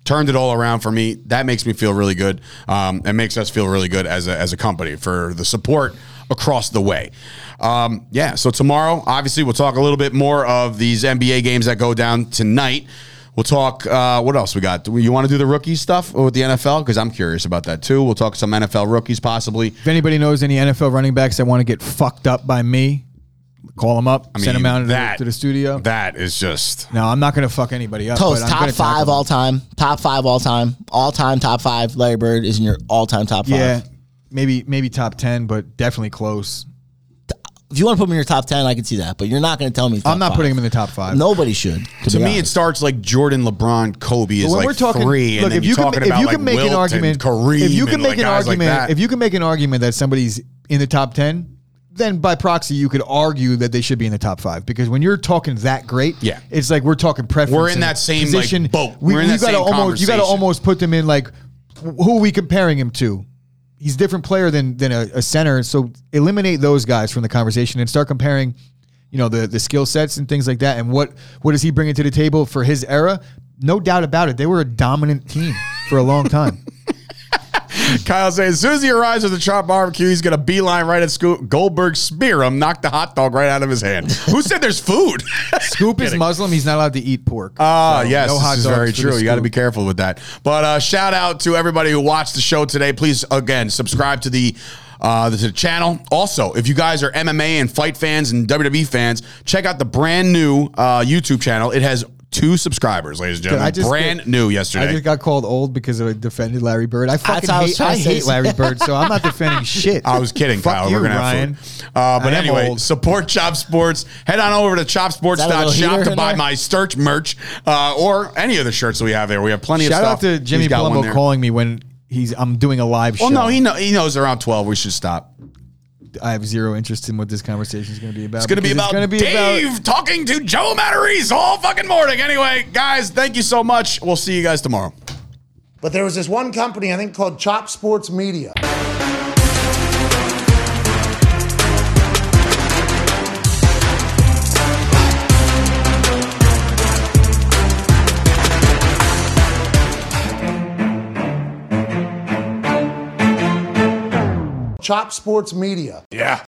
Speaker 2: turned it all around for me. That makes me feel really good. Um, and makes us feel really good as a, as a company for the support across the way. Um, yeah. So tomorrow, obviously, we'll talk a little bit more of these NBA games that go down tonight. We'll talk. Uh, what else we got? Do we- You want to do the rookie stuff with the NFL? Because I'm curious about that too. We'll talk some NFL rookies possibly.
Speaker 3: If anybody knows any NFL running backs that want to get fucked up by me, call them up, send them out to the- to the studio.
Speaker 2: That is just
Speaker 3: no, I'm not going to fuck anybody up.
Speaker 4: Toast
Speaker 3: but I'm
Speaker 4: top
Speaker 3: gonna tackle
Speaker 4: five
Speaker 3: them.
Speaker 4: all time, top five all time, all time top five. Larry Bird is in your all time top five.
Speaker 3: Yeah, maybe maybe top 10, but definitely close.
Speaker 4: If you want to put him in your top ten, I can see that, but you're not going to tell me.
Speaker 3: I'm not putting him in the top five.
Speaker 4: Nobody should. To,
Speaker 2: To
Speaker 4: be
Speaker 2: me, it
Speaker 4: honest.
Speaker 2: starts like Jordan, LeBron, Kobe is
Speaker 3: But
Speaker 2: like three, and then you're
Speaker 3: ma-
Speaker 2: talking about like Wilton, Kareem,
Speaker 3: if you
Speaker 2: and,
Speaker 3: can
Speaker 2: like,
Speaker 3: make an
Speaker 2: guys like
Speaker 3: argument,
Speaker 2: that.
Speaker 3: if you can make an argument that somebody's in the top ten, then by proxy you could argue that they should be in the top five because when you're talking that great,
Speaker 2: Yeah.
Speaker 3: it's like we're talking preference.
Speaker 2: We're in
Speaker 3: and
Speaker 2: that same, like, boat.
Speaker 3: We,
Speaker 2: We're in
Speaker 3: you
Speaker 2: that
Speaker 3: gotta
Speaker 2: same
Speaker 3: almost you got
Speaker 2: conversation.
Speaker 3: to almost put them in like who are we comparing him to? He's a different player than than a, a center, so eliminate those guys from the conversation and start comparing. You know the the skill sets and things like that, and what what is he bringing to the table for his era? No doubt about it, they were a dominant team for a
Speaker 2: [laughs]
Speaker 3: long time.
Speaker 2: Kyle says, as soon as he arrives at the chop barbecue, he's going to beeline right at school. Goldberg spear him, knock the hot dog right out of his
Speaker 3: [laughs]
Speaker 2: hand. Who said there's food?
Speaker 3: Scoop is Muslim; he's not allowed to eat pork.
Speaker 2: Ah,
Speaker 3: So,
Speaker 2: yes,
Speaker 3: no hot
Speaker 2: this is
Speaker 3: dogs
Speaker 2: very
Speaker 3: for the
Speaker 2: true. You got to
Speaker 3: Scoop.
Speaker 2: be careful with that. But uh, shout out to everybody who watched the show today. Please, again, subscribe to the. Uh, to the channel. Also, if you guys are MMA and fight fans and WWE fans, check out the brand new uh, YouTube channel. It has two subscribers, ladies and
Speaker 3: I
Speaker 2: gentlemen.
Speaker 3: just
Speaker 2: brand
Speaker 3: get-
Speaker 2: new yesterday.
Speaker 3: I just got called old because I defended Larry Bird. I fucking
Speaker 4: what I was
Speaker 3: hate,
Speaker 4: trying
Speaker 3: I
Speaker 4: to say.
Speaker 3: hate Larry Bird, so I'm
Speaker 2: [laughs]
Speaker 3: not defending shit.
Speaker 2: I was kidding,
Speaker 3: [laughs] Fuck
Speaker 2: Kyle.
Speaker 3: You,
Speaker 2: We're gonna
Speaker 3: Ryan.
Speaker 2: have food. Uh, but
Speaker 3: I am
Speaker 2: anyway,
Speaker 3: old.
Speaker 2: support Chop Sports. Head on over to
Speaker 4: Is that a little
Speaker 2: chopsports.shop
Speaker 4: heater
Speaker 2: to
Speaker 4: in
Speaker 2: buy
Speaker 4: there?
Speaker 2: my Sturch merch uh, or any of the shirts that we have there. We have plenty
Speaker 3: Shout
Speaker 2: of stuff.
Speaker 3: out to Jimmy
Speaker 2: He's got one
Speaker 3: Palumbo
Speaker 2: there.
Speaker 3: calling me when he's I'm doing a live
Speaker 2: Well,
Speaker 3: show.
Speaker 2: no, he know, he knows around twelve. We should stop.
Speaker 3: I have zero interest in what this conversation is going to be about.
Speaker 2: It's going to be
Speaker 3: because
Speaker 2: about
Speaker 3: gonna
Speaker 2: Dave talking to Joe Matterese all fucking morning. Anyway, guys, thank you so much. We'll see you guys tomorrow.
Speaker 1: But there was this one company, I think called Chop Sports Media. Chop Sports Media.
Speaker 2: Yeah.